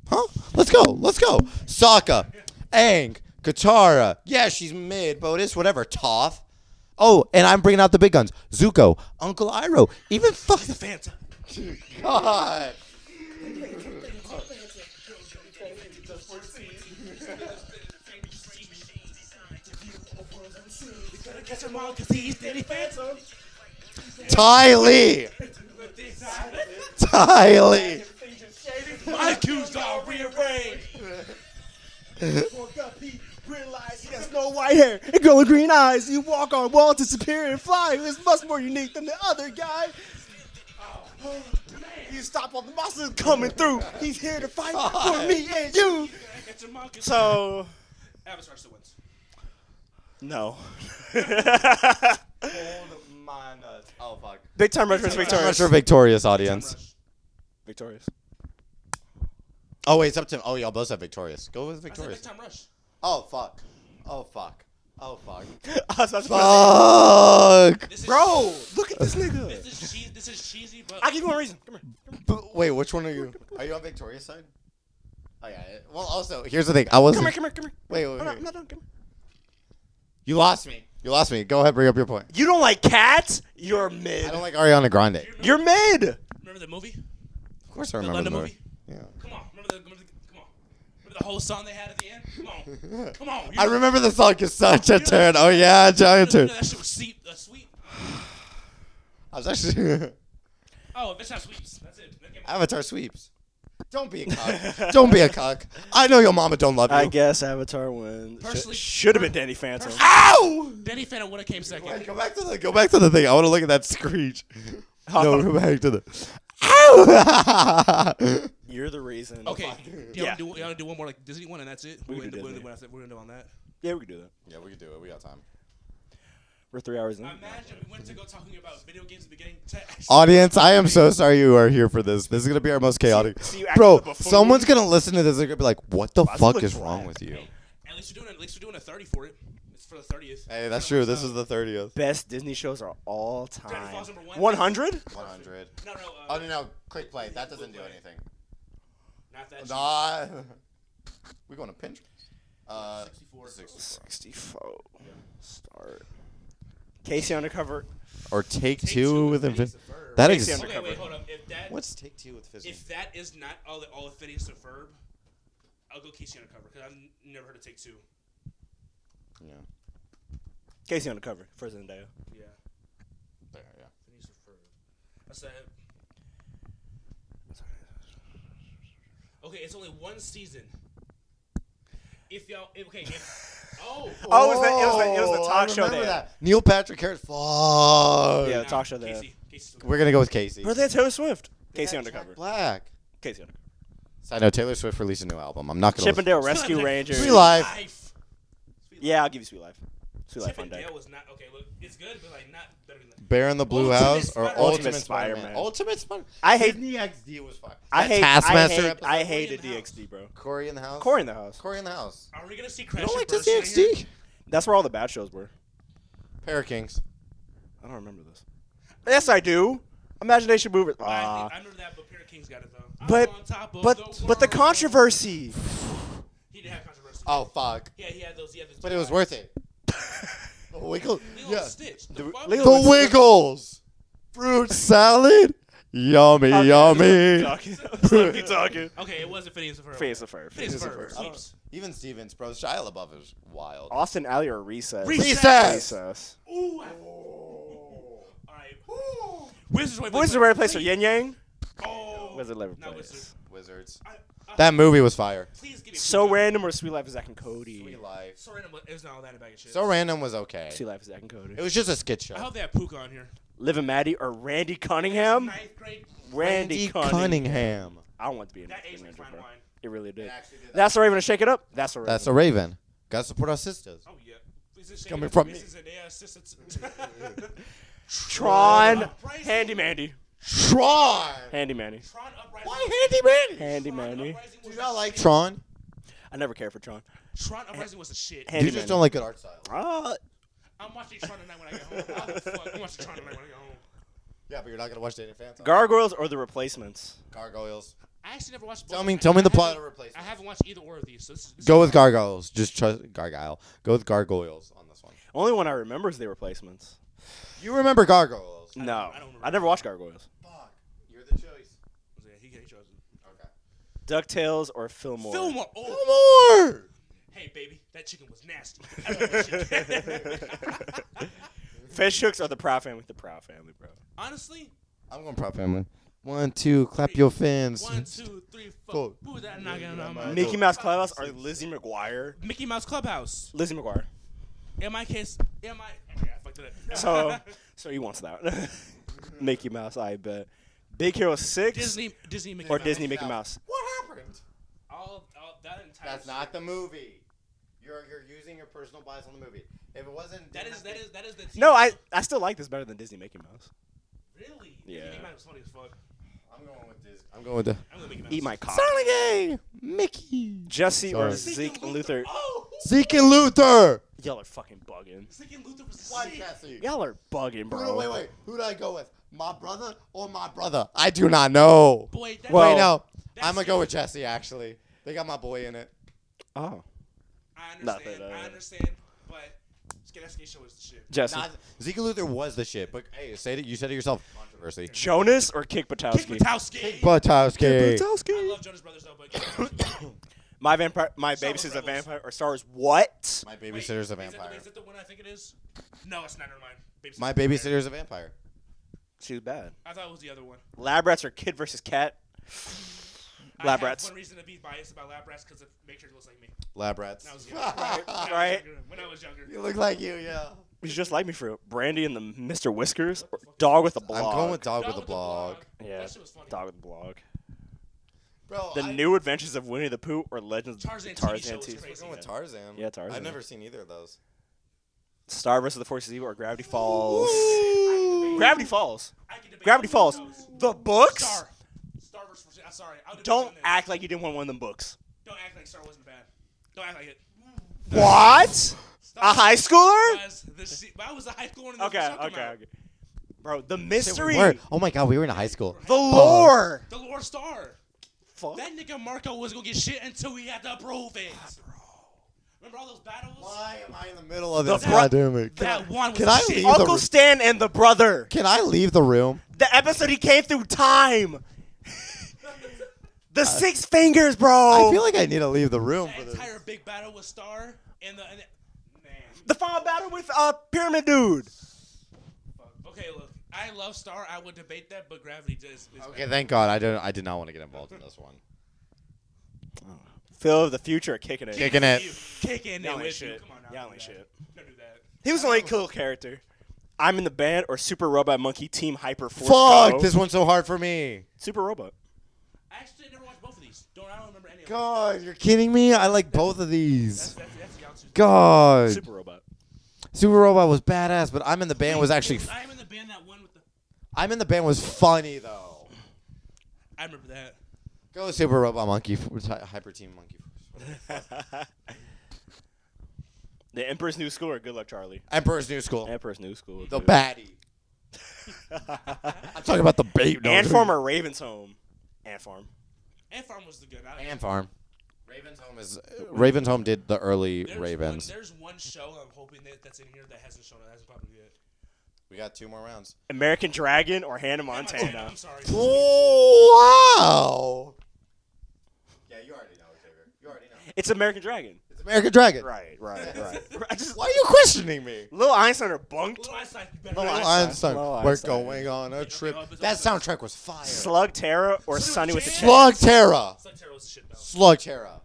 Huh? Let's go. Let's go. Sokka, Aang, Katara. Yeah, she's mid, Botus, whatever. Toph. Oh, and I'm bringing out the big guns. Zuko, Uncle Iroh, even fuck the
Phantom.
God.
Gotta catch 'em all 'cause he's Danny Phantom.
Ty Lee. Ty Lee.
My cues are rearranged.
white hair and girl with green eyes. You walk on wall, disappear, and fly. It's much more unique than the other guy. You stop all the monsters coming through. He's here to fight for me and you.
Catch 'em all 'cause
So
Avatar still wins.
no.
Oh, fuck.
Big time rush versus
Much
victorious.
for victorious audience.
Victorious.
Oh, wait, it's up to. Oh, y'all both said victorious. Go
I
with
said
victorious.
Big Time Rush.
Oh, fuck. Oh, fuck. Oh, fuck.
I was about to say-
Fuck.
This is
Bro, look at this nigga.
This is, cheesy, this is cheesy, but
I give you one reason. Come here.
But wait, which one are you? Are you on Victoria's side? Oh yeah. it- Well, also here's the thing. I was.
Come here. Come here. Come here.
Wait, wait,
I'm not,
wait.
I'm not done. Come here.
You lost me. You lost me. Go ahead, bring up your point.
You don't like cats? You're mid.
I don't like Ariana Grande. Of
You're mid.
remember the movie?
course, I
The
remember the
London
movie.
Come on, remember the, remember the come on, remember the whole song they had at the end? Come on,
Yeah.
come on.
I remember the song is such a
know-
turn. Oh yeah, giant
that,
turn.
that shit was sweet. Uh, sweet.
I was actually
Oh, if it's not sweets, that's it. That came out.
Avatar sweeps. Don't be a cock. don't be a cock. I know your mama don't love you.
I guess Avatar wins.
Personally-
Should have been Danny Phantom.
Ow!
Danny Phantom would have came second.
Wait, go back to the go back to the thing. I want to look at that screech. No,
Oh.
go back to the. Ow!
You're the reason.
oh
Okay, y'all
Yeah.
do y'all wanna do one more like Disney one, and that's it.
We
We're
can
gonna
do
do
Disney.
we're gonna do on that.
Yeah, we can do that.
yeah, we can do it. We got time.
We're three hours in.
Imagine we went to go talking about video games at the beginning. To
Audience, I am so sorry you are here for this. This is gonna be our most chaotic.
see you acted
Bro,
up before
someone's gonna listen to this. They're gonna be like, "What the
that's
fuck
like
is wrong
black.
with you?"
at least we're doing at least we're doing a thirty for it. It's for the thirtieth.
Hey, that's true. This is the thirtieth.
Best Disney shows are all
Gravity
time.
Falls number one.
One hundred.
One hundred.
No, no,
Oh
uh,
no, no! Click play. That doesn't do anything.
not that.
Nah. We going to Pinterest. Uh,
64.
Sixty-four. Start. Casey undercover.
or take,
Take
two with
Phineas
infinity.
and Ferb.
That
Takes
is.
the
Okay, wait,
Undercover.
hold up. If that
What's take two with physics?
if that is not all all of Phineas and Ferb, I'll go Casey Undercover because I've n- never heard of Take Two.
Yeah.
Casey undercover. For Zendaya.
Yeah,
There, yeah.
Phineas and Ferb. That's that. Okay, it's only one season. If y'all, if, okay, if, oh,
Oh, it was the- it was the- it was the
Oh,
talk
I
show there.
remember That. Neil Patrick Harris. Fuck.
Yeah.
nah,
talk show there.
Casey, Casey.
We're gonna go with Casey.
Or that Taylor Swift. Casey
Yeah,
undercover.
Jack Black.
Casey undercover.
Side note: Taylor Swift released a new album. I'm not gonna. listen-
Chippendale Rescue Rangers.
Sweet Life.
Yeah, I'll give you Sweet Life. Sweet Life on deck.
Chippendale was not okay. Look, it's good, but like not better than that.
Bear in the Blue
Ultimate
House or
Spider-Man.
Ultimate,
Ultimate
Spider-Man.
Spider-Man.
Ultimate Spider-Man.
I hate-
Disney XD was fire.
I
That
hate.
Taskmaster
I hate.
episode.
I hated
Corey in the house.
DXD, bro.
Corey in the house.
Corey in the house.
Corey in the house.
Are we gonna see
You
Crash?
don't like
and
Disney
Burst again?
XD?
That's where all the bad shows were.
Pair of Kings.
I don't remember this. Yes, I do. Imagination Movers.
I,
Ah.
think, I remember that, but Peter King's got it though. I'm
But-
on top of
But
the
but the
world.
controversy.
He did have controversy.
Oh fuck!
Yeah, he had those. He had those
But it was worth it. The Wiggles.
Lilo
Yeah.
and Stitch. The, fuck?
Lilo
The Wiggles. Fruit salad. Yummy, yummy.
Keep talking.
Okay, it wasn't Phineas and Ferb.
Phineas and Ferb.
Phineas and
Phineas and
Ferb.
Ferb.
Sweeps.
Even Stevens, bro. Shia LaBeouf is wild.
Austin Alley or Recess?
Recess.
Recess.
Oh. Ooh. I-
Oh.
All right. Wizards right
Wizard of the right place or Yin Yang?
Oh.
Wizard of the
Not
right
Wizard.
place.
Wizards.
I, I,
That movie was fire.
please give me.
So
Fruit Salad.
random or Sweet Life of Zack and Cody?
Sweet life.
So random. It was not all that bag of shit.
So random was okay.
Sweet Life of Zack and
It
Cody.
was just a skit show.
I hope they have Puka on here.
Liv and Maddie or Randy Cunningham?
Ninth grade.
Randy Cunningham.
Cunningham.
I don't want to be in
That
the
age was
manager,
fine
bro.
wine.
It really did.
actually did that.
That's the Raven to shake it up. That's the Raven.
That's a Raven. Gotta support our sisters.
Oh yeah. Is it
Coming from
Is
me.
it their assistants?
Tron
Oh, praise
Handy
him.
Mandy.
Tron.
Handy Manny.
Tron Uprising.
Why Handy Manny?
Handy
Tron
Manny.
Uprising
Do
was
you
the
not like
shit.
Tron?
I never cared for Tron.
Tron Uprising was the shit.
Handy
You just
Manny.
don't like good art style.
Ah,
I'm watching Tron tonight when I get home. I'll fuck. I'm watching Tron tonight when I get home.
Yeah, but you're not gonna watch Danny Phantom.
Gargoyles or The Replacements?
Gargoyles.
I actually never watched. both
Tell
of
me,
them.
tell me
I
the plot of
haven't-
replacement.
I haven't watched either or of these. So this is, this
Go
is-
with gargoyles. Just trust gargoyle. Go with gargoyles on this one.
Only one I remember is The Replacements.
You remember gargoyles?
no, I,
I don't remember.
never watched Gargoyles.
Fuck. You're the choice.
Yeah, he, he chose it.
Okay.
Ducktales or Fillmore?
Fillmore. Oh,
More.
hey baby, that chicken was nasty. I love that shit.
Fish hooks or the Proud Family? The Proud Family, bro.
Honestly,
I'm going prop family. One, two, clap your fins.
one, two, three, four.
Cool.
Who is that knocking on my
I
Mickey
don't-
Mouse Clubhouse or Lizzie McGuire?
Mickey Mouse Clubhouse.
Lizzie McGuire.
In my case, in my. Oh my god, I fucked it up.
So, so he wants that. Mickey Mouse, I bet. Big Hero Six
Disney, Disney, Mickey
or
Mouse.
Disney Mickey Mouse?
What happened?
All, all that entire.
That's
shit.
not the movie. You're you're using your personal bias on the movie. If it wasn't
That is that is that is the.
No, I I still like this better than Disney Mickey Mouse.
Really?
Yeah.
Mickey Mouse was funny as fuck.
I'm going with this. I'm going with the
I'm gonna Mickey Mouse.
Eat my cock.
Sonic A. Mickey.
Jesse or
Sorry.
Zeke and Luther?
Oh.
Zeke and Luther.
Y'all are fucking bugging.
Zeke and Luther was the
Why
shit.
Jesse?
Y'all are bugging,
Who
bro.
do- wait, wait. Who do I go with? My brother or my brother? I do not know.
Boy, that
Well-
wait, no.
that's
I'm gonna go
it.
with Jesse. Actually, they got my boy in it.
Oh,
I understand.
Nothing, uh,
I understand, but Skanetsky show is the shit.
Jesse.
Not, Zeke Luther was the shit, but hey, say it. You said it yourself. Controversy.
Jonas or Kick
Kick
Butowski?
Butowski.
Butowski.
I
Butowski.
love Jonas Brothers though, but Kick Butowski.
My vampire. My
Star
babysitter's
Wars
a
Rebels.
vampire or Star Wars. What?
My
Wait,
babysitter's a
is that the-
vampire.
Is that the one I think it is? No, it's not. Never mind. Babysitter's
My
a vampire.
babysitter's a vampire.
She's bad.
I thought it was the other one.
Lab rats or Kid versus Cat?
I
Lab
have
rats.
One reason to be biased about lab rats because it makes sure it looks like me.
Lab rats.
When I was younger. When I was
Right.
younger, When I was younger.
you look like you, yeah.
He's just like me for it. Brandy and the Mr. Whiskers. Or dog with a blog.
I'm going with dog,
Dog
with a blog.
Yeah.
That shit was funny.
Dog with a blog.
Bro,
The
I-
New Adventures of Winnie the Pooh or Legends
Tarzan
of
TV show
Tarzan
was
TV.
I'm
crazy.
going with Tarzan.
Yeah, Tarzan.
I've never seen either of those.
Star vs. the Forces of Evil or Gravity Falls? Gravity Falls.
I can debate
Gravity
both
Falls.
of those.
The books?
Star. Star Wars. for sure. I'm sorry. I'll debate
Don't
on this.
act like you didn't want one of them books.
Don't act like Star wasn't bad. Don't act like it.
What? A high schooler?
Was the se- I was a high schooler. when the
Okay,
show came
okay,
out.
okay. Bro, the mystery.
Where?
The
Oh my god, we were in high school.
lore.
The Lord Star.
Fuck.
That nigga Marco was gonna get shit until we had to approve it.
Ah,
Remember all those battles?
Why am I in the middle of
The
this
bro-
pandemic?
That one was
Can
the
I
shit.
leave?
Uncle Stan and the brother.
Can I leave the room?
The episode he came through time. the six fingers, bro.
Uh, I feel like I need to leave the room for
That
this.
entire big battle with Star and the, and the man.
the final battle with uh Pyramid Dude.
fuck. Okay, look, I love Star. I would debate that, but Gravity does. Is
Okay, thank God. I don't. I did not want to get involved in this one.
Phil of the future kicking it.
Kicking it.
You kicking it
Y'all ain't
with you.
shit.
Come on, now,
Y'all
don't
ain't
do that.
shit.
Don't do that.
He was the only cool character. I'm in the band or Super Robot Monkey Team Hyper Force.
Fuck!
Combo.
This one's so hard for me.
Super Robot.
I actually never watched both of these. Don't I don't remember any of them.
God, you're kidding me. I like both
That's
of these.
that's that's y'all two.
God,
Super Robot.
Super Robot was badass, but I'm in the band was
It
actually. F-
I am in the band that one with the.
I'm in the band was funny though.
I remember that.
Go Super Robot Monkey, F- Hy- Hyper Team Monkey. Force.
The Emperor's New School or Good Luck Charlie.
Emperor's New School.
Emperor's New School.
The
dude.
baddie. I'm talking about the babe.
Ant Farm or Raven's Home. Ant Farm.
Ant Farm was the good. I,
Ant Farm. Ravens Home is. Ravens Home did the early
there's
Ravens.
One, there's one show I'm hoping that, that's in here that hasn't shown up. That's probably good.
We got two more rounds.
American Dragon or Hannah Montana.
I'm sorry.
Oh, wow. Yeah, you already know, You already know.
It's American Dragon.
It's American Dragon.
Right, right, right. I just
Why are you questioning me?
Little Einstein are bunked.
Little Einstein, you better
Little
not-
Einstein.
Einstein,
Well,
we're
Einstein.
going on a trip.
up, it's
That
up,
soundtrack was fire.
Slug Terra or
Slug
Sunny with the
Terra.
Chance?
Slug Terra.
It's like Terra was the shit though.
Slug Terra.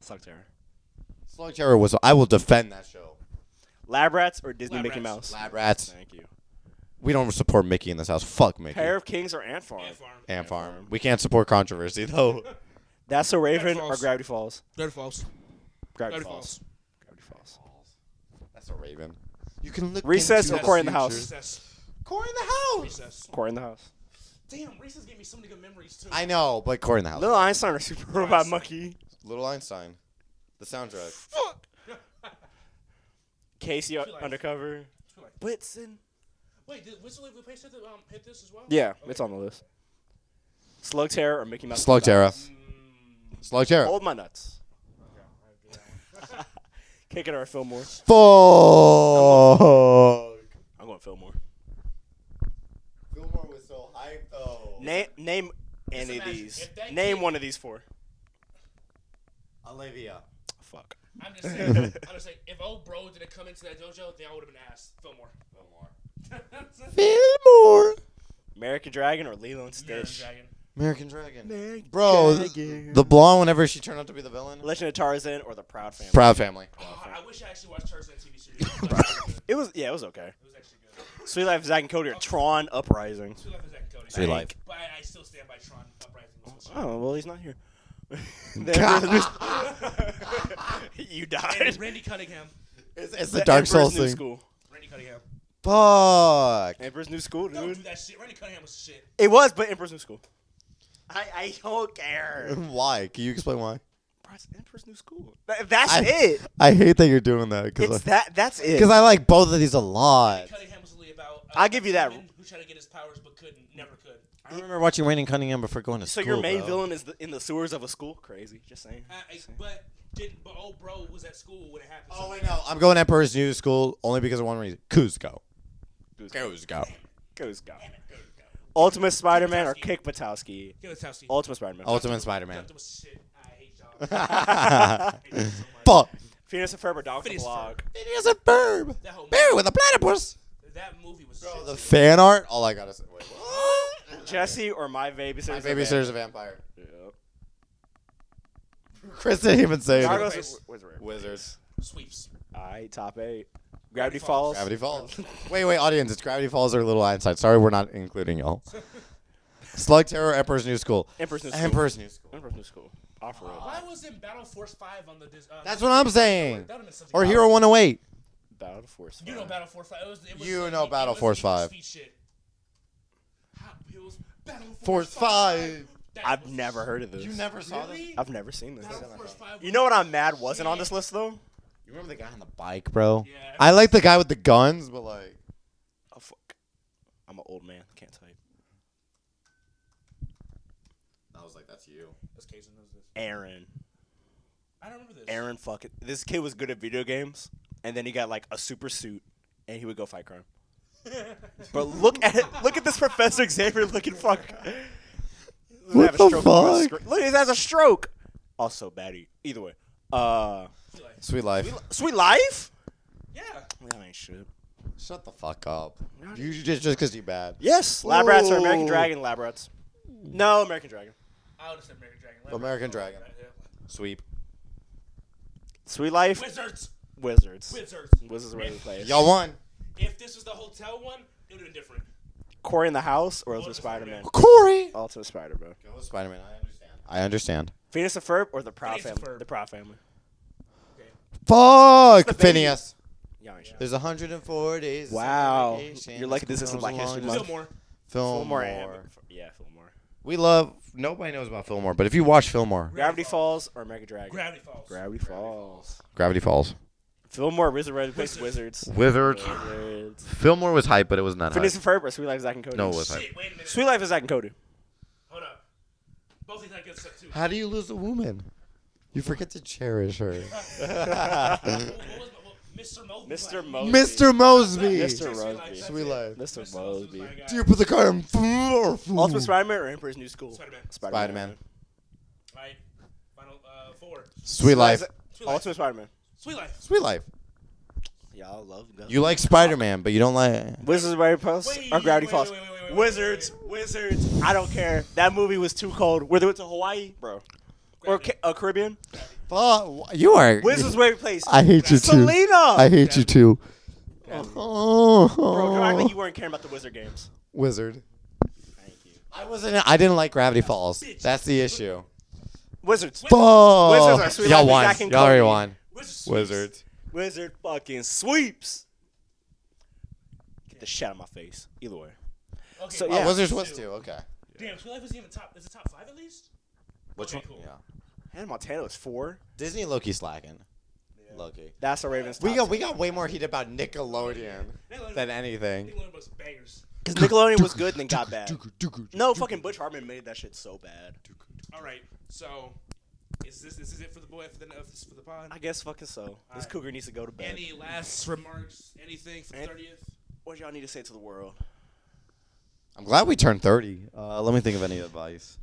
Slug Terra.
Slug Terra was. I will defend that show.
Lab Rats or Disney
Lab
Mickey
Rats.
Mouse?
Lab rats.
Thank you.
We don't support Mickey in this house. Fuck Mickey.
Pair of Kings or Ant Farm?
Ant Farm.
Ant Farm. We can't support controversy though.
That's so Raven
Gravity
or
Falls.
Gravity Falls?
Red Falls.
Gravity,
Gravity
Falls.
Falls.
Gravity Falls.
That's a Raven. You can look.
Recess
into
or Cory in the
future.
House?
Recess.
Corey in the house.
Recess.
Corey in the house.
Damn, Reese's gave me so many good memories too.
Oh. I know, but Corey in the house.
Little Einstein or Super Robot Monkey?
Little Einstein, the soundtrack.
Fuck. Casey u-
like-
undercover.
like-
Blitzen.
Wait, did Whistle Leave Place hit, the, um, hit this as well?
Yeah, it's on the list. Slug Terror or Mickey Mouse?
Slug Terra.
Mm,
Slug Terra.
Hold my nuts. Kick it or Fillmore.
Fuck.
I'm going Fillmore.
Gilmore was so hyped though.
Name name any of
imagine
these.
if that
Name
kid-
one of these four.
Olivia.
Fuck.
I'm just saying. I'm just saying. If old bro didn't come into that dojo, they all would have been asked. Fillmore. Fillmore.
Gilmore.
American Dragon or Lilo and Stitch.
Dragon.
American Dragon. Bro, th- the blonde whenever she turned out to be the villain.
Legend of Tarzan or the Proud Family.
Proud Family.
Oh, I wish I actually watched Tarzan TV series. It was actually good.
it was yeah, it was okay.
It was actually good.
Sweet Life of Zack and Cody or Tron Uprising.
Two Life is that Cody.
Three Life.
But I, I still stand by Tron Uprising. was my shit.
Oh well, he's not here. you died.
And Randy Cunningham.
It's, it's the Dark
Emperor's
Souls
New
thing.
School.
Randy Cunningham.
Fuck.
Emperor's New School,
Don't
dude.
do that shit. Randy Cunningham was the shit.
It was, but Emperor's New School. I I don't care.
Why? Can you explain why?
Bro, it's Emperor's New School. That- that's
I-
it.
I hate that you're doing that because
It's that. That's it.
I, like both of these a lot.
Randy Cunningham was really about. uh,
I'll give you that.
a human Who tried to get his powers but couldn't, never could.
I remember watching Rain and Cunningham before going to
so your main villain is the, in the sewers of a school. Crazy. Just saying.
I, I, but didn't. But old bro was at school when it happened.
Oh
so-
wait, no, I'm going Emperor's New School only because of one reason: Kuzco. Kuzco.
Goes God. Ultimate Spider-Man or
Patowski.
Kick Patowski.
Get with Towski.
Ultimate Spider-Man.
Ultimate Spider-Man.
That was shit. I hate y'all.
Fuck.
Phoenix and Ferb or Dog the
Phineas and
Blog.
It is a verb.
That whole
Bear with a platypus. Oh,
that movie was shit.
The fan art. All I gotta say. Wait,
Jesse or My Baby
My
Sister's a
babysitter's
Vampire.
a vampire.
Yep.
Chris didn't even say it.
Gargoyles
Wizards.
was rare.
Wizards.
Sweeps.
All right, top eight. Gravity Falls.
Gravity Falls. wait, wait, audience. It's Gravity Falls or Little Einstein. Sorry, we're not including y'all. Slug Terror, Emperor's New School.
Emperor's New School.
Emperor's New School.
Emperor's New School. Off road.
Why wasn't Battle Force Five on the? Dis- Uh,
That's what I'm saying.
That would have been something.
Or
else.
Hero 108.
Battle Force.
You know Battle Force Five. It was, it was,
You
it
know
was-
Battle
it was
Force
Eagles
Five.
Feet shit. Hot Wheels, Battle
Force Five.
That
I've
was
never heard of this.
never
Really?
I've never seen this.
Battle Force Five.
You know what I'm mad wasn't on this list though?
You remember the guy on the bike, bro?
Yeah.
I like the guy with the guns, but like.
Oh fuck. I'm an old man. Can't type.
I was like, that's you.
This case knows this.
Aaron.
I don't remember this.
Aaron fucking. This kid was good at video games, and then he got like a super suit, and he would go fight crime. but look at look at this Professor Xavier looking fuck.
What
Have a
the
stroke from a
fuck?
scr- Look, he has a stroke. Also, baddie. Either way. Uh,
Sweet life.
sweet life.
Yeah.
That ain't shit.
Shut the fuck up. You just just because you bad.
Yes, lab rats or
Ooh.
American Dragon lab rats. No, American Dragon.
I would have said American Dragon.
American Dragon.
Yeah.
Sweep.
Sweet life.
Wizards.
Wizards.
Wizards.
Wizards where they play.
Y'all won.
If this was the hotel one, it would have been different.
Corey in the house or Ultimate
Ultimate
Spider Man.
Corey.
Ultimate Spider Man.
Spider Man. I understand. I understand.
Venus and Ferb or the Proud
Phineas and
Family.
Ferb.
The Proud Family.
Fuck Phineas.
Y'all ain't shit.
There's 104 days. of
Wow.
vacation.
You're lucky this
It's
isn't Black
long
History
as-
Month.
Fillmore.
Fillmore.
Fillmore.
and- Yeah, Fillmore.
We love. Nobody knows about Fillmore, but if you watch Fillmore,
Gravity Falls or Mega Dragon?
Gravity Falls.
Gravity Falls.
Gravity Falls.
Fillmore, Resurrected Place, Wizards.
Wizards.
Wizards.
Fillmore was hype, but it was not
Phineas and Ferb or Sweet Life of Zack and Cody?
No, it was hype.
Shit, wait a minute.
Sweet Life of Zack and Cody.
Hold up. Both these I good stuff too.
How do you lose a woman? You forget to cherish her.
What was my- what- Mr. Mosby.
Mr.
Mosby.
Mosby.
Mr. Mosby.
Mr.
Sweet Life,
Oh, Mosby.
that's
Sweet
it.
life.
Mr.
Mr. Mosby
Mosby.
was my guy.
Do you put the car in floor?
Ultimate Spider Man or Emperor's New School?
Spider-Man.
Spider-Man.
Right. Final uh, four.
Sweet life.
Sweet life.
Ultimate Spider Man.
Sweet life.
Sweet life.
Y'all love guns.
You like Spider Man, but you don't like.
Wizards of Waverly Place
Wait,
or Gravity
wait,
Falls?
wait, wait, wait, wait,
Wizards, Wizards. I don't care. That movie was too cold. Whether it's a Hawaii, bro, or Ca- uh, Caribbean.
Fuck. You are.
Wizards of Waverly Place.
I hate you too.
Selena.
I hate you too.
Bro, come on, I think you
Oh.
weren't caring about the Wizard games.
Wizard.
Thank you.
I wasn't. I didn't like Gravity Falls. That's the issue.
Wizards. Wizards are
Fuck.
sweet
Y'all
life,
won.
Zack and
Y'all already
Cody.
won.
Wizards.
Wizards.
Wizard fucking sweeps. Get the shit out of my face. Either way.
Okay,
So,
so,
Oh,
yeah.
was there supposed to? Okay.
Damn, True Life is even top. Is it top five at least?
Which
Okay,
one?
cool.
Yeah.
And Montana was four.
Disney Loki slacking. Loki.
That's a Ravens.
We got we got way more heat about Nickelodeon than anything.
Think one of those bangers.
because Nickelodeon was good and then got bad. No, fucking Butch Hartman made that shit so bad.
All right, so is this this is it for the boy for the for the
I
pod?
guess fucking so. This cougar needs to go to bed.
Any last remarks? Anything for
An-
thirtieth?
What y'all need to say to the world?
I'm glad we turned 30. Uh, let me think of any advice.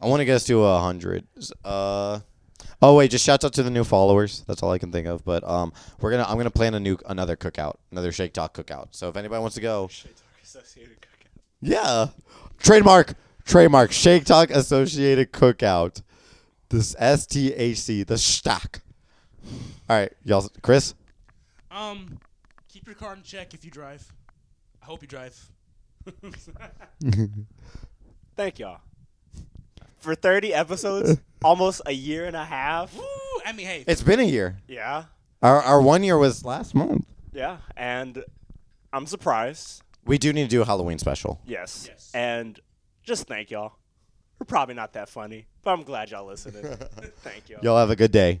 I want to guess to a hundred. Uh, oh wait, just shouts out to the new followers. That's all I can think of. But um, we're gonna I'm gonna plan a new another cookout, another Shake Talk cookout. So if anybody wants to go,
Associated cookout.
yeah, trademark trademark Shake Talk Associated Cookout. This S T H C the stock. All right, y'all. Chris,
Um, keep your car in check if you drive. I hope you drive.
Thank y'all. For 30 episodes, almost a year and a half.
Woo! I mean, hey,
it's been a year.
Yeah.
Our our one year was last month.
Yeah. And I'm surprised.
We do need to do a Halloween special.
Yes.
Yes.
And just thank y'all. We're probably not that funny, but I'm glad y'all listening. thank y'all.
Y'all have a good day.